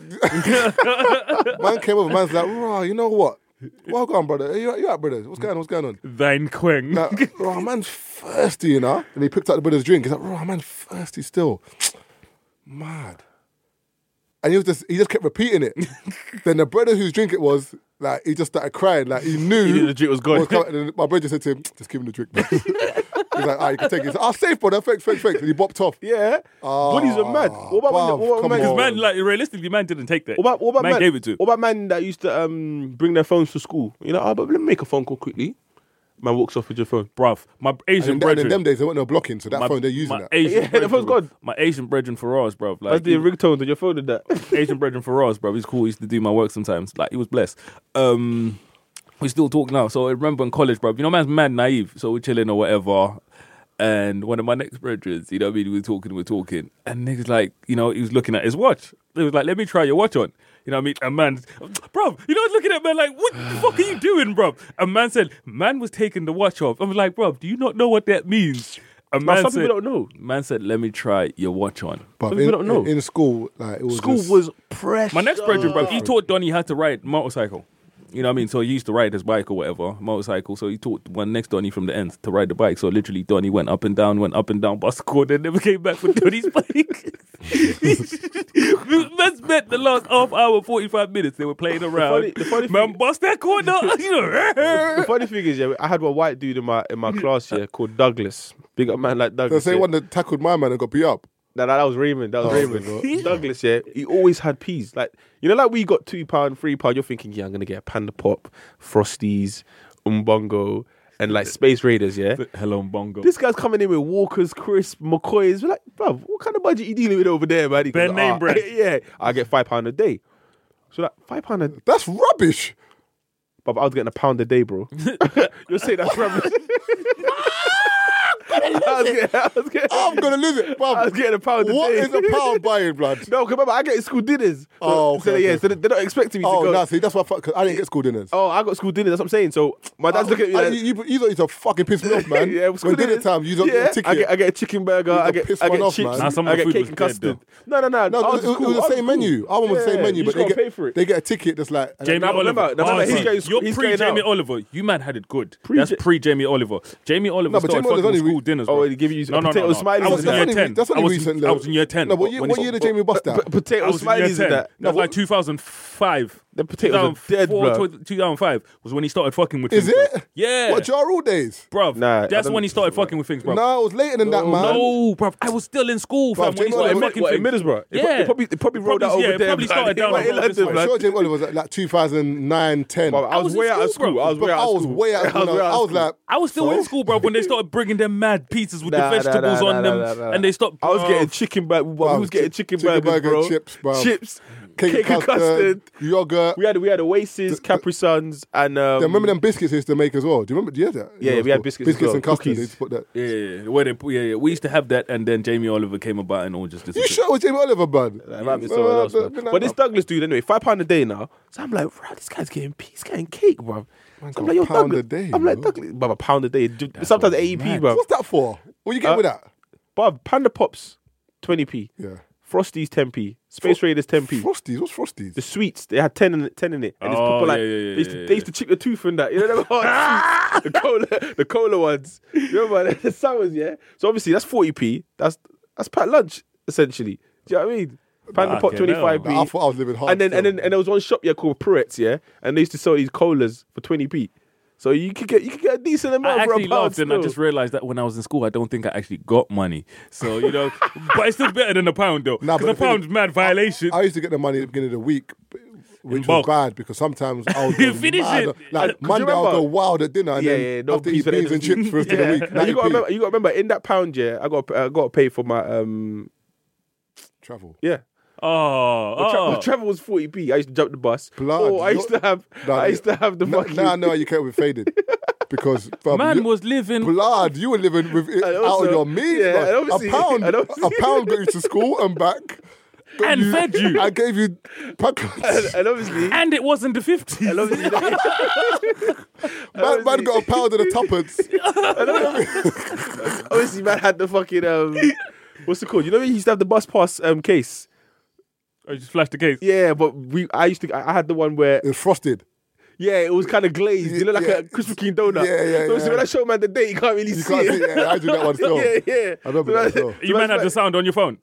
man came over, man's like rah. You know what? Well gone, brother. Hey, You, you up, brother? What's going on? What's going on?
Thine quang. <laughs>
Like, oh, man's thirsty, you know? And he picked up the brother's drink. He's like, oh, man's thirsty still. Mad. And he was just, he just kept repeating
<laughs>
it. then the brother whose drink it was, like, he just started crying. Like, he knew.
knew the drink was gone.
what coming. And then my brother just said to him, just give him the drink. man." <laughs> He's like, all right, you can take it. He's like, oh, safe, brother. Thanks, thanks, thanks. And he bopped off.
Yeah. Bullies are mad. What about,
bruv,
when, what about
Ah, come
when-
on.
Man, like realistically, man didn't take that.
What about what about
man,
man,
gave it to him.
What about man that used to um bring their phones to school? You know, oh, but let me make a phone call quickly. Man walks off with your phone.
bruv. My Asian
And then, and in
brethren.
them days, there weren't no blocking, so that
my,
phone they're using
my
that.
Asian
Yeah, the
brethren,
phone's gone.
My Asian brethren for us, bruv.
I
Like
did ringtones on your phone and
<laughs>
that.
Asian brethren for us, bro. He's cool. He used to do my work sometimes. Like he was blessed. Um, we still talk now. So I remember in college, bro. You know, man's mad naive. So we're chilling or whatever. And one of my next brethren, you know, what I mean, we were talking, we were talking, and niggas like, you know, he was looking at his watch. He was like, "Let me try your watch on." You know, what I mean, a man, bro. You know, I was looking at man like, "What the fuck are you doing, bro?" A man said, "Man was taking the watch off." I'm like, "Bro, do you not know what that means?" A
Now,
man
some
said,
people don't know.
Man said, "Let me try your watch on."
But
Some
in,
people don't know.
in school, like, it was
School
just-
was pressure.
My next brethren, bro, he taught Donny how to ride motorcycle. You know what I mean? So he used to ride his bike or whatever, motorcycle. So he taught one next Donny from the end to ride the bike. So literally, Donny went up and down, went up and down, bus <laughs> scored, and never came back with Donny's bike. <laughs> Man spent the last half hour, 45 minutes, they were playing around.
the funny
Man,
thing-
bust that
<laughs>
corner. <laughs> you know,
The funny thing is, yeah, I had one white dude in my in my class here called Douglas. Big up man like
The
Douglas.
same
yeah.
one that tackled my man and got beat up.
No, no, that was Raymond. That was Raymond. <laughs> Douglas, yeah. He always had peas. Like you know, like we got two pound, three pound. You're thinking, yeah, I'm gonna get a panda pop, frosties, umbongo, and like Space Raiders, yeah.
Hello, Bongo.
This guy's coming in with Walkers, Chris, McCoys. We're like, bruv, what kind of budget you dealing with over there, man? He
Bare
goes,
name
"Ah,
brand."
<laughs> yeah, I get five pound a day. So like five pound a,
That's rubbish.
bruv, I was getting a pound a
<laughs>
day, bro. You're saying that's rubbish. I was getting, I was getting,
I'm gonna lose it, bruv.
I was getting a pound a
What
day.
is a pound buying, blood?
<laughs> No, 'cause remember, I get school dinners. So-
Oh, okay,
so,
okay,
yeah, so
okay.
they- they're not expecting me to
Oh,
go.
no, see, that's why I, fuck- 'cause I didn't get school dinners.
Oh, I got school dinners. That's what I'm saying. So my dad's looking at me
I-
like,
Oh, you, <laughs> you, you lot used to fucking piss me off, man.
<laughs> yeah, school
when dinner
dinners.
time, you don't
yeah,
get a ticket.
I get, I get a chicken burger. I
to
get,
piss
I get
one off,
chips.
man.
Nah, some of the
I get
food
cake
was
and
dead,
custard. No, no, no.
No, it,
ours
was- it was
cool.
the same
Ours
menu.
cool.
Our one was the same
Yeah,
menu,
you
but
just
they
gotta
get
pay for it.
they get a ticket that's like and
Jamie
No,
Oliver.
remember- remember
Oh,
he's
see,
going- he's
you're
going
pre Jamie
out.
Oliver. You man had it good.
Pre-
That's pre Jamie Oliver. Jamie Oliver
No, but
started
Jamie Oliver's
fucking
only-
school dinners.
Oh,
bro.
he give you
no, no,
potato
no, no.
smileys
I was
and
That's
in year
that.
ten.
only- that's only
I was,
recent,
I
though.
was in year ten.
No, what year-
when
what
he-
year did Jamie bust
But
out?
I
potato
was in year
smileys
10.
and that.
That was like 2005.
The potatoes are dead,
2004,
bro.
2005 was when he started fucking with
Is
things. bro.
it?
Yeah.
What jar rule days?
Bruv,
Nah, I
that's
don't-
when he started fucking with things,
No,
bro.
it was later than that, man.
No, bruv, I was still in school,
Bruv,
fam. When
Jamie
he started
Oliver-
fucking
what, in
things.
Middlesbrough? It
Yeah.
probably- it probably- it probably rolled out
yeah,
over
it
there,
Probably
blood.
started down
<laughs> Like,
over
in London,
this way.
I'm sure Jamie Oliver was like, like 2009, 10.
Bro, I
was
was
in
way out of
school, bro.
school. I was
But
way
I
out of
was
school.
way out.
<laughs> I was
no,
way out
I
of
was
school.
like,
I was still in
so?
school, bro, when they started bringing them mad pizzas with
Nah,
the
nah,
vegetables
nah,
on
nah,
them,
nah, nah, nah.
and they stopped.
I was
bruv.
getting chicken burger. Well,
Bruh,
we was getting
chi-
chicken,
chicken
burgers,
burger,
bro.
chips, bruh.
chips, <laughs>
cake, and custard, yogurt.
We had we had Oasis, Capri Suns, and
Yeah,
um,
remember them biscuits they used to make as well? Do you remember? Do you have that?
Yeah,
You know,
we had
so-
biscuits as
Biscuits
well,
and custard.
cookies.
They used to put that.
Yeah, yeah, yeah. Where they, yeah, yeah. We used to have that, and then Jamie Oliver came about and all just
You
disappeared.
sure it was Jamie Oliver, bud? Uh,
That might be someone else, man. but this Douglas dude, anyway, five pound a day now. So I'm like, bro, this guy's getting he's getting cake, bro. So I'm
got
like, yo,
pound
Douglas.
a day,
I'm like,
bro.
Douglas, bro, a pound a day. Ju- Sometimes AEP, bro.
What's that for? What you get
Uh,
with that?
Bob, Panda Pops, twenty p.
Yeah.
Frosties, ten p. Space Raiders, ten p.
Frosties? What's Frosties?
The sweets, they had 10 in it, 10 in it. And it's
Oh,
proper like,
yeah, yeah,
they, used to,
yeah,
they used to check the tooth in that. You know them
<laughs>
hard sweets? the cola, the cola ones. You remember <laughs> the sours, yeah? So obviously that's 40p. That's that's packed lunch, essentially. Do you know what I mean? Panda Pot
Fucking hell.
25p.
Nah, I thought I was living hard
And then, and
still.
then and there was one shop, yeah, called Pruett's, yeah? And they used to sell these colas for 20p. So you could get you could get a decent amount
I
for a
actually
pound
laughed, and I
still.
just realized that when I was in school, I don't think I actually got money. So you know, but it's still better than a pound though,
Nah,
because
but
a
the thing
pound's
is,
mad violation.
I used to get the money at the beginning of the week, which was
bulk.
bad because
<laughs>
sometimes I would
You
go
finish
mad.
it.
Like
Do you
Monday, I'll
remember-
go wild at dinner and
yeah,
then
yeah,
have to eat beans and chips for the rest of the week.
<laughs> And
90p.
you got remember, you got remember in that pound, yeah, I got I got paid for my um
travel.
yeah,
oh,
Well, tra-
oh.
well, travel was 40p. I used to jump the bus.
Blood,
oh, I
you're-
used to have.
Nah,
<laughs> I used to have the
Now,
fucking.
now I know how you came with
<laughs>
faded because fam,
man
you-
was living.
blood. You were living with it
And
out
also-
of your means.
yeah,
man.
and
a
obviously-
pound,
and
a
obviously-
pound got you to school and back. got
And fed you.
I gave you
and,
packets.
and obviously,
and it wasn't the 50s.
<laughs> and obviously,
Man, man got a pound and a
<laughs>
tuppence.
obviously, man had the fucking um, what's it called? You know, he used to have the bus pass um case.
I just flashed the case.
Yeah, but we, I used to, I I had the one where,
It's frosted.
yeah, it was kind of glazed. You know, like
Yeah.
a Krispy Kreme donut.
Yeah, yeah,
So obviously
yeah.
when I show man the date, you can't really
You
see
can't
it.
see. Yeah, I do that
<laughs>
one still.
yeah, yeah.
I remember that as well.
You man had the sound on your phone.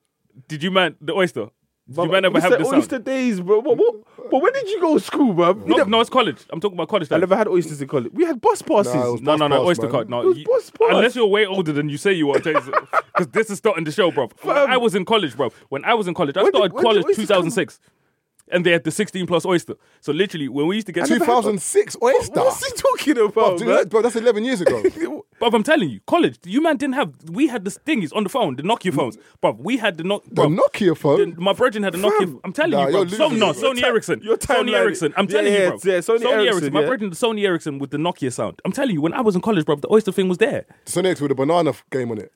Did you man the oyster? Did you man ever have the sound?
Oyster days, bro. What, what, but when did you go to school, bro? We
No,
never-
no, it's college. I'm talking about college.
I
time.
never had oysters in college. We had bus passes.
Nah, it was
No, no, no,
Bus pass,
Oyster
man.
card. No,
It was
you-
bus pass.
unless you're way older than you say you are,
<laughs>
because this is starting to show, bro. When
Fam.
I was in college, bro. When I was in college, I
When did-
started
when did
college
Oyster come?
2006, and they had the 16 plus Oyster. So literally, when we used to get
2006 oyster.
What's he talking
Bro,
about,
do you know
man?
that- bro, that's 11 years
<laughs>
ago.
But I'm telling you, college, you man didn't have. We had the thingies on the phone, the Nokia phones,
Mm.
bro. We had the Nokia.
The Nokia phone.
my brethren had a Nokia.
Fam.
I'm telling
Nah,
you, bro.
you're
Sony,
losing
no,
it, bro.
Sony Ericsson.
Your
Sony
timeline-
Ericsson. I'm
Yeah,
telling
yeah,
you, bro.
yeah, Sony Ericsson,
My
yeah.
brethren, Sony Ericsson with the Nokia sound. I'm telling you, when I was in college, bro, the oyster thing was there.
So next with a banana f- game on it.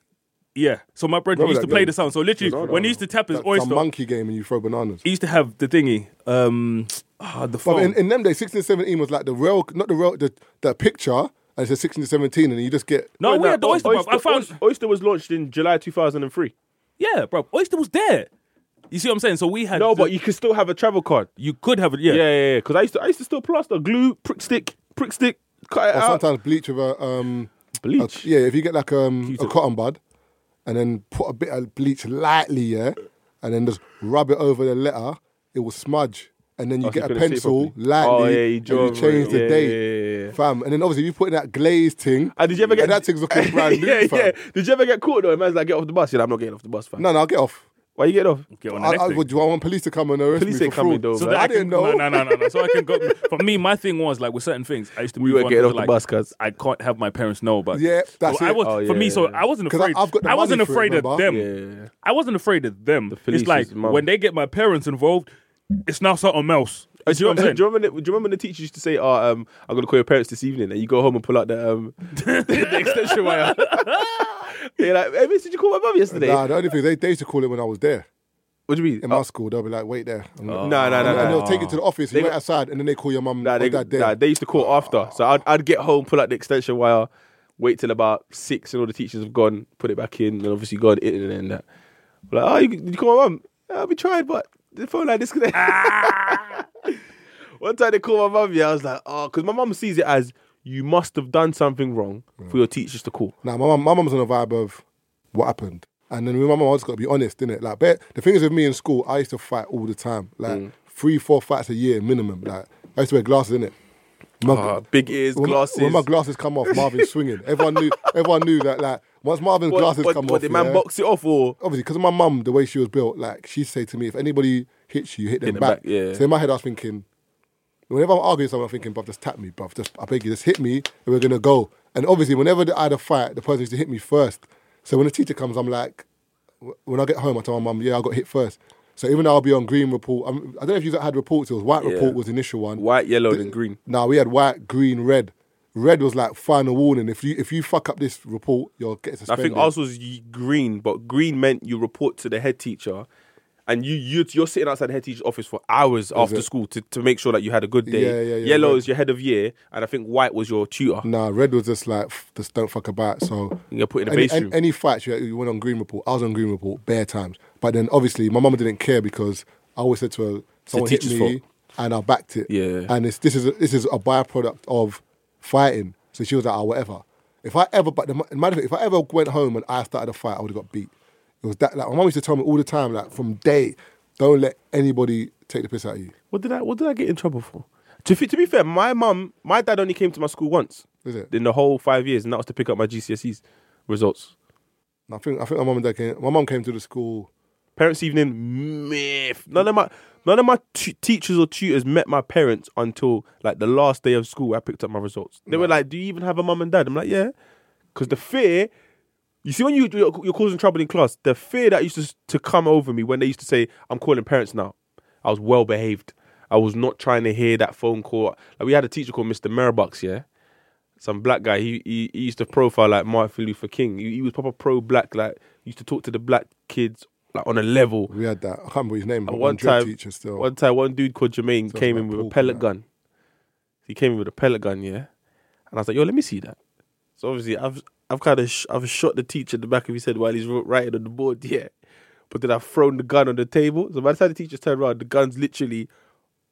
Yeah. So my brethren
Remember
used to
that
play
game?
the sound. So literally, when he used to tap his
That's a
oyster,
monkey game and you throw bananas.
he used to have the thingy. Um, ah, the
But
phone.
in, in them days, 16, 17 was like the real, not the real, the, the picture. And it's a 16, 17 and you just get.
no, we had the oyster, bro. I found.
Oyster- Oyster was launched in July 2003.
Yeah, bro. Oyster was there. You see what I'm saying? So we had.
No,
the-
but you could still have a travel card.
you could have it. Yeah.
Yeah, yeah, yeah. Because I used to, I used to still plaster, glue, prick stick, prick stick, cut it
Or
out.
Oh, sometimes bleach with a. Um, a-
Bleach.
yeah, if you get like um, a cotton bud and then put a bit of bleach lightly, yeah, and then just rub it over the letter, it will smudge. And then you
Oh, so
get
you
a
couldn't see it
pencil
properly.
lightly
Oh, yeah, you
and
draw
you
over
change
it.
the
Yeah,
date.
yeah, yeah, yeah.
Fam. And then obviously you put in that glazed thing.
And did you ever get <laughs>
and that thing's looking brand new,
yeah,
fam.
yeah. Did you ever get caught though? Man's like, get off the bus. Yeah, I'm not getting off the bus, fam.
No, no, I'll get off.
Why you get off?
Get on the
I,
next
I,
thing.
well, do I want police to come and arrest
Police
me
ain't
for fraud?
coming, though,
So
man.
I
I
didn't know.
No, no, no, no. So I can go. <laughs> For me, my thing was like with certain things, I used to.
We
move
were
on
getting
to,
off the
like, <laughs>
bus, cuz.
I can't have my parents know about.
Yeah,
this.
that's
so I
it.
was
Oh,
for me.
yeah,
So
yeah.
I wasn't
'Cause I-
afraid.
I've got the
I wasn't
money for it,
afraid of
remember?
them.
Yeah.
I wasn't afraid of them.
police
it's like
is mum.
when they get my parents involved, it's now something else.
Uh,
You see
<laughs> Do you,
what I'm saying?
do you remember? The, do you remember the teacher used to say, "Oh, um, I'm gonna call your parents this evening," and you go home and pull out
<laughs>
the um, the, the extension <laughs> wire. You're like, "Hey, miss, did you call my mum yesterday?"
Nah, the only thing they, they used to call it when I was there
what do you mean?
in
Oh,
my school. They'll be like, "Wait there." I'm like,
no, no, no,
and,
no.
they'll take you to the office.
They
You wait
got-
outside, and then they call your mum "Oh,
Nah,
on
they,
that day.
nah, they used to call after. So I'd, I'd get home, pull out the extension wire, wait till about six, and all the teachers have gone, put it back in, and obviously God it and then that. Like, oh, you, did you call my mum? Yeah, I'll be trying, but the phone line disconnected. <laughs> One time they called my mum, yeah, I was like, oh, because my mum sees it as you must have done something wrong for your teachers to call.
Now, my mum, my mum's on a vibe of what happened. And then with my mum, I just got to be honest, didn't it? Like, but the thing is with me in school, I used to fight all the time, like
Mm.
three, four fights a year minimum. Like, I used to wear glasses, innit? My,
Uh, big ears,
when, my-
glasses.
When my glasses come off, Marvin's swinging. Everyone knew. Everyone knew that. Like, once Marvin's
What-
glasses
what-
come
what,
off,
did man
yeah,
box it off or?
obviously because my mum, the way she was built, like she'd say to me, if anybody hits you, hit them,
them
back.
back, yeah.
So in my head, I was thinking, whenever I'm arguing with someone, I'm thinking, bruv, just tap me, bruv, just I beg you, just hit me, and we're gonna go. And obviously, whenever I had a fight, the person used to hit me first. So when the teacher comes, I'm like, wh- when I get home, I tell my mum, yeah, I got hit first. So even though I'll be on green report, I'm, I don't know if you guys had reports. It was white report was the initial one.
White, yellow, then green.
Now we had white, green, red. Red was like final warning. If you if you fuck up this report, you'll get
I
suspended.
think ours was y- green, but green meant you report to the head teacher, and you you you're sitting outside the head teacher's office for hours after
it?
school to, to make sure that you had a good day.
Yeah, yeah, yeah, Mm.
Yellow
red.
is your head of year, and I think white was your tutor.
Nah, Red was just like "F- just don't fuck about. So
You get put in the
any,
base
any,
room.
any fights you, you went on Green Report. I was on Green Report bare times, but then obviously my mum didn't care because I always said to her, "Someone hit
teacher's
me,"
fault.
and I backed it.
Yeah.
and it's, this is a, this is a byproduct of fighting. So she was like, "Ah, whatever." If I ever, but the, ma- matter of fact, if I ever went home and I started a fight, I would have got beat. It was that like my mum used to tell me all the time, like from day, don't let anybody take the piss out of you.
What did I what did I get in trouble for? To, fe- to be fair, my mum, my dad only came to my school once
Is it?
in the whole five years, and that was to pick up my GCSEs results.
And I think I think my mum and dad came. My mum came to the school.
Parents' evening, myth. None of my none of my tu- teachers or tutors met my parents until like the last day of school. Where I picked up my results. They were like, "Do you even have a mum and dad?" I'm like, "Yeah," because the fear. You see, when you you're, you're causing trouble in class, the fear that used to to come over me when they used to say, "I'm calling parents now." I was well behaved. I was not trying to hear that phone call. Like we had a teacher called Mr. Merribucks, yeah some black guy. He, he he used to profile like Martin Luther King. He, he was proper pro black. Like used to talk to the black kids like on a level.
We had that. I can't remember his name. But
And
one
one
drill
time,
teacher still.
one time, one dude called Jermaine
Sounds
came
like
in with
Paul
a pellet
Knight.
gun. He came in with a pellet gun, yeah. And I was like, "Yo, let me see that." So obviously, I've I've kind of sh- I've shot the teacher in the back of his head while he's wr- writing on the board, <laughs> yeah. But then I've thrown the gun on the table. So by the time the teacher's turned around, the gun's literally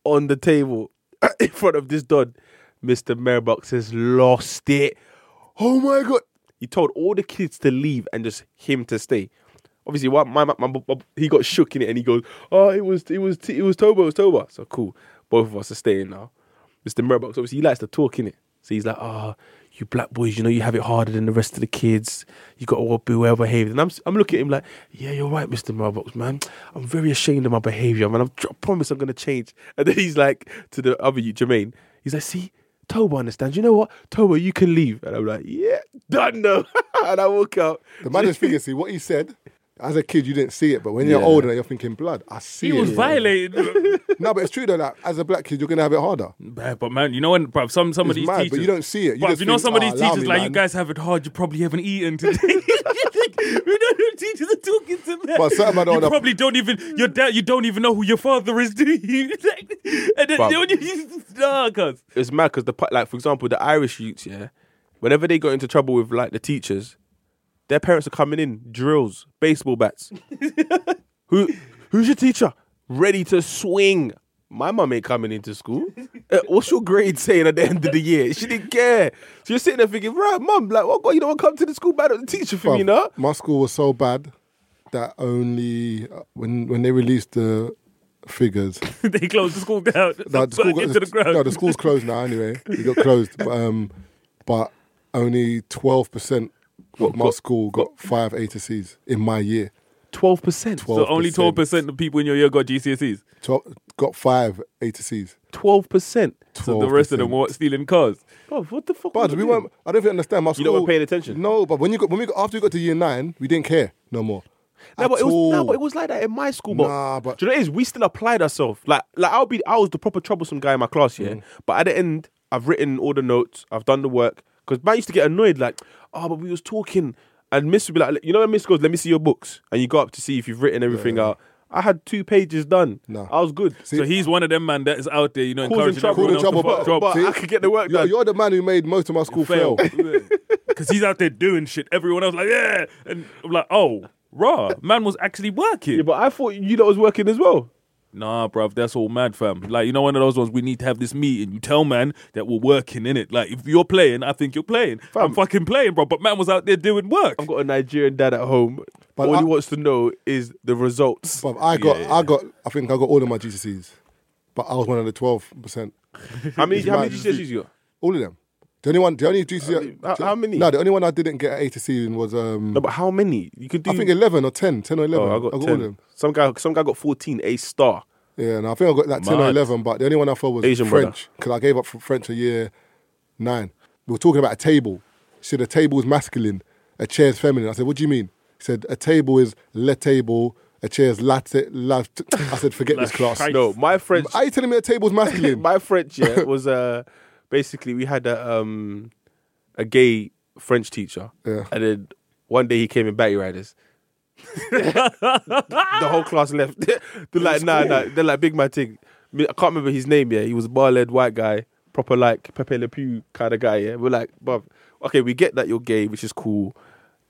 on the table <clears throat> in front of this don. Mr. Merribox has lost it. Oh my god! He told all the kids to leave and just him to stay. Obviously, what my, my, my, my- he got shook in it and he goes, "Oh, it was it was it was Toba, it was Toba." So cool, both of us are staying now. Mr. Merribox obviously he likes to talk in it, so he's like, "Ah, you black boys, you know you have it harder than the rest of the kids. You got to all be well behaved." And I'm s- I'm looking at him like, "Yeah, you're right, Mr. Merribox, man. I'm very ashamed of my behavior, man. I'm, I promise I'm gonna change." <laughs> And then he's like to the other you, Jermaine. He's like, "See." Toba understands. You know what? Toba, you can leave. And I'm like, yeah, done though. <laughs> and I walk out.
The maddest thing is, see, what he said, as a kid, you didn't see it, but when you're
Yeah.
older, you're thinking, blood, I see
He
it.
was violated.
<laughs>
No, but it's true, though, that as a black kid, you're going to have it harder.
Bad, but man, you know when, bruv, some some of
It's
these
mad, but
teachers,
you don't see it. You
Bruv,
just
you know
think,
some of
"Ah,
these
allow
teachers,
me,
like you
man."
guys have it hard. You probably haven't eaten today. <laughs> You think, we know who teachers are talking to man.
But certain man
you
don't-
probably don't even your dad. You don't even know who your father is, do you? <laughs> Like, and then
Bruv.
the only- you- nah, cuz.
it's mad because the pa- like for example the Irish youths, yeah, whenever they got into trouble with like the teachers, their parents are coming in drills, baseball <laughs> bats. Who who's your teacher? Ready to swing. My mum ain't coming into school. Uh, what's your grade saying at the end of the year? She didn't care. So you're sitting there thinking, right, mum, like, oh god, you don't want to come to the school battle the teacher for
Bruv,
me, no?
My school was so bad that only uh, when when they released the figures,
<laughs> they closed the school down.
no, the school
Back
got
into the ground.
No, the school's closed now. Anyway, it got closed, but, um, but only twelve percent of my school got five A to C's in my year.
Twelve percent.
So only
12%.
twelve percent of people in your year got GCSEs.
Twelve- got five A to C's.
Twelve percent.
So the rest of them
12%.
were stealing cars.
Oh, what the fuck?
But we weren't. I don't think I understand. My
You lot were
school-
paying attention.
No, but when you got when we got after we got to year nine, we didn't care no more.
No, but
At
it was, no,
all.
but it was like that in my school. But,
Nah, but-
do you know what it is? We still applied ourselves. Like, like I'll be, I was the proper troublesome guy in my class, yeah.
Mm.
But at the end, I've written all the notes, I've done the work. Because man used to get annoyed, like, oh, but we was talking, and Miss would be like, you know when Miss goes, let me see your books, and you go up to see if you've written everything out. I had two pages done.
Nah.
I was good.
See,
So he's one of them man that is out there, you know,
Causing
encouraging
trouble.
everyone
Causing
else to
trouble,
fuck
but- I could get the work
You're,
done.
you're the man who made most of my school fail.
<laughs> Because he's out there doing shit. Everyone else like, yeah. And I'm like, oh, raw. Man was actually working.
Yeah, but I thought you lot was working as well.
Nah, bruv, that's all mad, fam. Like, you know, one of those ones we need to have this meeting. You tell man that we're working in it. Like, if you're playing, I think you're playing. I'm fucking playing, bro. But man was out there doing work.
I've got a Nigerian dad at home.
But
all
I-
he wants to know is the results.
Bruv, I got, I got, I think I got all of my GCSEs, but I was one of the twelve percent.
How many? How
mad.
many GCSEs you got?
All of them. The only one, the only GCSE.
How- how many?
No, the only one I didn't get an A to C in was um,
No, but how many? You could do.
I think eleven or 10, 10 or eleven.
Oh, I got,
all of
10.
them.
Some guy, some guy got 14, A star.
Yeah, and I think I got like ten or
Mad.
eleven, but the only one I thought was
Asian brother.
French because I gave up fr- French a year nine. We were talking about a table. She said a table is masculine, a chair is feminine. I said, what do you mean? She said a table is le table, a chair is latte. La t-" I said, forget this class.
Christ.
No, my French,
Are you telling me a table is
<laughs>
masculine?
my French, yeah, was uh, basically we had a um, a gay French teacher,
Yeah.
and then one day he came in
<laughs>
Batty Riders. the whole class left. <laughs> they're like, nah, nah. They're like, big man thing. Me- I can't remember his name. Yeah, he was a bar-led white guy, proper like Pepe Le Pew kind of guy. Yeah, we're like, bruv, okay, we get that you're gay, which is cool,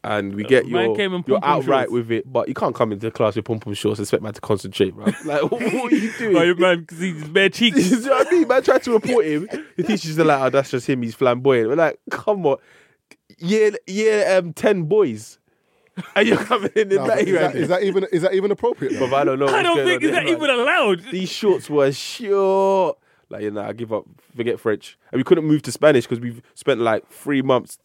and we get
Uh, man
your
came in
you're
pom-pom
outright
shorts.
with it, but you can't come into the class with pom pom shorts and expect man to concentrate, bro. <laughs> Like, what, what
<laughs>
are you doing?
Oh, man, 'cause he's bare
Do <laughs> you
cheeks.
know what I mean? Man tried to report him. The teachers are like, oh, that's just him. He's flamboyant. We're like, come on. Year, year um, 10 boys. <laughs> And you're coming in the
Nah, but
night
is, that, is that even is that even appropriate? though?
I don't know.
<laughs> I
what's
don't
going
think,
on
is that
there, man.
even allowed?
These shorts were short. Like, you know, I give up. Forget French. And we couldn't move to Spanish because we've spent like three months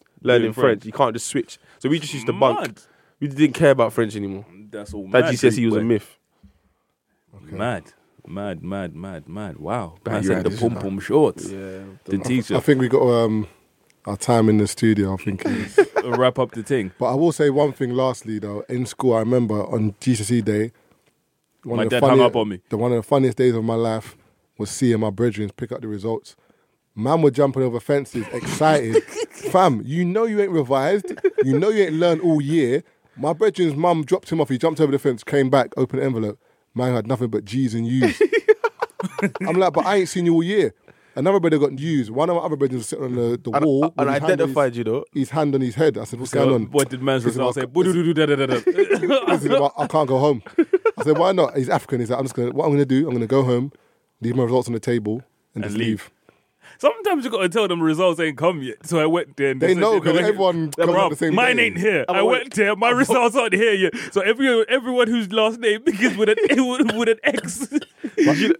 Doing
learning French.
French.
You can't just switch. So we just used to bunk.
Mad.
We didn't care about French anymore.
That's all
That
mad.
GCSE was a
boy.
myth.
Mad. Mad, mad, mad, mad. Wow.
Bad
Man said the
ideas,
pom pom shorts.
Yeah.
I
The
<laughs>
teacher.
think we got um, our time in the studio. I think. is-
Uh, Wrap up the thing.
But I will say one thing lastly though. In school, I remember on GCSE E day, one
My
of the
dad hung
funniest-
up on me.
The one of the funniest days of my life was seeing my brethren pick up the results. Man were jumping over fences,
<laughs>
excited. Fam, you know you ain't revised. You know you ain't learned all year. My brethren's mum dropped him off. He jumped over the fence, came back, opened the envelope. Man had nothing but G's and
<laughs>
U's. I'm like, but I ain't seen you all year. Another brother got U's. One of my other brethren was sitting on the, the
And-
wall.
and
with his hand on
identified
his-
you, though.
His hand on his head. I said, what's going
So
on?
Uh, what did man's
He said,
result say?
"Well,
Boo-doo-doo-da-da-da-da. <laughs>
I said, "Well, I can't go home. I said, why not? He's African. He's like, I'm just gonna. What I'm gonna do? I'm gonna go home, leave my results on the table, and, just leave.
leave. Sometimes you gotta tell them results ain't come yet. So I went there. And
They
said,
know,
you
'cause
like,
everyone comes
bruv,
at the same
Mine
day.
ain't here. I went there. My results aren't here yet. So every everyone whose last name <laughs> begins with an with, with an <laughs> X,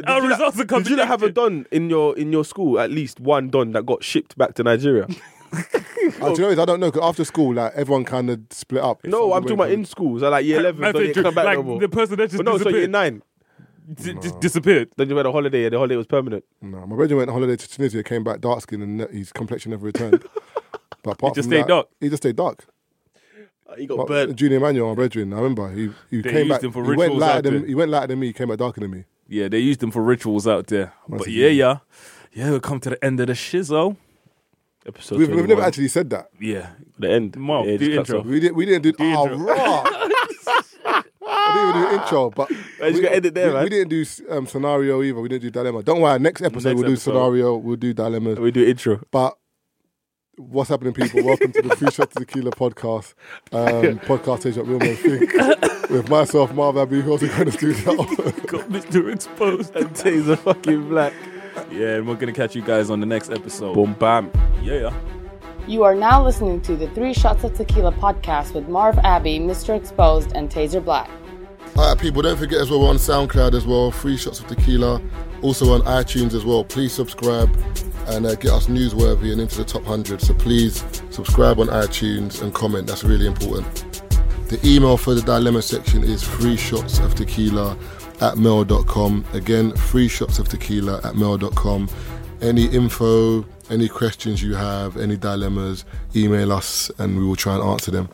our results are coming.
Did you not have a don in your in your school? At least one don that got shipped back
<laughs>
to Nigeria.
Uh, do you know what? I don't know. 'cause after school, like everyone kind of split up.
no,
Everybody
I'm talking about in
comes-
schools. So like year
<laughs>
eleven,
I
don't
think
even come back
like
no more.
the person that just
But no, so year
disappeared
nine.
d- just disappeared.
Then you had a holiday, and the holiday was permanent.
No, my brother went on holiday to Tunisia, came back dark skinned and ne- his complexion never
<laughs>
returned. but apart
just
from
stayed
that,
dark?
He just stayed dark.
You got
But
burnt.
Junior Emmanuel, my brethren, I remember he, he
They
came
used
back.
him for
he went
rituals
lighter
out
than
there.
he went lighter than me. He came back darker than me.
Yeah, they used them for rituals out there. But
it
yeah, yeah, yeah. We come to the end of the shizzo.
Episode
We've, we've never
21.
actually said that.
Yeah, <laughs>
the end.
Mark,
it
do
just cuts
intro.
off.
We didn't. We didn't do. Oh, raw. <laughs> I didn't even do intro, but
just
we-
gotta end it there,
we,
man.
we didn't do um, scenario either. We didn't do dilemma. Don't worry. Next episode
Next
we'll do
episode.
scenario. We'll do dilemmas.
We do intro.
But what's happening, people? Welcome to the Free Shot to Tequila podcast.
<laughs>
Um, podcast is what real men think. With myself, Marv Abbey, who else is going to do that?
got Mister Exposed.
And Taser fucking black.
Yeah, and we're gonna catch you guys on the next episode.
Boom bam.
Yeah.
You are now listening to the Three Shots of Tequila podcast with Marv Abbey, Mr. Exposed, and Taser Black.
All right, people. Don't forget as well. We're on SoundCloud as well. Free Shots of Tequila. Also on iTunes as well. Please subscribe and uh, get us newsworthy and into the top hundred. So please subscribe on iTunes and comment. That's really important. The email for the dilemma section is free shots of tequila at mail.com. Again, free shots of tequila at mail.com. Any info, any questions you have, any dilemmas, email us and we will try and answer them.